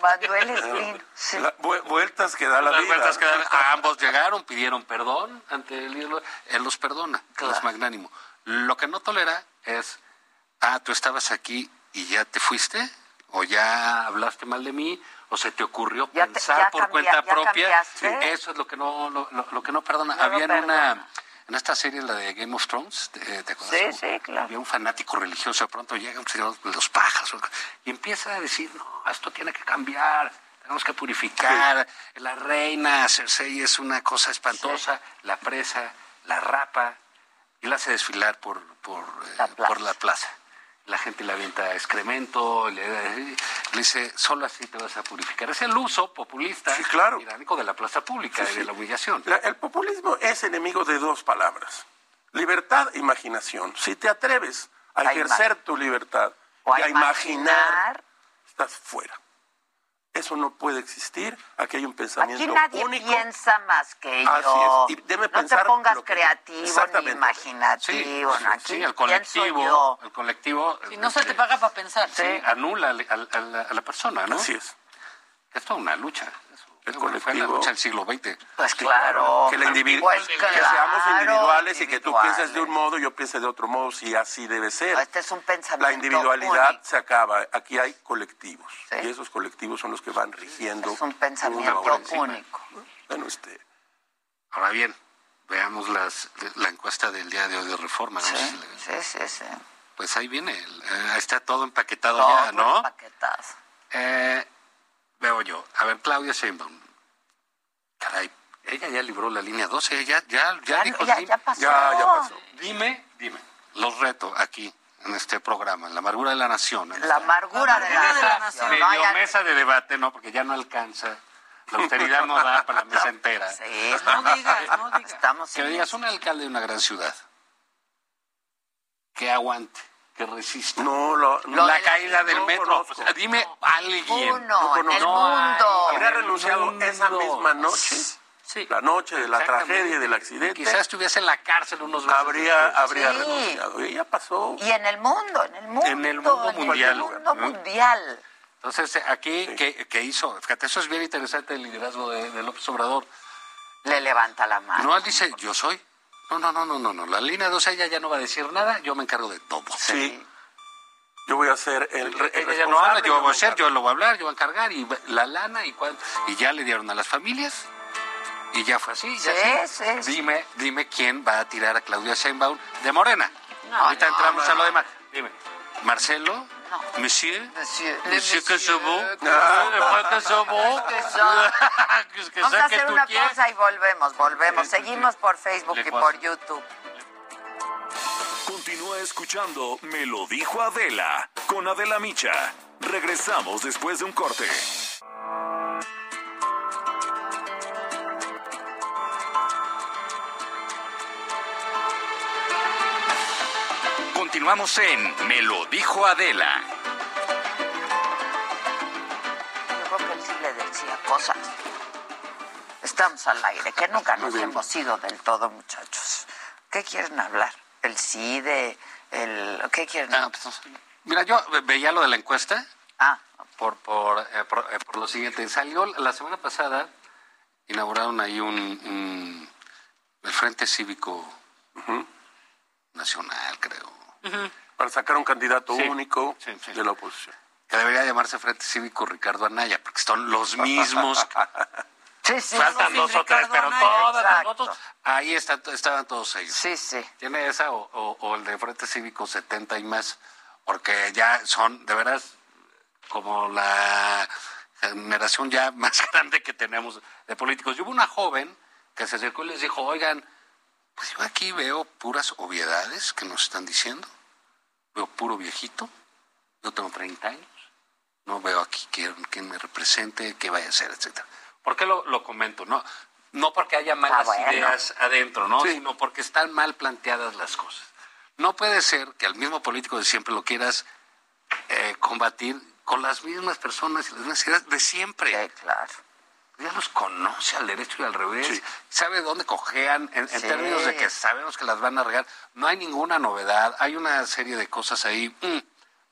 Speaker 2: Manuel Espino.
Speaker 15: La- vu- vueltas que da la
Speaker 13: Las
Speaker 15: vida.
Speaker 13: vueltas que dan- a ambos llegaron, pidieron perdón ante el ídolo. Él los perdona, él es magnánimo. Lo que no tolera es, ah, tú estabas aquí y ya te fuiste, o ya hablaste mal de mí, o se te ocurrió pensar
Speaker 8: ya
Speaker 13: por
Speaker 8: cambia-
Speaker 13: cuenta
Speaker 8: ya
Speaker 13: propia.
Speaker 8: cambiaste.
Speaker 13: Sí, Eso es lo que no, lo, lo- lo que no perdona.
Speaker 8: ¿eh? No lo
Speaker 13: Había en
Speaker 8: perdona.
Speaker 13: una... En esta serie, la de Game of Thrones, ¿te, te acuerdas?
Speaker 8: Sí,
Speaker 13: cómo Había un fanático religioso, de pronto llega un señor de los pajas o algo, y empieza a decir, no, esto tiene que cambiar, tenemos que purificar, la reina Cersei es una cosa espantosa, la presa, la rapa, y la hace desfilar por, por, eh, por la plaza. La gente le avienta excremento, le, le dice, solo así te vas a purificar. Es el uso populista tiránico de la plaza pública
Speaker 15: Sí,
Speaker 13: y
Speaker 15: sí.
Speaker 13: de la humillación.
Speaker 15: La- el populismo es enemigo de dos palabras: libertad e imaginación. Si te atreves a,
Speaker 2: A
Speaker 15: ejercer
Speaker 2: ima-
Speaker 15: tu libertad
Speaker 2: O a
Speaker 15: y a imaginar, estás fuera. Eso no puede existir. Aquí hay un pensamiento
Speaker 2: Aquí nadie
Speaker 15: único.
Speaker 2: piensa más que
Speaker 15: Así
Speaker 2: yo.
Speaker 15: es, y debe
Speaker 2: no te
Speaker 15: pensar
Speaker 2: pongas
Speaker 15: lo que-
Speaker 2: creativo ni
Speaker 15: Exactamente.
Speaker 2: imaginativo.
Speaker 13: Sí,
Speaker 2: no, aquí
Speaker 13: sí, el
Speaker 2: pienso
Speaker 13: colectivo,
Speaker 2: yo.
Speaker 13: el colectivo eh,
Speaker 9: Y no se te paga para pensar.
Speaker 13: Sí, anula al- al- a la, a la persona, ¿no?
Speaker 15: Así es.
Speaker 13: Es toda una lucha. El fue la lucha del siglo XX.
Speaker 2: Pues claro.
Speaker 15: Que, la individu-
Speaker 2: Pues
Speaker 15: que
Speaker 2: claro,
Speaker 15: seamos individuales y que tú
Speaker 2: individuales.
Speaker 15: pienses de un modo y yo piense de otro modo, si así debe ser.
Speaker 2: Este es un pensamiento
Speaker 15: La individualidad
Speaker 2: único.
Speaker 15: se acaba. Aquí hay colectivos. Y esos colectivos son los que van rigiendo.
Speaker 2: Es un pensamiento
Speaker 15: por encima.
Speaker 2: único.
Speaker 15: Bueno, este,
Speaker 13: Ahora bien, veamos las, la encuesta del día de hoy de Reforma. ¿no?
Speaker 2: Sí, sí, sí.
Speaker 13: Pues ahí viene, el- eh, ahí está todo empaquetado
Speaker 2: Todo
Speaker 13: ya, ¿no?
Speaker 2: empaquetado.
Speaker 13: Eh, veo yo. A ver, Claudia Sheinbaum. Caray, ella ya libró la línea 12, ella ya, ya, dijo...
Speaker 2: ya-
Speaker 13: "Dime".
Speaker 2: ya pasó.
Speaker 13: Ya, ya pasó. Dime, dime. Los reto aquí, en este programa, en la amargura de la nación. en
Speaker 2: La amargura de la, nación.
Speaker 13: medio
Speaker 2: ¿no? Ya-
Speaker 13: mesa de debate, no, porque ya no alcanza. La austeridad no da para la mesa entera.
Speaker 2: Sí,
Speaker 9: Pues
Speaker 2: no
Speaker 13: *laughs*
Speaker 2: digas, *laughs* no digas. Estamos
Speaker 13: Que
Speaker 2: en
Speaker 13: digas un alcalde de una gran ciudad que aguante, que resista.
Speaker 15: No,
Speaker 2: Lo
Speaker 13: la
Speaker 2: de la-
Speaker 13: caída del
Speaker 2: no
Speaker 13: metro. O sea, dime alguien.
Speaker 2: Uno, en el
Speaker 13: No hay.
Speaker 2: mundo.
Speaker 15: Habría renunciado esa misma noche, la noche de la tragedia y del accidente.
Speaker 13: Quizás estuviese en la cárcel unos meses
Speaker 15: habría,
Speaker 13: después.
Speaker 15: habría
Speaker 13: Sí.
Speaker 15: renunciado. Y ya pasó.
Speaker 2: Y en el mundo, en el mundo.
Speaker 13: En el mundo
Speaker 2: en el
Speaker 13: mundial.
Speaker 2: mundo
Speaker 13: ¿no?
Speaker 2: mundial.
Speaker 13: Entonces, eh, aquí, ¿qué, qué hizo? Fíjate, eso es bien interesante el liderazgo de, de López Obrador.
Speaker 2: Le levanta la mano.
Speaker 13: No, él dice, yo soy. No, no, no, no, no, no. La línea 12 ella ya no va a decir nada, yo me encargo de todo.
Speaker 15: Sí. Yo voy a ser el, re- el
Speaker 13: Ella ya lo habla,
Speaker 15: responsable,
Speaker 13: yo lo voy a
Speaker 15: voy
Speaker 13: hacer, yo lo voy a hablar, yo voy a encargar y va- la lana y cuánto. Y ya le dieron a las familias. Y ya fue así. Ya
Speaker 2: Sí,
Speaker 13: así. Dime, dime quién va a tirar a Claudia Sheinbaum de Morena.
Speaker 2: No,
Speaker 13: Ahorita
Speaker 2: no,
Speaker 13: entramos
Speaker 2: no,
Speaker 13: a lo demás. Dime, Marcelo,
Speaker 2: No.
Speaker 13: Monsieur,
Speaker 2: Monsieur,
Speaker 13: Monsieur Ah, Casobó, *laughs* Pues que
Speaker 2: Vamos
Speaker 13: sea
Speaker 2: a
Speaker 13: que
Speaker 2: hacer
Speaker 13: tú
Speaker 2: una
Speaker 13: quieras.
Speaker 2: pausa y volvemos, volvemos. Seguimos por Facebook y por YouTube.
Speaker 5: Continúa escuchando Me lo dijo Adela con Adela Micha. Regresamos después de un corte.
Speaker 1: Continuamos en Me lo dijo Adela.
Speaker 2: Yo creo que él sí le decía cosas. Estamos al aire, que nunca nos hemos ido del todo, muchachos. ¿Qué quieren hablar? ¿El CIDE? El... ¿Qué quieren
Speaker 13: Ah,
Speaker 2: hablar?
Speaker 13: pues Mira, yo ve- veía lo de la encuesta.
Speaker 2: Ah.
Speaker 13: Por, por, eh, por, eh, por lo siguiente. Salió la semana pasada, inauguraron ahí un. un- el Frente Cívico Nacional, creo.
Speaker 15: Para sacar un candidato
Speaker 13: Sí.
Speaker 15: único de la oposición.
Speaker 13: Que debería llamarse Frente Cívico Ricardo Anaya, porque son
Speaker 15: *laughs*
Speaker 13: los mismos.
Speaker 2: sí,
Speaker 13: Faltan
Speaker 2: sí,
Speaker 13: dos o
Speaker 2: Ricardo
Speaker 13: tres, pero
Speaker 2: Anaya,
Speaker 13: todas las
Speaker 2: exacto.
Speaker 13: fotos. Ahí están, estaban todos ellos.
Speaker 2: Sí, sí.
Speaker 13: Tiene esa o, o- o el de Frente Cívico 70 y más, porque ya son, de veras, como la generación ya *laughs* más grande que tenemos de políticos. Y hubo una joven que se acercó y les dijo, oigan, pues yo aquí veo puras obviedades que nos están diciendo. Veo puro viejito, yo tengo 30 años, no veo aquí quién, quién me represente, qué vaya a ser, etcétera. ¿Por qué lo, lo comento? No, no porque haya malas
Speaker 8: bueno.
Speaker 13: ideas adentro, ¿no?
Speaker 8: Sí.
Speaker 13: Sino porque están mal planteadas las cosas. No puede ser que al mismo político de siempre lo quieras eh, combatir con las mismas personas y las mismas ideas de siempre.
Speaker 2: claro.
Speaker 13: Ya los conoce al derecho y al revés. Sabe dónde cojean en, en
Speaker 8: Sí.
Speaker 13: términos de que sabemos que las van a regar. No hay ninguna novedad. Hay una serie de cosas ahí. mm,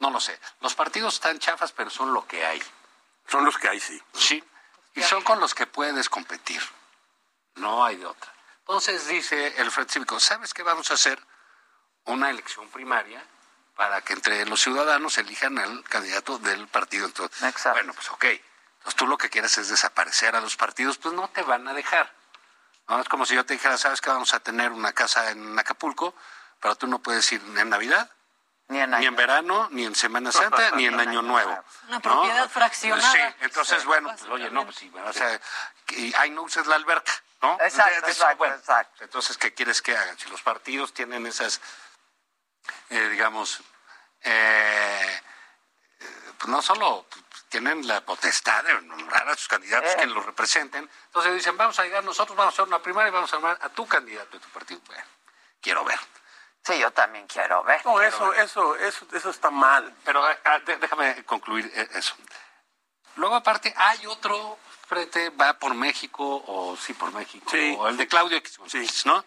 Speaker 13: no lo sé. Los partidos están chafas, pero son lo que hay.
Speaker 15: Son los que hay, sí.
Speaker 13: Sí. Y son con los que puedes competir. No hay de otra. Entonces dice el Frente Cívico, ¿sabes qué vamos a hacer? Una elección primaria para que entre los ciudadanos elijan al candidato del partido. Entonces, Bueno, pues ok. Entonces tú lo que quieres es desaparecer a los partidos, pues no te van a dejar. No es como si yo te dijera, ¿sabes qué? Vamos a tener una casa en Acapulco, pero tú no puedes ir ni en Navidad,
Speaker 2: ni en,
Speaker 13: verano, ni en *laughs* Semana Santa, ni en Año Nuevo.
Speaker 9: Una
Speaker 13: ¿no?
Speaker 9: propiedad fraccionada.
Speaker 13: pues, Sí, entonces, bueno, pues, oye, no, pues sí, o sea, que- ay, no uses la alberca, ¿no?
Speaker 2: Exacto, exacto,
Speaker 13: exacto. Entonces, ¿qué quieres que hagan? Si los partidos tienen esas, eh, digamos, eh, eh, pues no solo tienen la potestad de nombrar a sus candidatos que los representen, entonces dicen, vamos a llegar nosotros, vamos a hacer una primaria y vamos a armar a tu candidato de tu partido. Bueno, quiero ver.
Speaker 2: Sí, yo también quiero ver.
Speaker 15: No, eso, eso, eso, eso está mal.
Speaker 13: Pero eh, ah, de- déjame concluir eh, eso. Luego, aparte, hay otro frente, va por México, o sí por México, o el de Claudio X González, ¿no?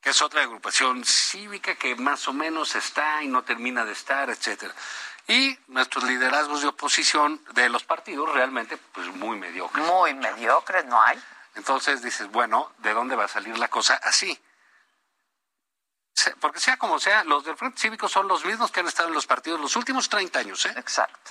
Speaker 13: Que es otra agrupación cívica que más o menos está y no termina de estar, etcétera. Y nuestros liderazgos de oposición de los partidos realmente, pues muy mediocres.
Speaker 2: Muy mediocres, no hay.
Speaker 13: Entonces dices, bueno, ¿de dónde va a salir la cosa así? Se- Porque sea como sea, los del Frente Cívico son los mismos que han estado en los partidos los últimos 30 años, ¿eh?
Speaker 2: Exacto.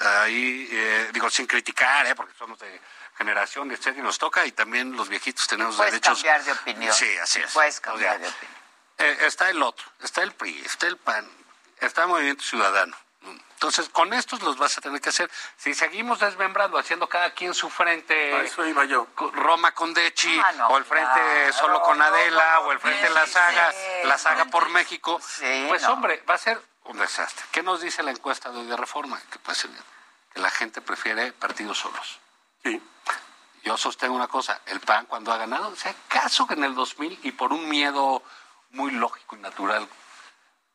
Speaker 13: Ahí, eh, digo, sin criticar, ¿eh? Porque somos de generación, etcétera, y nos toca, y también los viejitos tenemos
Speaker 2: Puedes
Speaker 13: derechos.
Speaker 2: cambiar de opinión.
Speaker 13: Sí, así es.
Speaker 2: Puedes cambiar de opinión.
Speaker 13: Eh, está el otro, está el PRI, está el PAN, está el Movimiento Ciudadano. Entonces, con estos los vas a tener que hacer. Si seguimos desmembrando, haciendo cada quien su frente.
Speaker 15: eso iba yo.
Speaker 13: Roma con Dechi,
Speaker 15: Ah, no,
Speaker 13: o el frente
Speaker 15: claro,
Speaker 13: solo con
Speaker 15: no,
Speaker 13: Adela,
Speaker 15: no, no,
Speaker 13: o el frente
Speaker 15: sí,
Speaker 13: La Saga,
Speaker 15: sí,
Speaker 13: La Saga por México. pues,
Speaker 8: no.
Speaker 13: hombre, va a ser un desastre. ¿Qué nos dice la encuesta de hoy de reforma? Que, puede ser que la gente prefiere partidos solos.
Speaker 15: Sí.
Speaker 13: Yo sostengo una cosa, el PAN cuando ha ganado, si acaso que en el 2000 y por un miedo muy lógico y natural,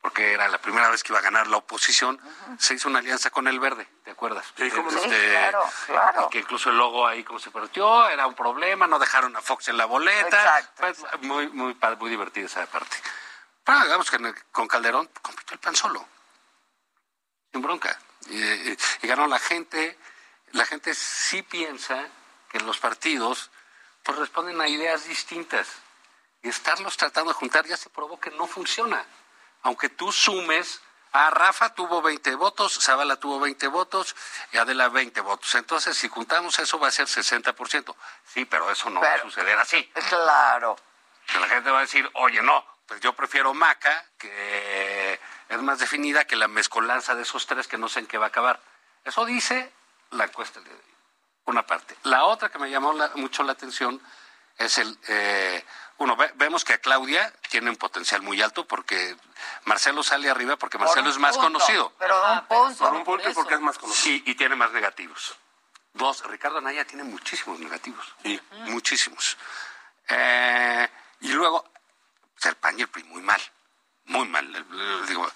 Speaker 13: porque era la primera vez que iba a ganar la oposición, se hizo una alianza con el verde, ¿te acuerdas?
Speaker 15: Sí, cómo no.
Speaker 13: Este,
Speaker 15: Sí, claro,
Speaker 13: y Que incluso el logo ahí como se partió, era un problema, no dejaron a Fox en la boleta. Fue Muy, muy, pa- muy divertida esa parte. Pero digamos que en el- con Calderón compitió el PAN solo, sin bronca. Y, y- y ganó la gente, la gente sí piensa que los partidos pues responden a ideas distintas. Y estarlos tratando de juntar ya se probó que no funciona. Aunque tú sumes A Rafa tuvo 20 votos, Zavala tuvo 20 votos y Adela 20 votos. Entonces, si juntamos eso, va a ser 60%. Sí, pero eso no va a
Speaker 2: Pero-
Speaker 13: suceder así.
Speaker 2: Claro.
Speaker 13: La gente va a decir, oye, no, pues yo prefiero Maca, que es más definida que la mezcolanza de esos tres que no sé en qué va a acabar. Eso dice la encuesta de una parte. La otra que me llamó la- mucho la atención es el... eh, uno, ve- vemos que a Claudia tiene un potencial muy alto porque Marcelo sale arriba porque
Speaker 2: Por
Speaker 13: Marcelo
Speaker 2: un
Speaker 13: es más
Speaker 2: punto,
Speaker 13: conocido.
Speaker 2: Pero un punto.
Speaker 13: es más conocido. Sí, y tiene más negativos. Dos, Ricardo Anaya tiene muchísimos negativos. Muchísimos. Eh, y luego, pues, el PAN y el PRI, muy mal. Muy mal. El, el- digo,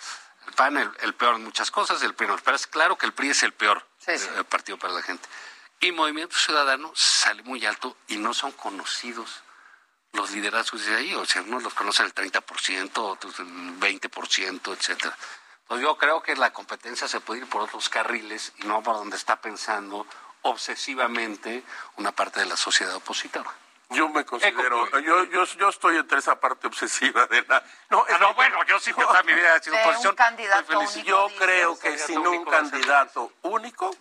Speaker 13: el PAN, el, el peor en muchas cosas, el PRI no. Pero es claro que el PRI es el peor eh, partido para la gente. Y Movimiento Ciudadano sale muy alto y no son conocidos los liderazgos de ahí. O sea, unos los conocen el 30%, otros el 20%, etcétera. Pues yo creo que la competencia se puede ir por otros carriles y no por donde está pensando obsesivamente una parte de la sociedad opositora.
Speaker 15: Yo me considero, yo, yo, yo estoy entre esa parte obsesiva de la... No,
Speaker 13: Ah, no bueno, yo sí que toda
Speaker 15: *laughs*
Speaker 13: mi vida he sido
Speaker 2: De un candidato único.
Speaker 15: Yo creo que sin un candidato único,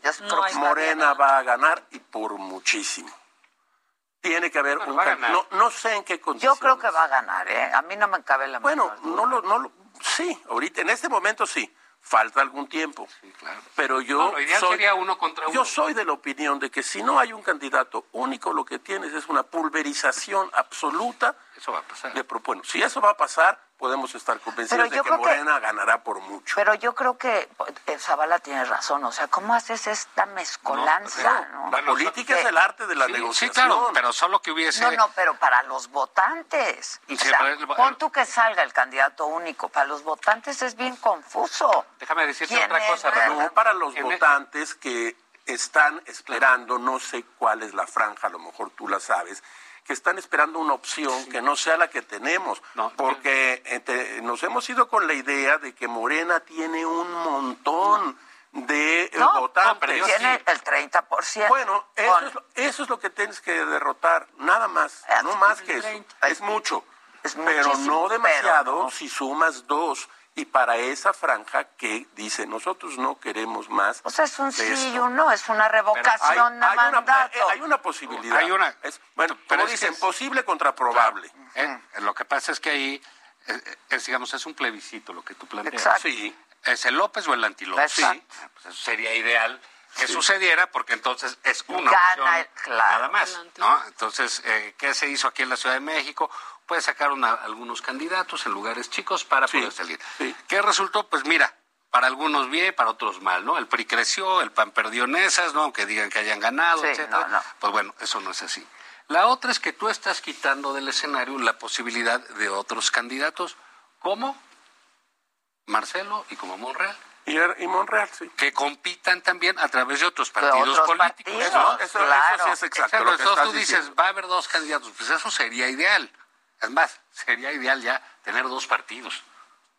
Speaker 15: Morena va a ganar y por muchísimo. Tiene que haber un
Speaker 2: va a
Speaker 15: can-
Speaker 2: ganar.
Speaker 15: no, no sé en qué
Speaker 2: Yo
Speaker 15: condiciones.
Speaker 2: creo que va a ganar, ¿eh? A mí no me cabe la
Speaker 15: Bueno,
Speaker 2: menor duda.
Speaker 15: no lo, no lo- sí, ahorita en este momento sí, falta algún tiempo. Pero yo
Speaker 13: No, lo ideal
Speaker 15: soy,
Speaker 13: sería uno contra uno.
Speaker 15: Yo soy de la opinión de que si no hay un candidato único, lo que tienes es una pulverización absoluta.
Speaker 13: Eso va a pasar.
Speaker 15: De propósito. Si eso va a pasar, podemos estar convencidos
Speaker 2: Pero
Speaker 15: de
Speaker 2: yo
Speaker 15: que
Speaker 2: creo que-
Speaker 15: Morena ganará por mucho.
Speaker 2: Pero yo creo que eh, Zavala tiene razón. O sea, ¿cómo haces esta mezcolanza? No,
Speaker 15: La política es el arte de la
Speaker 13: Sí,
Speaker 15: negociación.
Speaker 13: Sí, claro, pero solo que hubiese...
Speaker 2: no, no, pero para los votantes. O
Speaker 13: Sí,
Speaker 2: sea,
Speaker 13: pero el-
Speaker 2: pon tú que salga el candidato único. Para los votantes es bien confuso.
Speaker 13: Déjame
Speaker 2: decirte ¿Quién otra es cosa, este
Speaker 15: Pero
Speaker 2: Raúl?
Speaker 15: para los votantes que están esperando, no sé cuál es la franja, a lo mejor tú la sabes, que están esperando una opción que no sea la que tenemos, porque este, nos hemos ido con la idea de que Morena tiene un montón de eh,
Speaker 2: No,
Speaker 15: votantes.
Speaker 2: tiene el 30%.
Speaker 15: Bueno, eso, es lo, eso es lo que tienes que derrotar, nada más, no más que eso. Es mucho, pero
Speaker 2: muchísimo, pero
Speaker 15: no demasiado
Speaker 2: no.
Speaker 15: si sumas dos. Y para esa franja que dice, nosotros no queremos más.
Speaker 2: O sea, es un sí
Speaker 15: de esto".
Speaker 2: y un no, es una
Speaker 15: Hay,
Speaker 2: revocación de
Speaker 15: hay una,
Speaker 2: mandato.
Speaker 15: eh, hay una posibilidad.
Speaker 13: Hay una-
Speaker 15: Es- bueno,
Speaker 13: pero
Speaker 15: pero
Speaker 13: es
Speaker 15: dicen,
Speaker 13: que es-
Speaker 15: posible Mm. contra probable.
Speaker 13: Eh, Lo que pasa es que ahí, eh, es, digamos, es un plebiscito lo que tú planteas.
Speaker 15: Exacto. Sí.
Speaker 13: ¿Es el López o el antilópez?
Speaker 15: Exacto.
Speaker 13: Ah, pues eso sería ideal que sucediera porque entonces es una
Speaker 2: Gana
Speaker 13: opción
Speaker 2: el- claro.
Speaker 13: nada más. ¿no? Entonces, eh, ¿qué se hizo aquí en la Ciudad de México? Pues sacaron a algunos candidatos en lugares chicos para poder salir. ¿Qué resultó? Pues mira, para algunos bien, para otros mal, ¿no? El PRI creció, el PAN perdió en esas, ¿no? Aunque digan que hayan ganado,
Speaker 2: Sí,
Speaker 13: etcétera.
Speaker 2: no, no.
Speaker 13: Pues bueno, eso no es así. La otra es que tú estás quitando del escenario la posibilidad de otros candidatos como Marcelo y como Monreal.
Speaker 15: Y, Monreal, sí.
Speaker 13: Que compitan también a través de otros partidos
Speaker 15: otros
Speaker 13: políticos.
Speaker 15: partidos,
Speaker 13: ¿no?
Speaker 15: Eso- eso- claro. eso sí es exacto lo que
Speaker 13: entonces
Speaker 15: estás
Speaker 13: tú dices,
Speaker 15: diciendo.
Speaker 13: va a haber dos candidatos. Pues eso sería ideal. Es más, sería ideal ya tener dos partidos.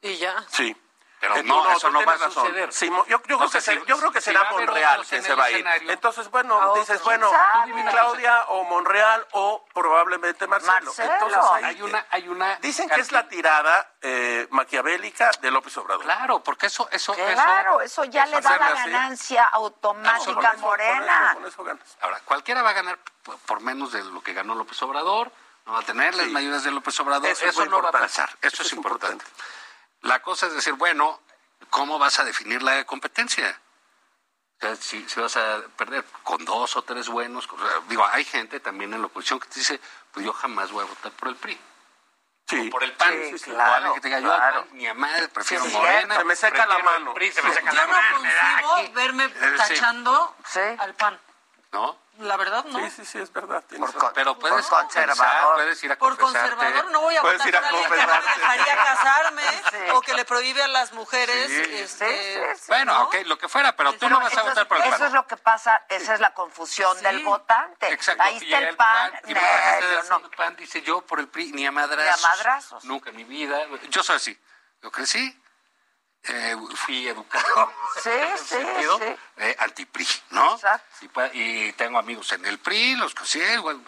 Speaker 9: Y ya.
Speaker 15: Sí.
Speaker 13: Pero
Speaker 15: Eh, tú
Speaker 13: no, eso
Speaker 15: tú
Speaker 13: no va a
Speaker 15: tienes razón.
Speaker 13: suceder.
Speaker 15: Sí, mo- yo, yo creo que
Speaker 13: Entonces,
Speaker 15: se-
Speaker 13: si-
Speaker 15: yo creo que
Speaker 13: si va
Speaker 15: será
Speaker 13: a haber
Speaker 15: Monreal
Speaker 13: otros
Speaker 15: quien
Speaker 13: en
Speaker 15: se
Speaker 13: el
Speaker 15: va a ir.
Speaker 13: escenario.
Speaker 15: Entonces, bueno, dices, bueno,
Speaker 13: sabe?
Speaker 15: Claudia o Monreal o probablemente Marcelo.
Speaker 13: Marcelo.
Speaker 15: Entonces, ahí-
Speaker 13: Hay una- hay una
Speaker 15: Dicen que es la tirada eh, maquiavélica de López Obrador.
Speaker 13: Claro, porque eso... eso
Speaker 2: Claro, eso ya le da la
Speaker 15: hacerle así.
Speaker 2: ganancia automática a Morena.
Speaker 13: Ahora, cualquiera va a ganar p- por menos de lo que ganó López Obrador, no va a tener las
Speaker 15: Sí.
Speaker 13: medidas de López Obrador,
Speaker 15: Eso
Speaker 13: eso,
Speaker 15: es muy
Speaker 13: no va a
Speaker 15: importante.
Speaker 13: pasar, eso, es, importante. La cosa es decir, bueno, ¿cómo vas a definir la competencia? O sea, si, si vas a perder con dos o tres buenos, o sea, digo, hay gente también en la oposición que te dice, pues yo jamás voy a votar por el PRI.
Speaker 15: Sí.
Speaker 13: O por el PAN,
Speaker 15: Sí,
Speaker 13: O
Speaker 15: sí,
Speaker 13: alguien
Speaker 15: claro,
Speaker 13: que te diga, yo al
Speaker 15: claro.
Speaker 13: PAN ni a madre, prefiero
Speaker 15: Sí, es
Speaker 13: Morena.
Speaker 15: cierto. Se me seca la
Speaker 13: prefiero el
Speaker 15: mano.
Speaker 13: PRI, se me seca la
Speaker 9: Yo no
Speaker 13: mano, me da
Speaker 9: concibo
Speaker 13: aquí.
Speaker 9: verme
Speaker 13: Sí.
Speaker 9: tachando al pan.
Speaker 13: ¿No?
Speaker 9: La verdad, no.
Speaker 15: Sí, sí, es verdad.
Speaker 13: pero puedes
Speaker 9: por
Speaker 13: confesar, puedes ir a
Speaker 9: Por
Speaker 13: confesarte.
Speaker 9: conservador no
Speaker 13: Pues,
Speaker 9: voy a votar por alguien que no me
Speaker 13: *laughs*
Speaker 9: dejaría casarme o que le prohíbe a las mujeres.
Speaker 13: Sí.
Speaker 9: este,
Speaker 13: Bueno, ok, lo que fuera, pero tú no vas a
Speaker 2: Eso es-
Speaker 13: votar por el
Speaker 2: Eso es
Speaker 13: PAN.
Speaker 2: lo que pasa, esa es la confusión del votante. Ahí
Speaker 13: Y
Speaker 2: está el
Speaker 13: el
Speaker 2: pan,
Speaker 13: y mucha gente
Speaker 2: negro,
Speaker 13: del PAN dice yo por el PRI, ni a madrazos.
Speaker 2: Ni a madrazos.
Speaker 13: Nunca en mi vida. Yo soy así. Yo crecí, eh, fui educado.
Speaker 2: Sí,
Speaker 13: *laughs* en ese
Speaker 2: sí,
Speaker 13: sentido,
Speaker 2: sí.
Speaker 13: eh, anti-PRI, ¿no? Y, pa- y tengo amigos en el PRI, los que sí, igual.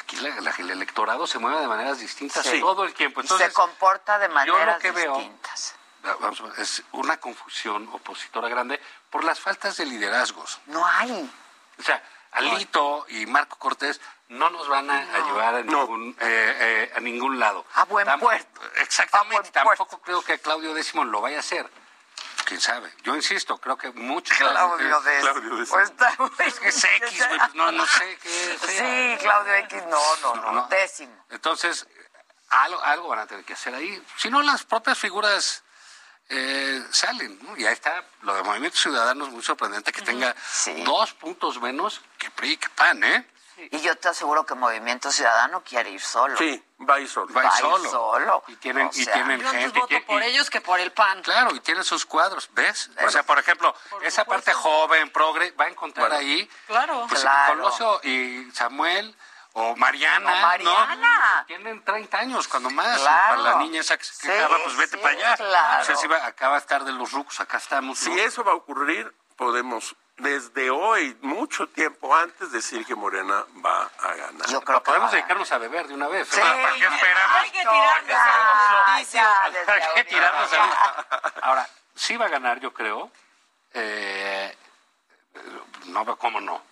Speaker 13: Aquí la- la- el electorado se mueve de maneras distintas
Speaker 2: Sí.
Speaker 13: todo el tiempo.
Speaker 2: y se
Speaker 13: Entonces,
Speaker 2: comporta de
Speaker 13: yo
Speaker 2: maneras
Speaker 13: lo que veo
Speaker 2: distintas.
Speaker 13: eh, vamos a ver, es una confusión opositora grande por las faltas de liderazgos.
Speaker 2: No hay.
Speaker 13: O sea, Alito y Marco Cortés no nos van a, a llevar a ningún, eh, eh, a ningún lado.
Speaker 2: A buen puerto.
Speaker 13: Exactamente, tampoco creo que Claudio Décimo lo vaya a hacer. Quién sabe. Yo insisto, creo que muchos. eh,
Speaker 2: Claudio Décimo.
Speaker 13: Claudio Décimo.
Speaker 2: Pues está muy
Speaker 13: Es que es X, güey, pues no, no sé qué
Speaker 2: Sí, Claudio X, no, no, no,
Speaker 13: No.
Speaker 2: décimo.
Speaker 13: Entonces, algo, algo van a tener que hacer ahí. Si no, las propias figuras eh, salen. ¿no? Y ahí está lo de Movimiento Ciudadano, es muy sorprendente que tenga dos puntos menos que PRI y que PAN, ¿eh?
Speaker 2: Y yo te aseguro que Movimiento Ciudadano quiere ir solo.
Speaker 13: Sí,
Speaker 15: va a ir solo.
Speaker 13: Va a ir
Speaker 2: Va a ir
Speaker 13: solo.
Speaker 2: solo.
Speaker 13: Y tienen,
Speaker 2: O
Speaker 13: y
Speaker 2: sea,
Speaker 13: tienen
Speaker 2: yo antes
Speaker 13: gente.
Speaker 9: voto
Speaker 13: que-
Speaker 9: por
Speaker 13: y-
Speaker 9: ellos que por el pan.
Speaker 13: Claro, y tienen sus cuadros, ¿ves? O sea, por ejemplo, esa parte joven, progre, va a encontrar ahí
Speaker 9: Claro.
Speaker 13: pues, Colosio y Samuel o Mariana,
Speaker 2: No,
Speaker 13: ¿no? Tienen 30 años cuando más.
Speaker 15: Claro.
Speaker 13: Para la niña esa que se
Speaker 15: Sí,
Speaker 13: quejaba, pues vete
Speaker 15: sí,
Speaker 13: para allá.
Speaker 15: claro.
Speaker 13: O sea, si va- acá va a estar de los rucos, acá estamos. ¿no?
Speaker 15: Si eso va a ocurrir, podemos desde hoy, mucho tiempo antes, decir que Morena va a ganar.
Speaker 13: Yo creo podemos dedicarnos a beber de una vez.
Speaker 15: Sí,
Speaker 13: ¿Para, para qué esperamos?
Speaker 2: Hay que tirar las
Speaker 13: ¿Para qué
Speaker 2: *laughs*
Speaker 13: tirarnos a Ahora, sí va a ganar, yo creo. Eh, eh, no veo cómo no.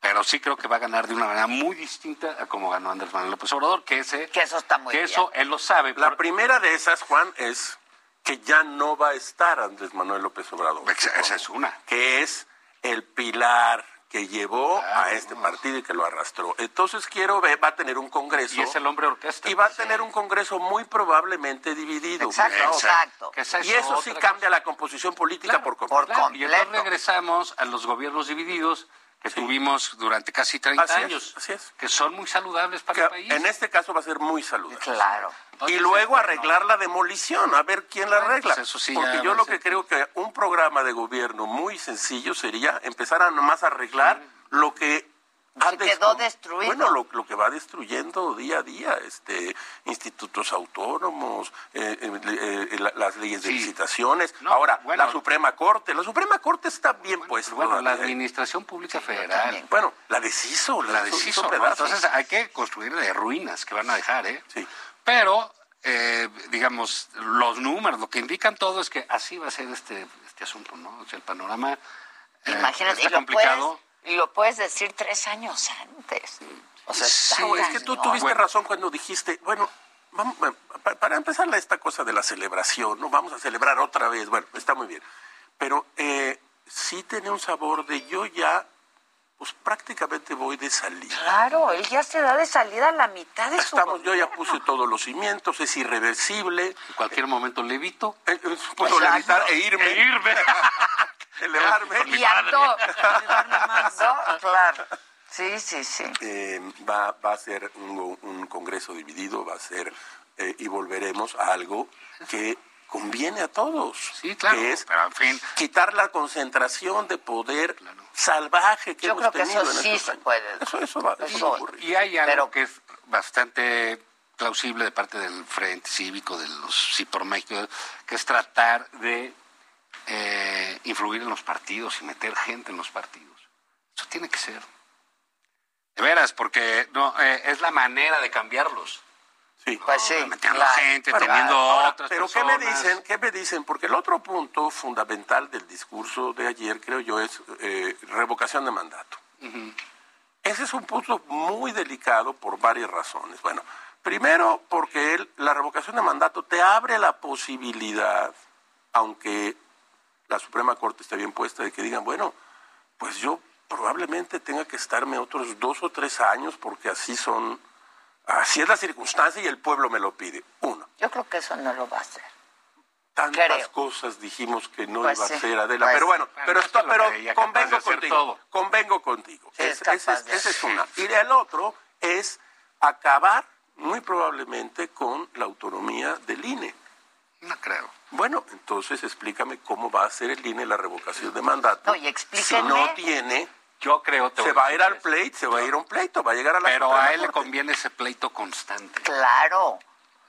Speaker 13: Pero sí creo que va a ganar de una manera muy distinta a como ganó Andrés Manuel López Obrador, que ese...
Speaker 2: Que eso está muy
Speaker 13: Que eso él lo sabe.
Speaker 15: La primera de esas, Juan, es que ya no va a estar Andrés Manuel López Obrador.
Speaker 13: Esa es una.
Speaker 15: Que es el pilar que llevó a este partido y que lo arrastró. Entonces quiero ver, va a tener un congreso.
Speaker 13: Y es el hombre orquesta.
Speaker 15: Y va a tener un congreso muy probablemente dividido.
Speaker 13: Exacto,
Speaker 15: Gustavo.
Speaker 13: exacto. Que esa es
Speaker 15: Y eso sí
Speaker 13: otra
Speaker 15: cambia la composición política por completo.
Speaker 13: Claro, Y entonces regresamos a los gobiernos divididos que tuvimos durante casi 30
Speaker 15: Así es,
Speaker 13: años.
Speaker 15: así es.
Speaker 13: Que son muy saludables para el país.
Speaker 15: En este caso va a ser muy saludable.
Speaker 2: Claro.
Speaker 15: Y luego arreglar la demolición, a ver quién la arregla.
Speaker 13: pues eso sí ya
Speaker 15: Porque yo
Speaker 13: va a
Speaker 15: lo
Speaker 13: ser-
Speaker 15: que creo que un programa de gobierno muy sencillo sería empezar a nomás arreglar lo que antes-
Speaker 2: quedó destruido.
Speaker 15: Bueno, lo, lo que va destruyendo día a día, este institutos autónomos, eh, eh, eh, eh, la- las leyes de licitaciones. Ahora, la Suprema Corte. La Suprema Corte está bien puesta.
Speaker 13: Bueno, la
Speaker 15: todavía. ¿eh?
Speaker 13: administración pública federal.
Speaker 15: Bueno, la deshizo. La,
Speaker 13: La
Speaker 15: hizo-
Speaker 13: deshizo,
Speaker 15: hizo
Speaker 13: ¿no?
Speaker 15: pedazos.
Speaker 13: Entonces hay que construir de ruinas que van a dejar, ¿eh? Pero, eh, digamos, los números, lo que indican todo es que así va a ser este, este asunto, ¿no? O sea, el panorama eh,
Speaker 2: Imagínate,
Speaker 13: está
Speaker 2: y lo puedes,
Speaker 13: complicado.
Speaker 2: y lo puedes decir tres años antes. O sea, está
Speaker 15: Sí, es que tú
Speaker 2: cañón.
Speaker 15: tuviste razón cuando dijiste, bueno, vamos, bueno, pa- para empezar la- esta cosa de la celebración, ¿no? Vamos a celebrar otra vez, bueno, está muy bien. Pero eh, sí tenía un sabor de yo ya, pues prácticamente voy de salida.
Speaker 2: Claro, él ya se da de salida a la mitad de su
Speaker 15: Estamos, yo ya puse todos los cimientos, es irreversible. Eh, En
Speaker 13: cualquier momento levito.
Speaker 15: puedo
Speaker 13: Exacto.
Speaker 15: levitar e irme.
Speaker 13: E irme.
Speaker 15: Elevarme.
Speaker 2: Y andó. Andó, Claro. Sí, sí, sí.
Speaker 15: Eh, va, va a ser un, un congreso dividido, va a ser eh, y volveremos a algo que conviene a todos.
Speaker 13: claro,
Speaker 15: Que es
Speaker 13: pero, en fin.
Speaker 15: quitar la concentración de poder salvaje que
Speaker 2: Yo
Speaker 15: hemos
Speaker 2: creo que
Speaker 15: tenido
Speaker 2: eso
Speaker 15: en
Speaker 2: sí
Speaker 15: estos
Speaker 2: se
Speaker 15: años. Ah,
Speaker 2: puede.
Speaker 15: Eso, eso va, eso va a ocurrir.
Speaker 13: Y hay algo que es bastante plausible de parte del Frente Cívico, de los Sí por México, que es tratar de eh, influir en los partidos y meter gente en los partidos. Eso tiene que ser. De veras, porque no eh, es la manera de cambiarlos.
Speaker 15: Sí.
Speaker 13: Pues sí. Metiendo gente,
Speaker 15: Bueno,
Speaker 13: teniendo
Speaker 15: ahora,
Speaker 13: otras
Speaker 15: Pero
Speaker 13: personas.
Speaker 15: ¿qué me dicen? ¿Qué me dicen? Porque el otro punto fundamental del discurso de ayer, creo yo, es eh, revocación de mandato. Ese es un punto muy delicado por varias razones. Bueno, primero porque él- la revocación de mandato te abre la posibilidad, aunque la Suprema Corte esté bien puesta, de que digan, bueno, pues yo probablemente tenga que estarme otros dos o tres años porque así son, así es la circunstancia y el pueblo me lo pide. Uno.
Speaker 2: Yo creo que eso no lo va a hacer.
Speaker 15: Tantas
Speaker 2: Creo.
Speaker 15: cosas dijimos que no
Speaker 2: Pues
Speaker 15: iba
Speaker 2: sí.
Speaker 15: a ser Adela,
Speaker 2: Pues
Speaker 15: pero
Speaker 2: sí.
Speaker 15: bueno,
Speaker 2: Bueno,
Speaker 15: pero,
Speaker 2: es
Speaker 15: esto-
Speaker 2: que lo
Speaker 15: pero
Speaker 2: creía capaz de
Speaker 15: convengo
Speaker 2: hacer
Speaker 15: contigo,
Speaker 2: todo.
Speaker 15: convengo contigo.
Speaker 2: Sí, es
Speaker 15: Ese- ese
Speaker 2: capaz
Speaker 15: es-
Speaker 2: de
Speaker 15: ese es
Speaker 2: hacer.
Speaker 15: una. Y el otro es acabar muy probablemente con la autonomía del INE.
Speaker 13: No creo.
Speaker 15: Bueno, entonces explícame cómo va a hacer el INE la revocación de mandato.
Speaker 2: No, y
Speaker 15: si
Speaker 2: explíquenme.
Speaker 15: no tiene,
Speaker 13: yo creo
Speaker 15: se va a ir al pleito, se va a ir a un pleito, va a llegar a la
Speaker 13: Pero
Speaker 15: Suprema
Speaker 13: a él le
Speaker 15: Corte.
Speaker 13: conviene ese pleito constante.
Speaker 2: Claro.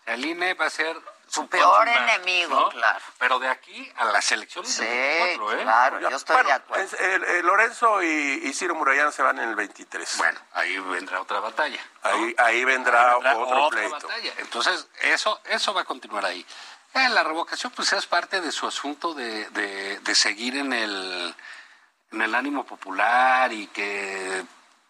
Speaker 13: El INE E va a ser su
Speaker 2: peor
Speaker 13: consumato,
Speaker 2: enemigo,
Speaker 13: ¿no?
Speaker 2: claro.
Speaker 13: Pero de aquí a las elecciones
Speaker 2: Sí,
Speaker 13: del 24, ¿eh?
Speaker 2: claro, yo estoy
Speaker 15: Bueno,
Speaker 2: de acuerdo.
Speaker 15: es- el- el Pues, eh, Lorenzo y, y Ciro Murayán se van en el 23.
Speaker 13: Bueno, ahí vendrá otra batalla.
Speaker 15: Ahí, ahí vendrá,
Speaker 13: Ahí vendrá
Speaker 15: otro
Speaker 13: otra
Speaker 15: pleito.
Speaker 13: batalla. Entonces, eso, eso va a continuar ahí. Eh, la revocación pues es parte de su asunto de, de- de seguir en el, en el ánimo popular y que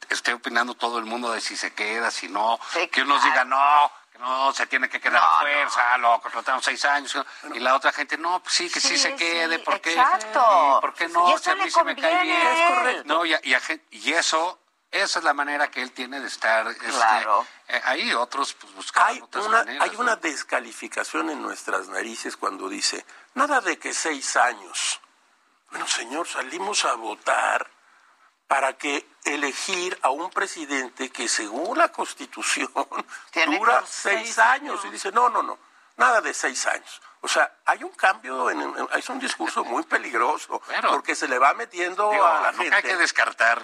Speaker 13: esté opinando todo el mundo de si se queda, si no, que unos digan no, que no se tiene que quedar a fuerza, lo contratamos seis años, y la otra gente no, pues sí, que sí,
Speaker 2: Sí,
Speaker 13: se
Speaker 2: sí,
Speaker 13: quede, ¿por qué?
Speaker 2: exacto.
Speaker 13: Sí, ¿Por qué no?
Speaker 2: Y eso
Speaker 13: Si a mí
Speaker 2: le
Speaker 13: se me cae
Speaker 2: conviene
Speaker 13: bien.
Speaker 2: a Es correcto.
Speaker 13: No, y, a- y a gen- y eso, esa es la manera que él tiene de estar. este, eh, hay otros pues, buscando otras
Speaker 15: Una-
Speaker 13: maneras.
Speaker 15: hay una descalificación en nuestras narices cuando dice, nada de que seis años. Bueno, señor, salimos a votar para que elegir a un presidente que según la
Speaker 13: *laughs*
Speaker 15: Constitución dura seis, años. Y dice, no, no, no, nada de seis años. O sea, hay un cambio, en, en- es un discurso muy peligroso, porque se le va metiendo
Speaker 13: Digo,
Speaker 15: a la
Speaker 13: nunca
Speaker 15: gente.
Speaker 13: hay que descartar.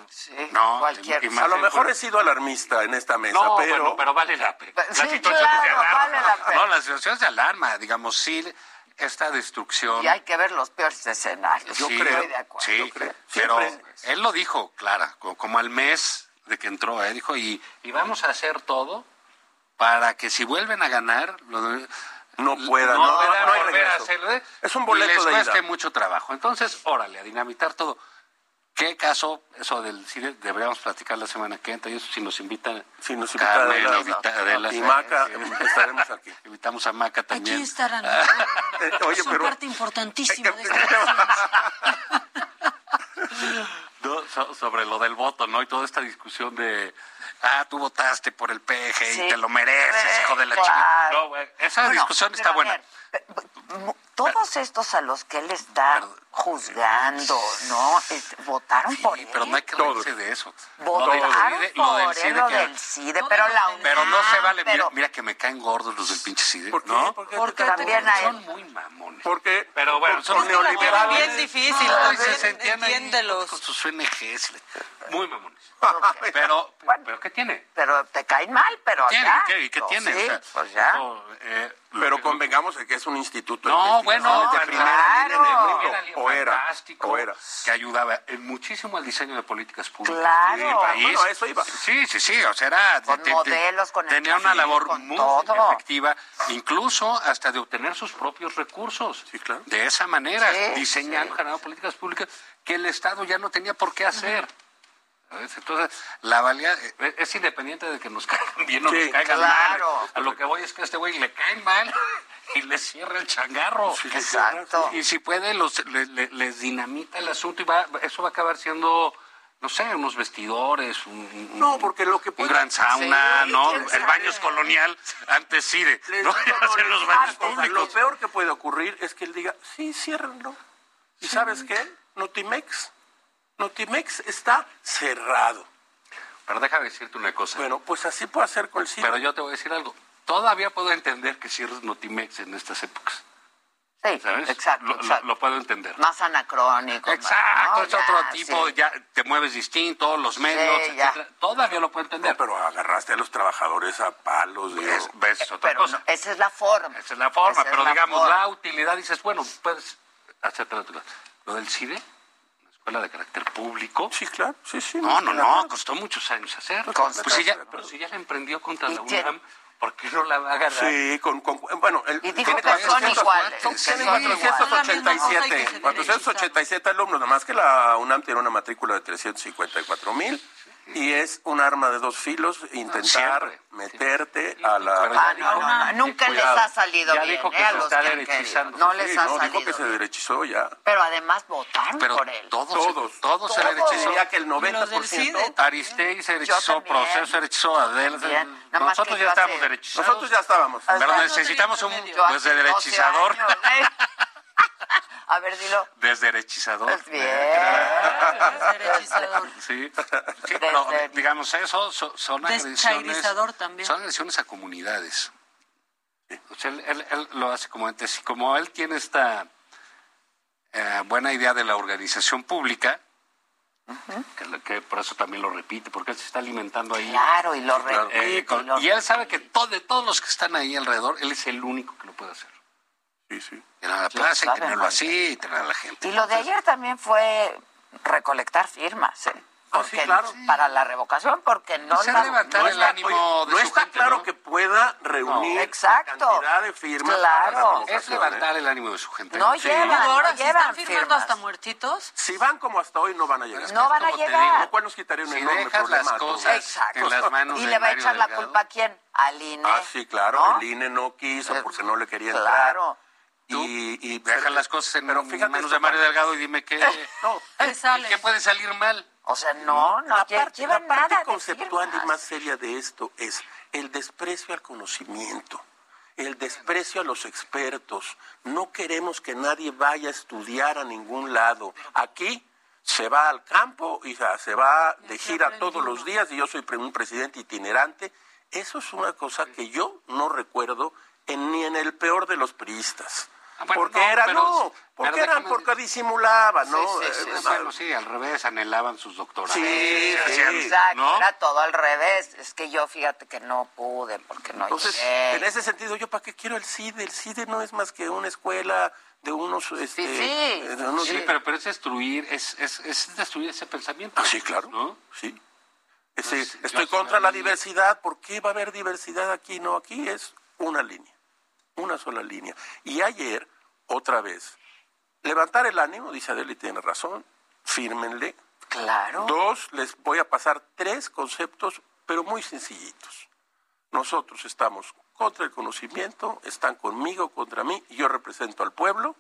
Speaker 13: no, y- y más
Speaker 15: A lo
Speaker 13: el-
Speaker 15: mejor he sido alarmista en esta mesa,
Speaker 13: No,
Speaker 15: pero...
Speaker 13: bueno, pero vale la pena. La
Speaker 15: Sí,
Speaker 13: situación
Speaker 15: claro,
Speaker 13: es de alarma.
Speaker 15: vale la pena.
Speaker 13: No, la situación es de alarma. Digamos, sí, esta destrucción.
Speaker 2: Y hay que ver los peores escenarios.
Speaker 13: Sí,
Speaker 2: Estoy de acuerdo.
Speaker 13: Sí, pero él lo dijo, Clara, co- como al mes de que entró, ¿eh? dijo, y, y vamos a hacer todo para que si vuelven a ganar,
Speaker 15: no puedan,
Speaker 13: no,
Speaker 15: no,
Speaker 13: puedan
Speaker 15: no hay
Speaker 13: volver a
Speaker 15: regreso.
Speaker 13: hacerlo. ¿eh?
Speaker 15: Es un
Speaker 13: Y
Speaker 15: boleto
Speaker 13: les
Speaker 15: de
Speaker 13: cueste
Speaker 15: ida.
Speaker 13: mucho trabajo. Entonces, órale, a dinamitar todo. ¿Qué caso? Eso del sí de- deberíamos platicar la semana que entra. Y eso si nos invitan.
Speaker 15: Si nos
Speaker 13: invita
Speaker 15: invita
Speaker 13: Carmen,
Speaker 15: Adela.
Speaker 13: invita Adela,
Speaker 15: Y Maca, estaremos aquí.
Speaker 13: *laughs*
Speaker 15: Eh,
Speaker 13: Invitamos a Maca también.
Speaker 9: Aquí
Speaker 13: *laughs*
Speaker 9: estarán.
Speaker 13: oye,
Speaker 9: Son
Speaker 13: pero-
Speaker 9: parte
Speaker 13: *laughs*
Speaker 9: importantísima de esta
Speaker 13: No, so- sobre lo del voto, ¿no? Y toda esta discusión de, ah, tú votaste por el PG y te lo mereces, hijo de la
Speaker 2: Claro.
Speaker 13: chica. No, güey, esa
Speaker 2: Bueno,
Speaker 13: discusión
Speaker 2: pero
Speaker 13: está
Speaker 2: a
Speaker 13: buena.
Speaker 2: ver, pe- pe- Todos estos a los que él está juzgando, ¿no? Este, Votaron por él.
Speaker 13: Pero no hay que reírse de eso. Lo del
Speaker 2: Votaron
Speaker 13: CIDE, lo del
Speaker 2: por él,
Speaker 13: CIDE
Speaker 2: lo
Speaker 13: que-
Speaker 2: del CIDE, pero la UNAM.
Speaker 13: Pero no se vale. Mira,
Speaker 2: pero-
Speaker 13: mira que me caen gordos los del pinche CIDE, ¿no?
Speaker 2: Porque también a él.
Speaker 15: Porque,
Speaker 13: pero bueno,
Speaker 15: porque
Speaker 13: son
Speaker 15: la tienen
Speaker 13: neoliberales.
Speaker 15: bien difícil,
Speaker 13: No,
Speaker 15: también,
Speaker 13: se sentían ahí con sus ONGs.
Speaker 15: *laughs*
Speaker 13: Muy mamones. Pero, pero ¿qué tiene?
Speaker 2: Pero te caen mal, pero
Speaker 13: ¿Tiene?
Speaker 2: ya.
Speaker 13: ¿Qué, qué
Speaker 2: No,
Speaker 13: tiene?
Speaker 2: sí,
Speaker 13: O sea,
Speaker 2: pues ya.
Speaker 13: no, eh,
Speaker 15: Pero convengamos en que es un instituto. de
Speaker 13: No, bueno,
Speaker 15: investigaciones de primera línea en el mundo. O era.
Speaker 13: o era. que ayudaba en muchísimo al diseño de políticas públicas
Speaker 2: Claro.
Speaker 13: en el país.
Speaker 2: Bueno, a eso iba.
Speaker 13: Sí, sí, sí, o sea, era
Speaker 2: Con modelos, con
Speaker 13: tenía
Speaker 2: el
Speaker 13: una
Speaker 2: perfil,
Speaker 13: labor
Speaker 2: con
Speaker 13: muy
Speaker 2: todo.
Speaker 13: efectiva, incluso hasta de obtener sus propios recursos. De esa manera,
Speaker 8: Sí,
Speaker 13: diseñando, generando políticas públicas que el Estado ya no tenía por qué hacer. ¿Sabes? Entonces, la valía eh, es independiente de que nos caigan bien o
Speaker 8: Sí,
Speaker 13: nos caigan
Speaker 8: claro.
Speaker 13: mal. A lo que voy es que a este güey le caen mal *laughs* y le cierra el changarro.
Speaker 8: Sí, le cierra. Exacto.
Speaker 13: Y si puede, los, le- le- les dinamita el asunto y va, eso va a acabar siendo, no sé, unos vestidores, un, un-
Speaker 15: No, porque lo que
Speaker 13: un gran sauna,
Speaker 15: Sí,
Speaker 13: ¿no?
Speaker 15: quién
Speaker 13: El baño es colonial antes CIDE.
Speaker 15: Les
Speaker 13: ¿no?
Speaker 15: digo,
Speaker 13: *laughs* Ya
Speaker 15: no,
Speaker 13: hacen
Speaker 15: les
Speaker 13: los
Speaker 15: digo
Speaker 13: baños
Speaker 15: una cosa,
Speaker 13: públicos.
Speaker 15: Lo peor que puede ocurrir es que él diga, sí, ciérrenlo. ¿Y sabes qué? Notimex. Notimex está cerrado.
Speaker 13: Pero déjame decirte una cosa.
Speaker 15: Bueno, pues así puede hacer con el CIDE.
Speaker 13: Pero yo te voy a decir algo. Todavía puedo entender que cierres Notimex en estas épocas.
Speaker 2: Sí,
Speaker 13: ¿Sabes?
Speaker 2: exacto,
Speaker 13: Lo- lo-
Speaker 2: exacto.
Speaker 13: lo puedo entender.
Speaker 2: Más anacrónico. más-
Speaker 13: Exacto,
Speaker 2: no,
Speaker 13: es otro
Speaker 2: ya,
Speaker 13: tipo,
Speaker 2: sí.
Speaker 13: ya te mueves distinto, los medios,
Speaker 2: Sí, ya.
Speaker 13: etcétera. Todavía lo puedo entender.
Speaker 15: pero agarraste a los trabajadores a palos. digo.
Speaker 13: Es, ves, es otra
Speaker 15: pero
Speaker 13: cosa.
Speaker 2: esa es la forma.
Speaker 13: Esa es la forma,
Speaker 15: Esa es
Speaker 13: pero
Speaker 15: la
Speaker 13: digamos,
Speaker 15: forma.
Speaker 13: la utilidad, dices, bueno, puedes hacerte la utilidad. Lo del CIDE, una E? escuela de carácter público.
Speaker 15: Sí, claro, sí, sí.
Speaker 13: No,
Speaker 15: no,
Speaker 13: no,
Speaker 15: claro.
Speaker 13: no, costó muchos años hacerlo.
Speaker 15: Consta.
Speaker 13: Pues si ya, pero si ya la emprendió contra la
Speaker 15: tiene-
Speaker 13: UNAM, pues ¿por qué no la va a agarrar?
Speaker 15: Sí, con, con- bueno, el,
Speaker 13: dijo
Speaker 15: tiene
Speaker 13: que son
Speaker 15: 400,
Speaker 13: iguales,
Speaker 15: son-
Speaker 13: que
Speaker 15: tiene
Speaker 13: son iguales.
Speaker 15: 487, 487 alumnos, nada más que la UNAM tiene una matrícula de 354 mil y es un arma de dos filos intentar
Speaker 13: Siempre.
Speaker 15: meterte a la...
Speaker 2: Ah, no, no, no, nunca les ha salido bien. eh, a los que han querido. No les ha
Speaker 15: no,
Speaker 2: salido.
Speaker 15: dijo que se derechizó ya.
Speaker 2: Pero además votaron
Speaker 13: Pero
Speaker 2: por él.
Speaker 13: todos,
Speaker 15: Todos.
Speaker 13: todos, se
Speaker 15: Todos.
Speaker 13: derechizó.
Speaker 15: Diría que el
Speaker 13: E
Speaker 15: 90%.
Speaker 13: Aristei se derechizó,
Speaker 15: también.
Speaker 13: Proceso se derechizó, Adel. se-
Speaker 15: También. Nada más
Speaker 13: Nosotros
Speaker 15: que yo
Speaker 13: ya
Speaker 15: hace-
Speaker 13: estábamos derechizados.
Speaker 15: Nosotros ya estábamos.
Speaker 13: Pero necesitamos un
Speaker 2: Yo hace 12
Speaker 13: desderechizador.
Speaker 2: años, ¿eh? *laughs* A ver, dilo.
Speaker 13: Desderechizador. Sí. Sí, pero digamos, eso so- son agresiones.
Speaker 9: Deschairizador también.
Speaker 13: Son agresiones a comunidades. O sea, él, él- él lo hace como antes. Y como él tiene esta eh, buena idea de la organización pública, que, lo- que por eso también lo repite, porque él se está alimentando ahí.
Speaker 2: Claro, y lo
Speaker 13: Sí, claro.
Speaker 2: repite,
Speaker 13: Eh, con- y él sabe que todo, de todos los que están ahí alrededor, él es el único que lo puede hacer.
Speaker 15: Sí, sí.
Speaker 13: Tener la
Speaker 2: Lo
Speaker 13: plaza y
Speaker 2: sabe,
Speaker 13: tenerlo
Speaker 2: ¿no?
Speaker 13: así y tener a la gente.
Speaker 2: Y lo de ayer también fue recolectar firmas. ¿eh? porque para la revocación, porque no
Speaker 15: Se
Speaker 2: la-
Speaker 15: no está- oye, no está claro que pueda reunir
Speaker 2: Exacto.
Speaker 15: cantidad de firmas.
Speaker 2: Claro.
Speaker 13: Es
Speaker 15: ¿eh?
Speaker 13: levantar el ánimo de su gente.
Speaker 2: No llevan,
Speaker 9: ahora
Speaker 2: no
Speaker 9: si
Speaker 2: llevan
Speaker 9: están firmando
Speaker 2: firmas.
Speaker 9: hasta muertitos.
Speaker 15: Si van como hasta hoy, no van a llegar.
Speaker 2: No Es que van a como te llegar. digo,
Speaker 15: Lo cual nos quitaría un
Speaker 13: si
Speaker 15: enorme
Speaker 13: dejas
Speaker 15: problema.
Speaker 13: las
Speaker 15: a todos.
Speaker 13: cosas en las manos
Speaker 2: y le va a echar la culpa a quién? Al INE.
Speaker 15: Ah, sí, claro.
Speaker 2: ¿No? Eh,
Speaker 15: El INE no quiso porque no le quería entrar.
Speaker 2: Claro.
Speaker 15: Y, y
Speaker 13: Deja las cosas en
Speaker 15: pero fíjate
Speaker 13: manos
Speaker 15: esto,
Speaker 13: de Mario
Speaker 15: Juan.
Speaker 13: Delgado y dime
Speaker 2: *laughs*
Speaker 13: qué. *laughs*
Speaker 15: No,
Speaker 13: ¿Qué puede salir mal?
Speaker 2: O sea, no, no
Speaker 15: la parte,
Speaker 2: llevan
Speaker 15: la parte
Speaker 2: nada de
Speaker 15: conceptual
Speaker 2: firmas.
Speaker 15: y más seria de esto es el desprecio al conocimiento, el desprecio a los expertos. No queremos que nadie vaya a estudiar a ningún lado. Aquí se va al campo y se se va de gira todos los días y yo soy pre- un presidente itinerante. Eso es una cosa que yo no recuerdo en- ni en el peor de los priistas.
Speaker 13: Ah, bueno,
Speaker 15: porque
Speaker 13: no,
Speaker 15: era,
Speaker 13: pero-
Speaker 15: no, porque
Speaker 13: pero
Speaker 15: eran,
Speaker 13: déjame-
Speaker 15: porque disimulaban, ¿no?
Speaker 13: Sí, sí, sí.
Speaker 15: Eh,
Speaker 13: Bueno, sí, al revés, anhelaban sus doctorados.
Speaker 15: Sí,
Speaker 13: Así
Speaker 15: sí.
Speaker 13: es,
Speaker 2: Exacto,
Speaker 13: ¿no?
Speaker 2: era todo al revés. Es que yo fíjate que no pude porque no
Speaker 15: Entonces,
Speaker 2: llegué.
Speaker 15: en ese sentido, ¿yo para qué quiero el CIDE? El CIDE no es más que una escuela de unos... Este, eh, de unos-
Speaker 13: Sí, pero, pero es destruir, es, es, es destruir ese pensamiento.
Speaker 15: Ah, sí, claro.
Speaker 13: ¿no?
Speaker 15: Sí. Es decir,
Speaker 13: Pues,
Speaker 15: estoy
Speaker 13: yo
Speaker 15: contra la
Speaker 13: sí.
Speaker 15: diversidad. ¿Por qué va a haber diversidad aquí? No, aquí es una línea, una sola línea. Y ayer, otra vez, levantar el ánimo, dice Adela y tiene razón, fírmenle.
Speaker 2: Claro.
Speaker 15: Dos, les voy a pasar tres conceptos, pero muy sencillitos. Nosotros estamos contra el conocimiento, están conmigo, contra mí, y yo represento al pueblo.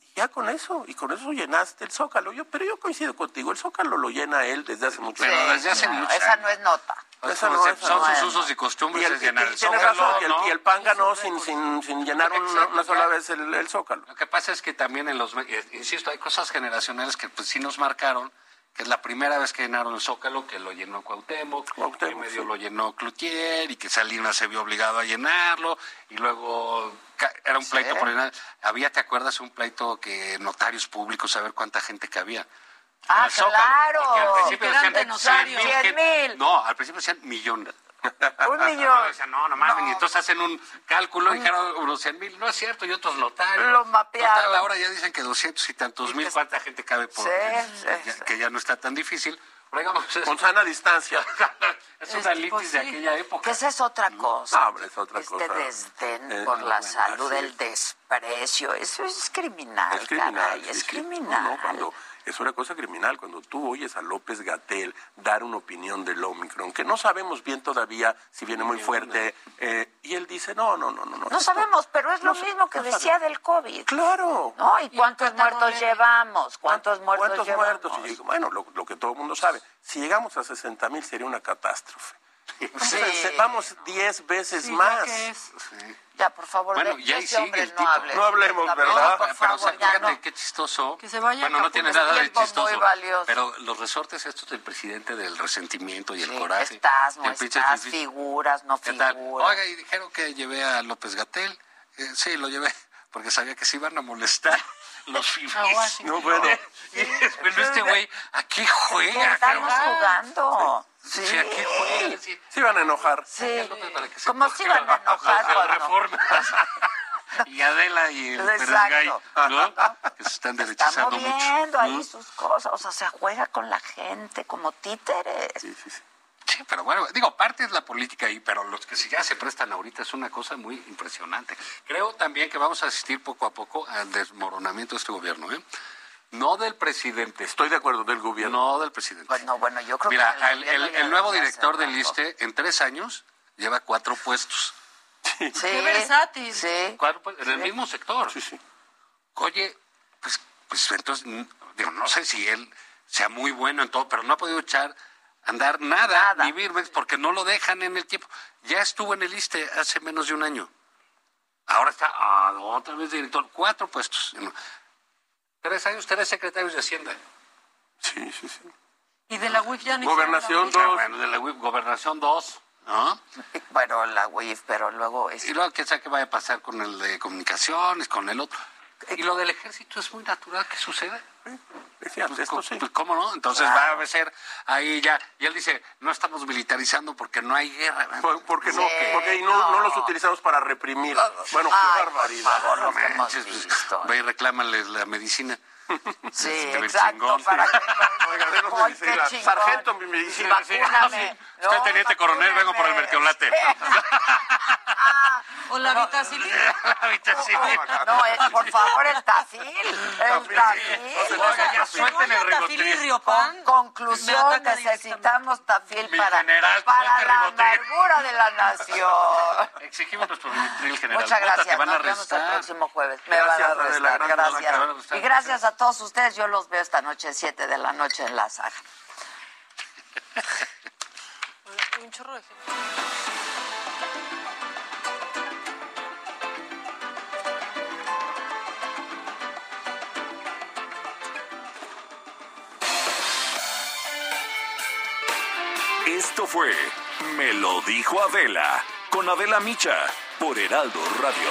Speaker 15: Y Ya con eso, y con eso llenaste el zócalo. Yo, pero yo coincido contigo, el zócalo lo llena él desde hace mucho
Speaker 13: Pero desde hace
Speaker 2: No,
Speaker 13: mucho
Speaker 2: esa no es nota.
Speaker 15: Esa no,
Speaker 13: Son
Speaker 15: esa
Speaker 13: sus
Speaker 15: no es.
Speaker 13: usos y costumbres,
Speaker 15: Y el,
Speaker 13: es
Speaker 15: y- y
Speaker 13: llenar el
Speaker 15: tienes
Speaker 13: zócalo,
Speaker 15: razón, y el,
Speaker 13: ¿no?
Speaker 15: y el PAN ganó sin, sin, sin llenar una,
Speaker 13: Exacto,
Speaker 15: una sola
Speaker 13: ya.
Speaker 15: vez el, el zócalo.
Speaker 13: Lo que pasa es que también en los, me- eh, insisto, hay cosas generacionales que pues sí nos marcaron, que es la primera vez que llenaron el Zócalo, que lo llenó Cuauhtémoc, que medio lo llenó Cloutier y que Salinas se vio obligado a llenarlo y luego ca- era un pleito por llenar. Había, ¿te acuerdas? Un pleito que notarios públicos, a ver cuánta gente cabía. En
Speaker 2: Ah,
Speaker 13: el Zócalo,
Speaker 2: claro.
Speaker 13: porque al principio
Speaker 2: Eran
Speaker 13: decían
Speaker 2: de notarios.
Speaker 13: 100,000
Speaker 2: Cien
Speaker 13: gente-
Speaker 2: mil.
Speaker 13: No, al principio decían millón. *laughs*
Speaker 2: Un millón.
Speaker 13: Decían, no, no mames. Y entonces hacen un cálculo y dijeron unos 100 mil. No es cierto, y otros notarios.
Speaker 2: Lo mapearon.
Speaker 13: Total, ahora ya dicen que 200 y tantos mil. ¿Cuánta gente cabe por.?
Speaker 2: Sí, sí,
Speaker 13: ya- Que ya no está tan difícil. Pero digamos, es-
Speaker 15: Con sana distancia.
Speaker 2: *laughs*
Speaker 13: es una litis de aquella época.
Speaker 2: Que esa es otra cosa.
Speaker 15: No, hombre, es otra
Speaker 2: este
Speaker 15: cosa.
Speaker 2: desdén
Speaker 15: Eh,
Speaker 2: por
Speaker 15: no,
Speaker 2: la
Speaker 15: bueno,
Speaker 2: salud,
Speaker 15: así
Speaker 2: el
Speaker 15: es.
Speaker 2: desprecio, eso es criminal.
Speaker 15: Es criminal.
Speaker 2: caray,
Speaker 15: sí,
Speaker 2: es
Speaker 15: sí.
Speaker 2: criminal.
Speaker 15: No, no, cuando- es una cosa criminal cuando tú oyes a López Gatel dar una opinión del Omicron, que no sabemos bien todavía si viene muy fuerte, eh, y él dice, no, no, no, no. No,
Speaker 2: No sabemos, pero es lo
Speaker 15: No sé,
Speaker 2: mismo que
Speaker 15: no
Speaker 2: decía del COVID.
Speaker 15: Claro.
Speaker 2: ¿No? eh, ¿Y cuántos muertos llevamos? ¿Cuántos muertos
Speaker 15: ¿Cuántos
Speaker 2: llevamos?
Speaker 15: muertos? Y yo digo, bueno, lo, lo que todo el mundo sabe, si llegamos a 60 mil sería una catástrofe. *laughs* Vamos a
Speaker 2: Sí.
Speaker 15: encer- Vamos 10 veces
Speaker 2: Sí, ya
Speaker 15: más.
Speaker 2: que es. Ya, por favor,
Speaker 13: Bueno,
Speaker 2: de,
Speaker 13: y
Speaker 2: de
Speaker 13: ahí
Speaker 2: ese
Speaker 13: sigue
Speaker 2: hombre
Speaker 13: el
Speaker 2: no
Speaker 13: tipo.
Speaker 2: hables.
Speaker 15: No hablemos,
Speaker 2: Por
Speaker 15: ¿verdad?
Speaker 2: favor,
Speaker 13: Pero,
Speaker 2: Por
Speaker 13: pero, o sea,
Speaker 2: favor, ya
Speaker 13: fíjate
Speaker 2: no.
Speaker 13: qué chistoso.
Speaker 2: Que se vaya
Speaker 13: bueno, no
Speaker 2: Acapulco,
Speaker 13: tiene
Speaker 2: es
Speaker 13: nada de
Speaker 2: tiempo muy
Speaker 13: chistoso.
Speaker 2: valioso.
Speaker 13: Pero los resortes estos del presidente del resentimiento y el
Speaker 2: Sí,
Speaker 13: coraje.
Speaker 2: Estás, no
Speaker 13: del pinche
Speaker 2: estás,
Speaker 13: fifi.
Speaker 2: figuras, no
Speaker 13: ¿Qué tal?
Speaker 2: figuras.
Speaker 13: Oiga, y dijeron que llevé a López Gatel. Eh, sí, lo llevé porque sabía que se iban
Speaker 2: *laughs*
Speaker 13: a molestar los fifís.
Speaker 15: No, bueno.
Speaker 13: Y es, *laughs* bueno, este güey, ¿a qué
Speaker 2: ¿Qué
Speaker 13: juega?
Speaker 2: estamos
Speaker 13: cabrón?
Speaker 2: jugando?
Speaker 13: O sea, ¿a qué juega? Sí,
Speaker 15: Se iban a enojar.
Speaker 2: Sí,
Speaker 13: López, para que se
Speaker 2: como si iban a
Speaker 13: *laughs*
Speaker 2: enojar
Speaker 13: Los de
Speaker 2: cuando...
Speaker 13: Reforma. Y Adela y el Pérez
Speaker 2: Exacto.
Speaker 13: Gay, ¿no? Que se están
Speaker 2: Está
Speaker 13: derechizando mucho.
Speaker 2: moviendo ahí
Speaker 15: Mm.
Speaker 13: ¿no?
Speaker 2: sus cosas, o sea, se juega con la gente como títeres.
Speaker 13: Sí, pero bueno, digo, parte es la política ahí, pero los que sí ya se prestan ahorita es una cosa muy impresionante. Creo también que vamos a asistir poco a poco al desmoronamiento de este gobierno, ¿eh? No del presidente.
Speaker 15: Estoy de acuerdo del gobierno.
Speaker 13: No del presidente.
Speaker 2: Bueno, bueno, yo creo
Speaker 13: Mira,
Speaker 2: que...
Speaker 13: el, el-
Speaker 2: gobierno ya
Speaker 13: el nuevo
Speaker 2: debería
Speaker 13: director
Speaker 2: hacer
Speaker 13: del
Speaker 2: algo.
Speaker 13: ISTE en tres años lleva cuatro puestos.
Speaker 2: Sí,
Speaker 9: Qué versátil.
Speaker 2: Sí,
Speaker 13: Cuatro puestos en el mismo sector.
Speaker 15: Sí, sí.
Speaker 13: Oye, pues, pues entonces, mm, digo, no sé si él sea muy bueno en todo, pero no ha podido echar a andar nada,
Speaker 2: Nada.
Speaker 13: ni Birmex porque no lo dejan en el tiempo. Ya estuvo en el ISTE hace menos de un año. Ahora está ah, otra vez director, cuatro puestos. Tres años, tres secretarios de Hacienda.
Speaker 15: Sí, sí, sí.
Speaker 9: Y de la UIF ya no
Speaker 15: Gobernación,
Speaker 13: Ah,
Speaker 15: dos.
Speaker 13: bueno, de la UIF, gobernación dos, ¿no?
Speaker 2: *laughs* bueno, la WIF, pero luego... es-
Speaker 13: Y luego quién sabe qué vaya a pasar con el de comunicaciones, con el otro. Y lo del ejército es muy natural que suceda.
Speaker 15: Decía,
Speaker 13: Pues,
Speaker 15: esto
Speaker 13: co-
Speaker 15: sí.
Speaker 13: pues, ¿Cómo no? Entonces va a ser ahí ya. Y él dice, no estamos militarizando porque no hay guerra.
Speaker 15: Por- Porque no,
Speaker 2: Sí,
Speaker 15: porque ahí no, no los
Speaker 2: no.
Speaker 15: utilizamos para reprimir. Bueno,
Speaker 2: Ay,
Speaker 15: qué
Speaker 2: por
Speaker 15: barbaridad.
Speaker 2: favor,
Speaker 13: No
Speaker 2: los hemos
Speaker 13: manches, pues,
Speaker 2: visto.
Speaker 13: ve y reclámales la medicina.
Speaker 2: *laughs* Sí,
Speaker 13: Este, el
Speaker 2: exacto,
Speaker 13: *laughs* chingón.
Speaker 2: para que *laughs*
Speaker 15: regalé los
Speaker 2: Ay,
Speaker 15: medicinas.
Speaker 2: qué chingón.
Speaker 15: Sargento, mi medicina.
Speaker 13: Ah,
Speaker 2: Vacúname.
Speaker 13: Soy teniente este coronel, vengo por el
Speaker 2: *laughs*
Speaker 13: mertiolate.
Speaker 9: *laughs* O la vitacilina.
Speaker 13: *laughs*
Speaker 2: No, es, por favor, el tafil. El tafil.
Speaker 9: O sea, si no haya tafil y riopan,
Speaker 2: Conclusión, necesitamos tafil para,
Speaker 13: general,
Speaker 2: para
Speaker 13: suelte
Speaker 2: la
Speaker 13: ribotril.
Speaker 2: amargura de la nación.
Speaker 13: Exigimos nuestro ribotril general.
Speaker 2: Muchas
Speaker 13: Puta,
Speaker 2: gracias.
Speaker 13: Te van a
Speaker 2: Nos vemos el
Speaker 13: arrestar.
Speaker 2: próximo jueves. Me
Speaker 13: Gracias,
Speaker 2: van a
Speaker 13: Adela,
Speaker 2: arrestar.
Speaker 13: gracias, te van a
Speaker 2: Gracias.
Speaker 13: arrestar.
Speaker 2: Y gracias a todos ustedes. Yo los veo esta noche, 7 de la noche en la saga.
Speaker 9: Un chorro de gente.
Speaker 5: Esto fue Me lo dijo Adela con Adela Micha por Heraldo Radio.